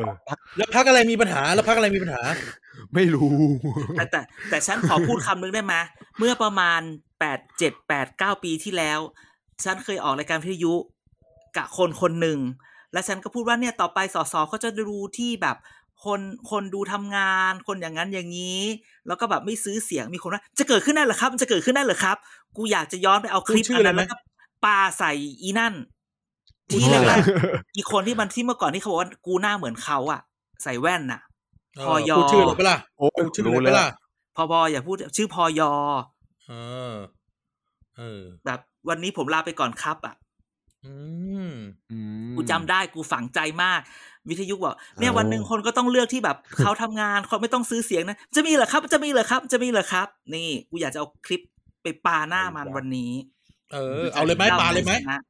[SPEAKER 2] แล้วพักอะไรมีปัญหา แล้วพักอะไรมีปัญหา
[SPEAKER 3] ไม่รู้
[SPEAKER 1] แต่แต่แต่ฉันขอพูดคำนึงได้ไหมเมื่อประมาณแปดเจ็ดแปดเก้าปีที่แล้ว ฉันเคยออกรายการวิทยุกับคนคนหนึ่ง และฉันก็พูดว่าเนี่ยต่อไปสสเขาจะดูที่แบบคนคนดูทำงาน คนอย่างนั้นอย่างนี้ แล้วก็แบบไม่ซื้อเสียงมีคนว่า จะเกิดขึ้นได้เหรอครับมันจะเกิดขึ้นได้เหรอครับ กูอยากจะย้อนไปเอาคลิป
[SPEAKER 2] พูดชื่อ
[SPEAKER 1] อัน
[SPEAKER 2] เล
[SPEAKER 1] นั้น
[SPEAKER 2] ยไหม
[SPEAKER 1] แล้วก็ปาใส่อีนั่น
[SPEAKER 4] พูด
[SPEAKER 1] ที่
[SPEAKER 4] ชื่อ
[SPEAKER 1] แรกๆ อีกคนที่มันที่เมื่อก่อนที่เขาบอกว่ากูหน้าเหมือนเขาอะใส่แว่นน่ะ
[SPEAKER 2] เพ
[SPEAKER 1] ย
[SPEAKER 2] พูดชื่อเลยเปะล่า
[SPEAKER 3] โอ้ย
[SPEAKER 2] พูดชื่อ
[SPEAKER 3] รู้
[SPEAKER 2] เล
[SPEAKER 3] เลยย
[SPEAKER 2] เปะล่า
[SPEAKER 1] พอบออย่าพูดชื่อพอยอ
[SPEAKER 2] เออ เออ
[SPEAKER 1] แบบวันนี้ผมลาไปก่อนครับอะ
[SPEAKER 2] อืม
[SPEAKER 3] อืม
[SPEAKER 1] กูจำได้กูฝังใจมาก วิทยุบอกเนี่ยวันหนึ่งคนก็ต้องเลือกที่แบบ
[SPEAKER 2] [LAUGHS]
[SPEAKER 1] เขาทำงานเขาไม่ต้องซื้อเสียงนะจะมีเหรอครับจะมีเหรอครับ จะมีเหรอครับ นี่กูอยากจะเอาคลิปไปปาหน้ามันวันนี้
[SPEAKER 2] เออ เอาเลยไหมปาเลยไหม
[SPEAKER 1] นะ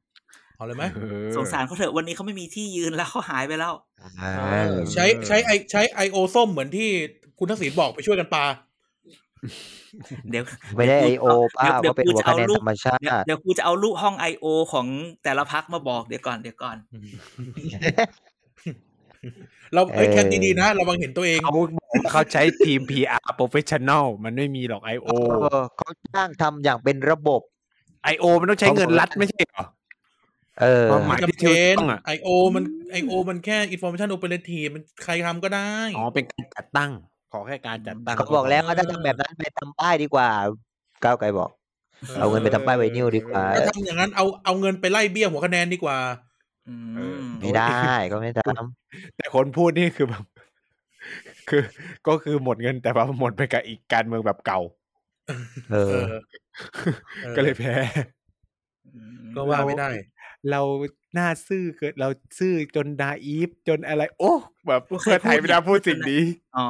[SPEAKER 2] เอาเลยไหม
[SPEAKER 3] เออ
[SPEAKER 1] สงสารเขาเถอะวันนี้เขาไม่มีที่ยืนแล้วเขาหายไป
[SPEAKER 2] [LAUGHS]
[SPEAKER 1] แล้ว
[SPEAKER 4] อ่า
[SPEAKER 2] เออใช้ใช้ไอใช้ไอโอส้มเหมือนที่คุณทักษิณบอกไปช่วยกันปา
[SPEAKER 1] เดี๋ยว
[SPEAKER 4] ไม่ได้ไอโอป้า
[SPEAKER 1] เดี๋ยว
[SPEAKER 4] ว่าเป็น
[SPEAKER 1] เดี๋ยว
[SPEAKER 4] หัวคะแน
[SPEAKER 1] กู
[SPEAKER 4] น
[SPEAKER 1] จะเอารูป
[SPEAKER 4] ธรรมชา
[SPEAKER 1] เดี๋ยว
[SPEAKER 4] ติ
[SPEAKER 1] เดี๋ยวกูจะเอาลูกห้องไอโอของแต่ละพักมาบอกเดี๋ยวก่อนเดี๋ยวก่อน
[SPEAKER 2] เราเอ้ยแคปดีๆนะระวังเห็นตัวเอง
[SPEAKER 3] เขาบอกว่าเขาใช้ทีม PR professional มันไม่มีหรอก
[SPEAKER 4] [LAUGHS]
[SPEAKER 3] IO
[SPEAKER 4] เออเขาจ้างทำอย่างเป็นระบบ
[SPEAKER 3] IO มันต้องใช้เงินรัฐไม่ใช่เหรอ
[SPEAKER 4] เออ
[SPEAKER 3] ความหมาย
[SPEAKER 2] แคมเปญ
[SPEAKER 3] ที่ถูกต้องอะ
[SPEAKER 2] IO มัน IO มันแค่ information operative มันใครทำก็ได้
[SPEAKER 3] อ๋อ เป็นการจัดตั้ง ขอแค่การจัดตั้ง
[SPEAKER 4] เขาบอกแล้วว่าถ้าทำแบบนั้นไปทำป้ายดีกว่า ก้าวไกลบอก เอาเงินไปทำป้ายไวนิลดีกว่า
[SPEAKER 2] ถ้าทำอย่างนั้นเอาเอาเงินไปไล่เบี้ยหัวคะแนนดีกว่า
[SPEAKER 1] อืม
[SPEAKER 4] ไม่ได้ก็ไม่ทำ
[SPEAKER 3] แต่คนพูดนี่คือแบบ [LAUGHS] คือก็คือหมดเงินแต่ว่าหมดไปกับอีกการเมืองแบบเก่า
[SPEAKER 4] เอ
[SPEAKER 2] เอ
[SPEAKER 4] อ
[SPEAKER 2] อออ
[SPEAKER 3] ก็เลยแพ้ [LAUGHS]
[SPEAKER 2] ก็ว่าไม่ได้
[SPEAKER 3] เราหน้าซื่อเกิดเราซื่อจนดาอีฟจนอะไร โอ้แบบ
[SPEAKER 1] โอ้ย
[SPEAKER 3] เพื่อไทยไม่ได้พูดสิ่งนี้
[SPEAKER 1] อ๋อ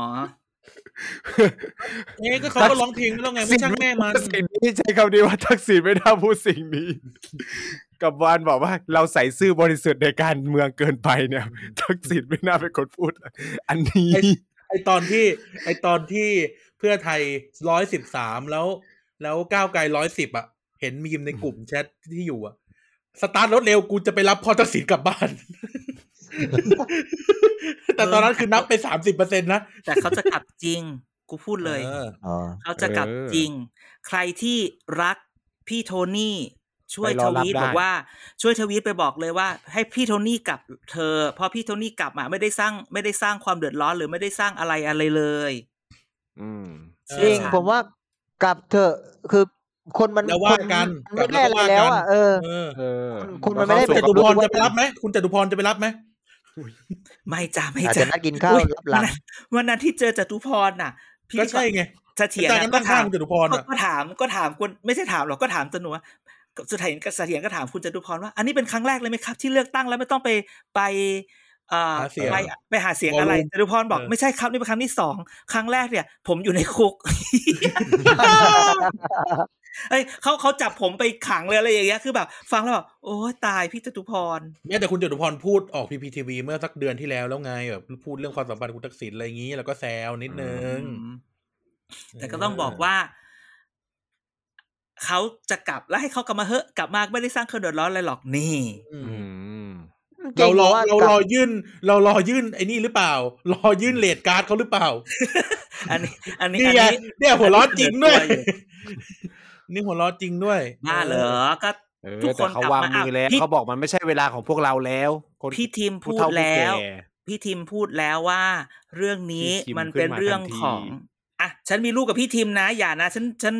[SPEAKER 2] เอ๊ะก็เขาก็ร้องเพลงแล้วไงไม่ช่างแม่มัน
[SPEAKER 3] สิ่งนี้ใช้คำนี้ว่าทั [LAUGHS] กษิณไม่ได้พูดสิ่งนี้ [LAUGHS] กับวานบอกว่าเราใส่ซื่อบริสุทธิ์ในการเมืองเกินไปเนี่ย [LAUGHS] ทักษิณไม่น่าเป็นคนพูด อันนี้
[SPEAKER 2] ไอ้ ไอตอนที่ ไอตอนที่เพื่อไทยร้อยสิบสามแล้ว แล้วก้าวไกลร้อยสิบอ่ะ เห็นมีมในกลุ่มแชทที่อยู่อ่ะ สตาร์ทรถเร็วกูจะไปรับพ่อทักษิณกลับบ้าน [LAUGHS] แต่ตอนนั้นคือนับไปสามสิบเปอร์เซ็นต์นะ
[SPEAKER 1] แต่เขาจะกลับจริง กูพูดเลย
[SPEAKER 2] ออ
[SPEAKER 4] อ๋อ
[SPEAKER 1] เขาจะกลับจริง ใครที่รักพี่โทนี่ ช่วย
[SPEAKER 3] ไปร
[SPEAKER 1] ท
[SPEAKER 3] อรับ
[SPEAKER 1] วีต
[SPEAKER 3] ได้
[SPEAKER 1] บอกว่า ช่วยทวีตไปบอกเลยว่า ให้พี่โทนี่กลับเธอ เพราะพี่โทนี่กลับมาไม่ได้สร้างไม่ได้สร้างความเดือดร้อนหรือไม่ได้สร้างอะไรอะไรเลย
[SPEAKER 3] อืม
[SPEAKER 2] เออ
[SPEAKER 4] จริง
[SPEAKER 1] ใช่
[SPEAKER 4] ผมว่ากลับเถอะคือคนมัน
[SPEAKER 2] แล้วว่ากัน
[SPEAKER 4] คมัไม่ได้
[SPEAKER 2] กลับ
[SPEAKER 4] อะไร
[SPEAKER 2] แล้วก็ว่ากัน
[SPEAKER 4] แล้วอ่ะเออ
[SPEAKER 2] เออ
[SPEAKER 3] เออ
[SPEAKER 4] คุณมันไม่ได้
[SPEAKER 2] คุณจ
[SPEAKER 3] เข้า
[SPEAKER 2] ตุ
[SPEAKER 3] สู่
[SPEAKER 2] พรจะไปรับไหมคุณจตุพรจะไปรับไหม
[SPEAKER 1] ไม่จ้าไม่
[SPEAKER 4] อาจ
[SPEAKER 1] จ้า
[SPEAKER 4] จะนัดกินข้าวรับหลัง
[SPEAKER 1] วันนั้นที่เจอจตุพรน่ะ พี่
[SPEAKER 2] ก็ใช่ไง
[SPEAKER 1] เสถียร
[SPEAKER 2] อาจารย์
[SPEAKER 1] น่ะก็
[SPEAKER 2] ก็ตั้ง
[SPEAKER 1] ถา
[SPEAKER 2] ข้าง
[SPEAKER 1] ม
[SPEAKER 2] คุณจตุพร
[SPEAKER 1] ก็
[SPEAKER 2] อ่ะ
[SPEAKER 1] ก็ถามก็ถามคนไม่ใช่ถามหรอกก็ถามตนวสุดท้ายเสถียรก็ถามคุณจตุพรว่า อันนี้เป็นครั้งแรกเลยไหมครับ ที่เลือกตั้งแล้วไม่ต้องไปไป อ่า
[SPEAKER 2] หาเสียง
[SPEAKER 1] ไปไปหาเสียงอะไร
[SPEAKER 2] วอลลุ่ม
[SPEAKER 1] จตุพรบอก
[SPEAKER 2] เออ
[SPEAKER 1] ไม่ใช่ครับนี่เป็นครั้งที่สองครั้งแรกเนี่ย ผมอยู่ใน
[SPEAKER 2] [LAUGHS]
[SPEAKER 1] คุก เอ้ยเขาเขาจับผมไปขังเลยอะไรอย่างเงี้ยคือแบบ ฟังแล้วแบบโอ้ตายพี่จตุพร
[SPEAKER 2] เนี่ยแต่คุณจตุพรพูดออกพีพีทีวีเมื่อสักเดือนที่แล้วแล้วไงแบบพูดเรื่องความสัมพันธ์คุณทักษิณอะไรอย่างนี้ แล้วก็แซวนิดนึง
[SPEAKER 1] แต่ก็ต้องบอกว่า เขาจะกลับแล้วให้เขากลับมาเหอะกลับมาไม่ได้สร้างเครื่องเดือดร้อนอะไรหรอกนี่
[SPEAKER 2] อื
[SPEAKER 3] อื
[SPEAKER 2] ม
[SPEAKER 3] ม
[SPEAKER 2] เรารอเรารอยื่น เรารอยื่นไอ้นี่หรือเปล่า รอยื่นเลดการ์ดเขาหรือเปล่า
[SPEAKER 1] อันนี้ อันนี้
[SPEAKER 2] นี่
[SPEAKER 1] อัน
[SPEAKER 2] ไง
[SPEAKER 1] นี้
[SPEAKER 2] เนี่ยหัวล้อจริงด้วย
[SPEAKER 1] เดือดตัวอยู่
[SPEAKER 2] นี่หัวล้อจริงด้วย
[SPEAKER 1] บ้าเหรอก็
[SPEAKER 3] เออ
[SPEAKER 1] ทุกคน
[SPEAKER 3] แต่เขาวางมือแล้
[SPEAKER 1] กลับมาอ่ะ
[SPEAKER 3] ว
[SPEAKER 1] พี่
[SPEAKER 3] เขาบอกมันไม่ใช่เวลาของพวกเราแล้วคน
[SPEAKER 1] พี่ทีม
[SPEAKER 3] ผู้
[SPEAKER 1] พูด
[SPEAKER 3] เฒ่าผู้
[SPEAKER 1] แล้ว
[SPEAKER 3] ก่
[SPEAKER 1] พี่ทีมพูดแล้วว่า เรื่องนี้
[SPEAKER 3] พี่ทีม
[SPEAKER 1] มันเป็น
[SPEAKER 3] ขึ้นมา
[SPEAKER 1] เรื่อง
[SPEAKER 3] ทันที
[SPEAKER 1] ของอ่ะฉันมีลูกกับพี่ทีมนะ อย่านะ ฉันฉัน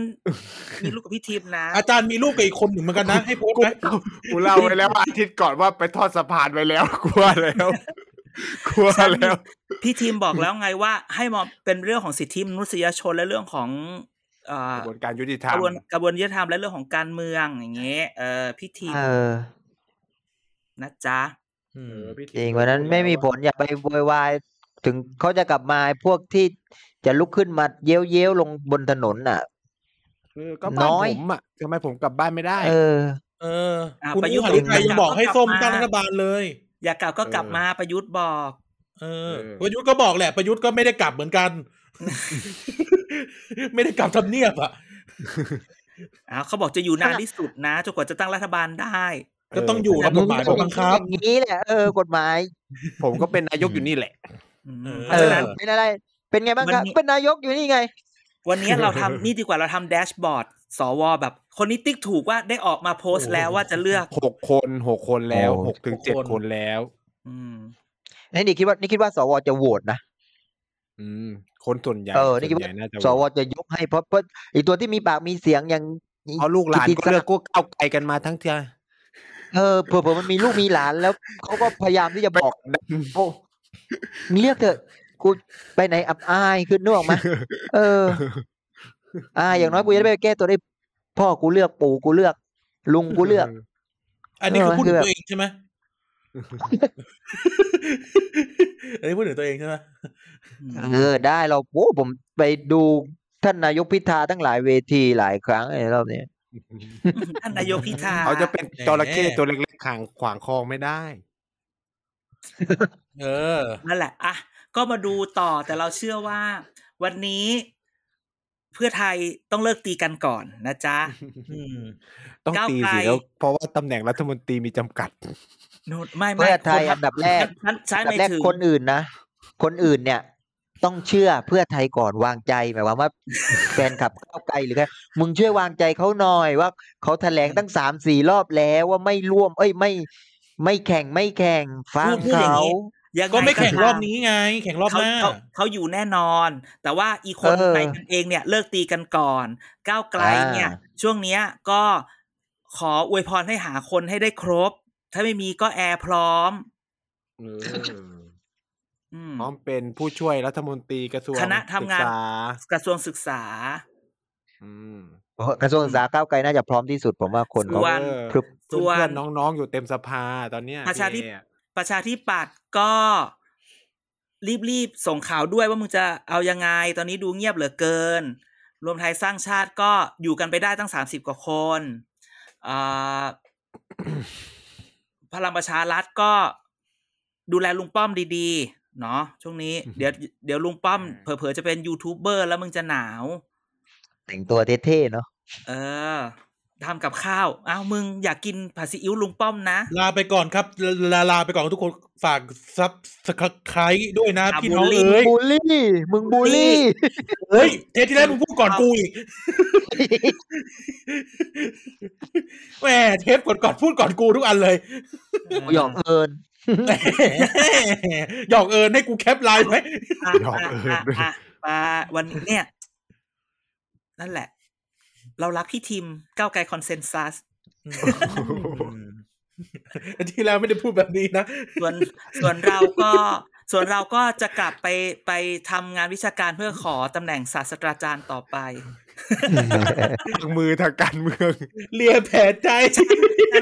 [SPEAKER 1] มีลูกกับพี่ทีมนะ
[SPEAKER 2] อาจารย์มีลูกกับอีกคนหนึ่งเหมือนกันนะให้โพสต์
[SPEAKER 3] กู
[SPEAKER 2] ไหม
[SPEAKER 3] กูเล่าไว้ [LAUGHS] แล้วว่าอาทิตย์ก่อนว่าไปทอดสะพานไว้แล้ว [LAUGHS] กลัวแล้วกลัวแล้ว
[SPEAKER 1] พี่ทีมบอกแล้วไงว่า ให้มองเป็นเรื่องของสิทธิมนุษยชนและเรื่องของเอ่อก
[SPEAKER 3] ระบวนการยุติธร
[SPEAKER 1] กระ
[SPEAKER 3] รม
[SPEAKER 1] บวนกระบวนยุติธรรมและเรื่องของการเมืองอย่างเงี้ยเออพี่ทีม
[SPEAKER 4] เออ
[SPEAKER 1] นะจ๊ะ
[SPEAKER 2] อืม
[SPEAKER 4] จริงวันนั้นไม่มีผลอย่าไปโวยวายถึงเขาจะกลับมาพวกที่จะลุกขึ้นมาเย้ยวเย้ยวๆลงบนถนนน่ะ
[SPEAKER 3] เออก็บ้าน
[SPEAKER 4] น้อย
[SPEAKER 3] ผมอ่ะทำไมผมกลับบ้านไม่ได้
[SPEAKER 4] เออ
[SPEAKER 2] เออ
[SPEAKER 1] อ่ะ
[SPEAKER 2] คุณ
[SPEAKER 1] ประยุ
[SPEAKER 2] ยุ
[SPEAKER 1] ท
[SPEAKER 2] ท
[SPEAKER 1] ธ์
[SPEAKER 2] ธ์หฤทัยยังบอกให้ส้ม
[SPEAKER 1] กลับมา
[SPEAKER 2] ตั้งรัฐบาลเลย
[SPEAKER 1] อย่ากลับก็
[SPEAKER 3] เออ
[SPEAKER 1] กลับมาประยุทธ์บอก
[SPEAKER 2] เออ
[SPEAKER 3] เออ
[SPEAKER 2] ประยุทธ์ก็บอกแหละประยุทธ์ก็ไม่ได้กลับเหมือนกัน ไม่ได้กลับทำเนียบอ่ะ
[SPEAKER 1] อ้าวเขาบอกจะอยู่นานที่สุดนะจนกว่าจะตั้งรัฐบาลได้
[SPEAKER 2] ก็ต้องอยู่กับกฎหมาย
[SPEAKER 4] ผ
[SPEAKER 2] บั
[SPEAKER 4] ม
[SPEAKER 2] ง
[SPEAKER 4] คิด
[SPEAKER 2] คั
[SPEAKER 4] อบ ย่างนี้แหละเออกฎหมาย
[SPEAKER 3] ผมก็เป็นนายกอยู่นี่แหละ
[SPEAKER 1] อืม
[SPEAKER 2] เอ
[SPEAKER 1] เพ
[SPEAKER 2] อ
[SPEAKER 4] เอ
[SPEAKER 1] ราะ
[SPEAKER 4] อ
[SPEAKER 1] ฉะนั้น
[SPEAKER 4] เป็นอะไร เป็นไงบ้างครับ
[SPEAKER 1] วันนี้
[SPEAKER 4] เป็นนายกอยู่นี่ไง
[SPEAKER 1] วันนี้เราทำ นี่ดีกว่าเราทำแดชบอร์ดสวแบบ คนนี้ติ๊กถูกว่าได้ออกมาโพสต์แล้วว่าจะเลือก
[SPEAKER 3] หกคนหกคนแล้ว
[SPEAKER 4] โอ้
[SPEAKER 3] หกถึงเจ็ด
[SPEAKER 2] หกคน
[SPEAKER 3] คนแล้ว
[SPEAKER 1] อืม
[SPEAKER 4] นี่นี่คิดว่านี่คิดว่าสวจะโหวตนะ
[SPEAKER 3] อืม คนส่วนใหญ่
[SPEAKER 4] เออนี่
[SPEAKER 3] ส่
[SPEAKER 4] คิ
[SPEAKER 3] วนให
[SPEAKER 4] ดว่า
[SPEAKER 3] ญ่น่าจะ
[SPEAKER 4] สวจะยกให้เพราะเพราะไอตัวที่มีปากมีเสียงอย่าง
[SPEAKER 3] เพราะลูกหลานก็เลือกกู้เก้าวไกลกันมาทั้งเทีย
[SPEAKER 4] เออเผื่อๆมันมีลูกมีหลานแล้วเขาก็พยายามที่จะบอกโอ้มึงเลือกเถอะกูไปไหนอับอายขึ้นนึกออกไหมเออ อ่า อย่างน้อยกูจะได้ไปแก้ตัวได้ พ่อกูเลือกปู่กูเลือก ลุงกูเลือก
[SPEAKER 2] อันนี้คือพูดถึ
[SPEAKER 4] เอ
[SPEAKER 2] ง
[SPEAKER 4] อ
[SPEAKER 2] ตัวเองใช่ไหม อันนี้พูดถึงตัวเองใช่ไหม
[SPEAKER 4] เออได้เราโอ้ผมไปดูท่านนายกพิธาทั้งหลายเวทีหลายครั้งในรอบนี้
[SPEAKER 1] ท่านนายกพิธา
[SPEAKER 3] เขาจะเป็นจระเข้
[SPEAKER 2] แหม่
[SPEAKER 3] ตัวเล็กๆขางขวางคลองไม่ได้
[SPEAKER 2] เออ
[SPEAKER 1] นั่นแหละอ่ะก็มาดูต่อแต่เราเชื่อว่า วันนี้เพื่อไทยต้องเลิกตีกันก่อนนะจ๊ะ
[SPEAKER 2] อืม
[SPEAKER 3] ต้อง
[SPEAKER 1] ก้าว
[SPEAKER 3] ตี
[SPEAKER 1] ไกล
[SPEAKER 3] สิแล้วเพราะว่าตำแหน่งรัฐมนตรีมีจำกัด
[SPEAKER 1] โนดไม่ไม่
[SPEAKER 4] เพื่อไทย
[SPEAKER 1] คน
[SPEAKER 4] อันดับแรก
[SPEAKER 1] ฉันฉัน
[SPEAKER 4] อันดั
[SPEAKER 1] ไม่
[SPEAKER 4] บแรก
[SPEAKER 1] ถึง
[SPEAKER 4] คนอื่นนะ คนอื่นเนี่ย ต้องเชื่อเพื่อไทยก่อนวางใจหมายความ [LAUGHS] ว่า แฟนขับก้าวไกลหรือไงมึงช่วยวางใจเขาหน่อยว่าเขาแถลงตั้งสามสี่รอบแล้วว่าไม่ร่วม เอ้ยไม่ ไม่แข่งไม่แข่งฟัง
[SPEAKER 1] พูดอย่า
[SPEAKER 4] เขา
[SPEAKER 1] นี้ยังง
[SPEAKER 2] ก็ไม่แข่ง
[SPEAKER 1] ตาร
[SPEAKER 2] อบนี้ไง แข่งรอบ
[SPEAKER 1] เขา
[SPEAKER 2] หน้า
[SPEAKER 1] เขาเขาอยู่แน่นอน แต่ว่าอีคน
[SPEAKER 4] เออ
[SPEAKER 1] ในกันเองเนี่ย เลิกตีกันก่อน ก้าวไกลเนี่ย
[SPEAKER 4] อ่า
[SPEAKER 1] ช่วงเนี้ยก็ขออวยพรให้หาคนให้ได้ครบ ถ้าไม่มีก็แอร์พร้อม อืม
[SPEAKER 3] พร้อมเป็นผู้ช่วยรัฐมนตรีกระทรวง
[SPEAKER 1] คณะทำงาน
[SPEAKER 3] ศึกษ
[SPEAKER 1] กระทรวงศึกษา
[SPEAKER 3] อืม
[SPEAKER 4] กระทรวงศึกษาก้าวไกลน่าจะพร้อมที่สุดผมว่าคน
[SPEAKER 1] ส่
[SPEAKER 4] เขา
[SPEAKER 1] วน
[SPEAKER 3] เออ
[SPEAKER 4] พรึบ
[SPEAKER 1] ส่วน
[SPEAKER 3] เพื่อนๆน้องๆอยู่เต็มสภาตอนเนี้ย
[SPEAKER 1] ประชาธิ
[SPEAKER 3] พี่เอ
[SPEAKER 1] ประชาธิปัตย์ก็รีบๆส่งข่าวด้วยว่ามึงจะเอายังไง ตอนนี้ดูเงียบเหลือเกิน รวมไทยสร้างชาติก็อยู่กันไปได้ตั้งสามสิบกว่าคนอ่า พลังประชารัฐก็ดูแลลุงป้อมดีๆ เนาะช่วงนี้ เดี๋ยวเดี๋ยวลุงป้อมเผลอๆจะเป็นยูทูบเบอร์แล้วมึงจะหนาว
[SPEAKER 4] แต่งตัวเท่ๆเนาะ
[SPEAKER 1] เออทำกับข้าวอ้าวมึงอยากกินผัดซีอิ๊วลุงป้อมนะ
[SPEAKER 2] ลาไปก่อนครับ ลาลาไปก่อนทุกคนฝากซับสไครต์ด้วยนะ
[SPEAKER 1] อ่ะ
[SPEAKER 2] พี่น้อง
[SPEAKER 1] บูลลี่
[SPEAKER 2] เอ้ย
[SPEAKER 4] บูลลี่ มึงบูลลี่
[SPEAKER 2] เอ้ยเทปที่แล้วมึงพูดก่อนกูอีกแหมเทปก่อนก่อนๆพูดก่อนกูทุกอันเลย [LAUGHS]
[SPEAKER 4] หยอกเอิญ
[SPEAKER 2] แหมหยอกเอิญให้กูแคปไลน์ไหม
[SPEAKER 1] อ่ะ
[SPEAKER 3] ยอมเออ
[SPEAKER 1] อ่ะอ่ะอ่ะมาวันนี้เนี่ย นั่นแหละ เรารักพี่ทีมก้าวไกลคอนเซนซัส
[SPEAKER 2] อันที่แล้วไม่ได้พูดแบบนี้นะ
[SPEAKER 1] ส่วนส่วนเราก็ ส่วนเราก็จะกลับไปไปทำงานวิชาการเพื่อขอตำแหน่งศาสตราจารย์ต่อไป
[SPEAKER 3] ทางมือทางการเมือง
[SPEAKER 2] เลียแผลใจ
[SPEAKER 1] ฉัน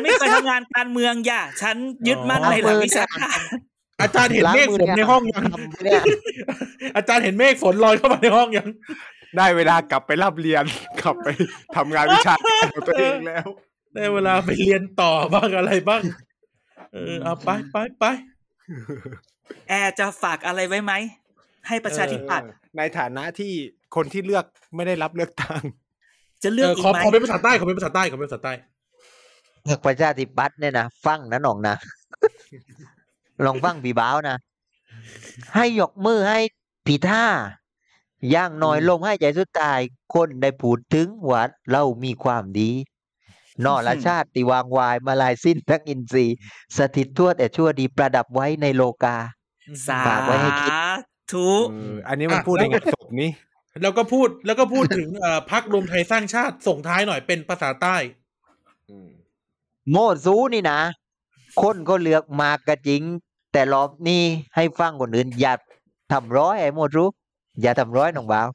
[SPEAKER 1] ไม่เคยทำงานการเมืองอย่า ฉันยึดมั่นในหลักวิชาการ
[SPEAKER 2] อาจารย์เห็น
[SPEAKER 4] ล้าง
[SPEAKER 2] เมฆ
[SPEAKER 4] มื
[SPEAKER 2] ฝนในห้องยัง
[SPEAKER 4] ทำไหมเนี่ย
[SPEAKER 2] อาจารย์เห็นเมฆฝนลอยเข้ามาในห้องยัง
[SPEAKER 3] ได้เวลากลับไปรับเรียน กลับไปทำงานวิชาการของตัวเองแล้ว
[SPEAKER 2] ได้เวลาไปเรียนต่อบ้างอะไรบ้าง เออเอาไปไปไป
[SPEAKER 1] แอร์จะฝากอะไรไว้ไหม ให้ประชาธิปัตย์
[SPEAKER 3] ในฐานะที่คนที่เลือกไม่ได้รับเลือกตั้ง
[SPEAKER 1] จะเลื
[SPEAKER 2] เอ
[SPEAKER 1] อก
[SPEAKER 2] อ
[SPEAKER 1] อี
[SPEAKER 2] ข
[SPEAKER 1] ก
[SPEAKER 2] อ
[SPEAKER 1] ไหม
[SPEAKER 2] ขอเป็นภาษาใต้ขอเป็นภาษาใต้ขอเป็นภาษาใต้
[SPEAKER 4] เลือกประชาธิปัตย์เนี่ยนะฟังนะหน่องนะ ลองฟังพี่บ้าวนะ ให้ยกมือให้ผีท่าอย่างน้อยลมให้ใจสุดท้าย คนได้พูดถึงว่าเรามีความดี นอละชาติติวางวายมาลายสิ้นทั้งอินทรีย์ สถิตทั่วแต่ชั่วดีประดับไว้ในโลกา
[SPEAKER 1] สา
[SPEAKER 4] ฝากไว้ให้คิด
[SPEAKER 1] ธุ
[SPEAKER 3] เอออันนี้มัน
[SPEAKER 2] อ่ะ
[SPEAKER 3] พูดในงานศพนี้
[SPEAKER 2] แล้วก็พูดแล้วก็พูดถึงเอ่อพักรวมไทยสร้างชาติส่งท้ายหน่อยเป็นภาษาใต้
[SPEAKER 4] โง่ซูนี่นะ คนก็เลือกมากกะจริง แต่รอบนี้ให้ฟังคนอื่น อย่าทำร้อยไอ้โมดรู้ อย่าทำร้อยน้องบ่าว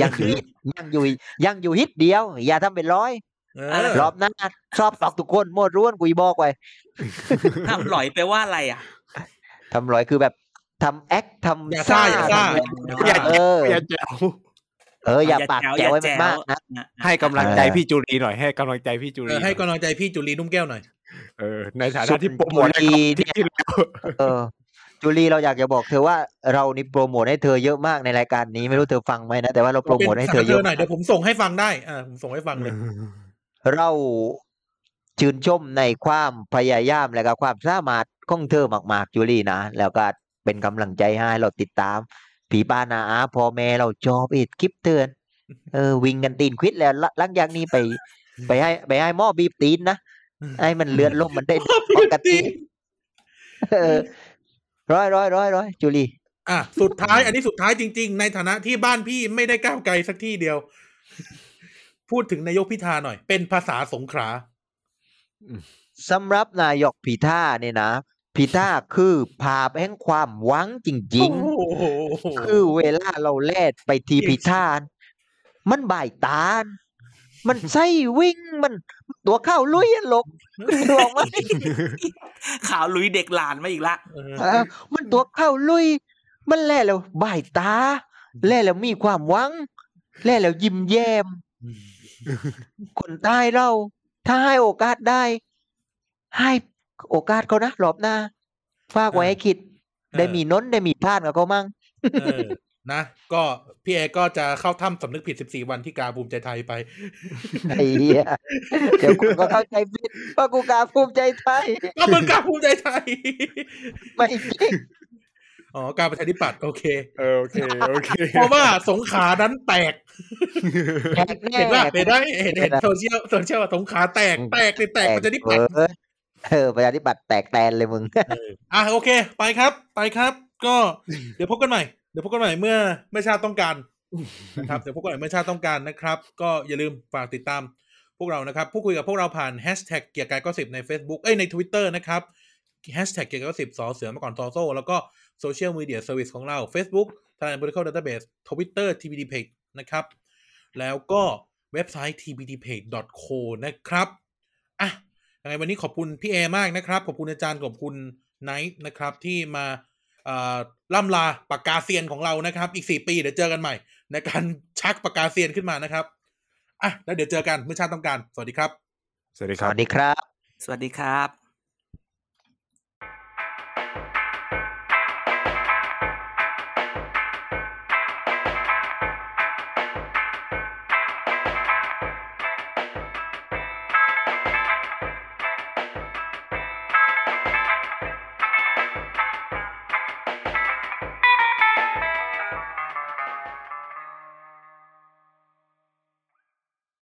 [SPEAKER 4] ยังอยู่ฮิตยังอยู่ยังอยู่ฮิตเดียว อย่าทำเป็นร้อย
[SPEAKER 2] เอ
[SPEAKER 1] อะไร
[SPEAKER 2] อ
[SPEAKER 4] รอบหน้าชอบตอกทุกคนโมดรู้ว่ากูอีบอกไว้
[SPEAKER 1] ทำหลอยไปว่าอะไรอ่ะ
[SPEAKER 4] ทำร้อยคือแบบทำแอค
[SPEAKER 2] อย่า
[SPEAKER 4] ทำ
[SPEAKER 2] ซ่าอย่าซ่า
[SPEAKER 4] ทำอะไร
[SPEAKER 3] อย่า
[SPEAKER 4] เออ
[SPEAKER 3] อย่าแจ๋ว
[SPEAKER 4] เอออย่าปาก
[SPEAKER 1] อ
[SPEAKER 4] แจ๋
[SPEAKER 1] ย่าว
[SPEAKER 4] ไว้
[SPEAKER 1] แจ๋ว
[SPEAKER 4] มากๆนะ
[SPEAKER 1] นะ
[SPEAKER 3] ให้กำลัง
[SPEAKER 4] เออ
[SPEAKER 3] ใจพี่จุรีหน่อยให้กำลังใจพี่จุ
[SPEAKER 2] เอ
[SPEAKER 3] รี
[SPEAKER 2] อให้กำลังใจพี่จุลีนุ่มแก้วหน่อย
[SPEAKER 3] เออในฐานะที่โปรโมท
[SPEAKER 4] จุรีเนี่ย
[SPEAKER 3] ที่แล้ว
[SPEAKER 4] เออจูลีเราอยากจะบอกเธอว่าเรานี่โปรโมทให้เธอเยอะมากในรายการนี้ไม่รู้เธอฟังไหมนะแต่ว่าเราโปรโมทให้เธอเยอะ
[SPEAKER 2] หน่อยเดี๋ยวผมส่งให้ฟังได้อ่าผมส่งให้ฟังเลย
[SPEAKER 4] เราชื่นชมในความพยายามและก็ความสามารถของเธอมากๆจูลีนะแล้วก็เป็นกำลังใจให้เราติดตาม ผีป้านาอาพ่อแม่เราจอบอีดคลิปเตือนเออวิ่งกันตีนควิดแล้วละหลังจากนี้ไป ไปให้ไปให้หม้อบีบตีนนะให้มันเลือนลมมันได้ปก
[SPEAKER 2] [LAUGHS]
[SPEAKER 4] ติเออร้อยร้อยร้อยร้อยจูลี
[SPEAKER 2] อ่ะสุดท้าย อันนี้สุดท้ายจริง ๆ ในฐานะที่บ้านพี่ไม่ได้ก้าวไกลสักที่เดียว พูดถึงนายกพิธาหน่อย เป็นภาษาสงขลา
[SPEAKER 4] สำหรับนายกพีท่าเนี่ยนะพีท่าคือภาพแห่งความหวังจริง
[SPEAKER 2] โอ้โห
[SPEAKER 4] ๆ คือเวลาเราแลดไปทีพีท่ามันบ่ายตาล มันไส้วิ่งมันตัวเข้าลุยอะหลกล
[SPEAKER 2] [LAUGHS]
[SPEAKER 4] อกไหม
[SPEAKER 1] ข่าวลุยเด็กหลานมาอีกละ
[SPEAKER 2] เออ
[SPEAKER 4] เออมันตัวเข้าลุย มันแล่แล้วบ่ายตา แล่แล้วมีความหวัง แล่แล้วยิ้มแย้
[SPEAKER 2] [LAUGHS]
[SPEAKER 4] ม คนใต้เรา ถ้าให้โอกาสได้ ให้โอกาสเขานะรอบหน้าฝากไว้ให้คิด ได้มีน้นได้มีพลาดกับเขามั่ง
[SPEAKER 2] เออนะก็พี่เอก็จะเข้าถ้ำสำนึกผิด 14 วันที่กาภูมิใจไทยไป
[SPEAKER 4] ไอ้เหี้ยเดี๋ยวคุณก็เข้าใจผิดว่ากูกาภูมิใจไทย
[SPEAKER 2] ก็มึงกาภูมิใจไทย
[SPEAKER 4] ไม่จริง
[SPEAKER 2] อ๋อ การประชาธิปัตย์โอเค
[SPEAKER 3] เออโอเคโอเค
[SPEAKER 2] เพราะว่าสงขลานั้นแตก
[SPEAKER 4] แตกแน่
[SPEAKER 2] เห็นว่าเห็นได้เห็นเห็นโซเชียลโซเชียลสงขลาแตกแตกเลยแตกประชาธิปัตย์
[SPEAKER 4] เออเออประชาธิปัตย์แตกแตนเลยมึง
[SPEAKER 2] อ่ะโอเค ไปครับ ไปครับ ก็ เดี๋ยวพบกันใหม่เดี๋ยวพบกันใหม่เมื่อเมื่อชาติต้องการนะครับเดี๋ยวพบกันใหม่เมื่อชาติต้องการนะครับ ก็อย่าลืมฝากติดตามพวกเรานะครับพูดคุยกับพวกเราผ่านแฮชแท็กเกียร์กายก็สิบใน Facebook เอ้ยใน Twitter นะครับแฮชแท็กเกียร์กายก็สิบสอเสือมาก่อนตอโซ่แล้วก็โซเชียลมีเดียเซอร์วิสของเรา Facebook ทาง Political Database Twitter TBD Page นะครับ แล้วก็เว็บไซต์ tbdpage.co นะครับอ่ะ ยังไงวันนี้ขอบคุณพี่แอมากนะครับ ขอบคุณอาจารย์ขอบคุณไนท์นะครับ ที่มาเอ่อล่ำลาปากกาเซียนของเรานะครับ อีกสี่ปีเดี๋ยวเจอกันใหม่ ในการชักปากกาเซียนขึ้นมานะครับอ่ะแล้วเดี๋ยวเจอกันเมื่อชาติต้องการ สวัสดีครับ
[SPEAKER 3] สวัสดี
[SPEAKER 4] ส
[SPEAKER 3] ครับ
[SPEAKER 4] วัสดีครับ
[SPEAKER 1] สวัสดีครับ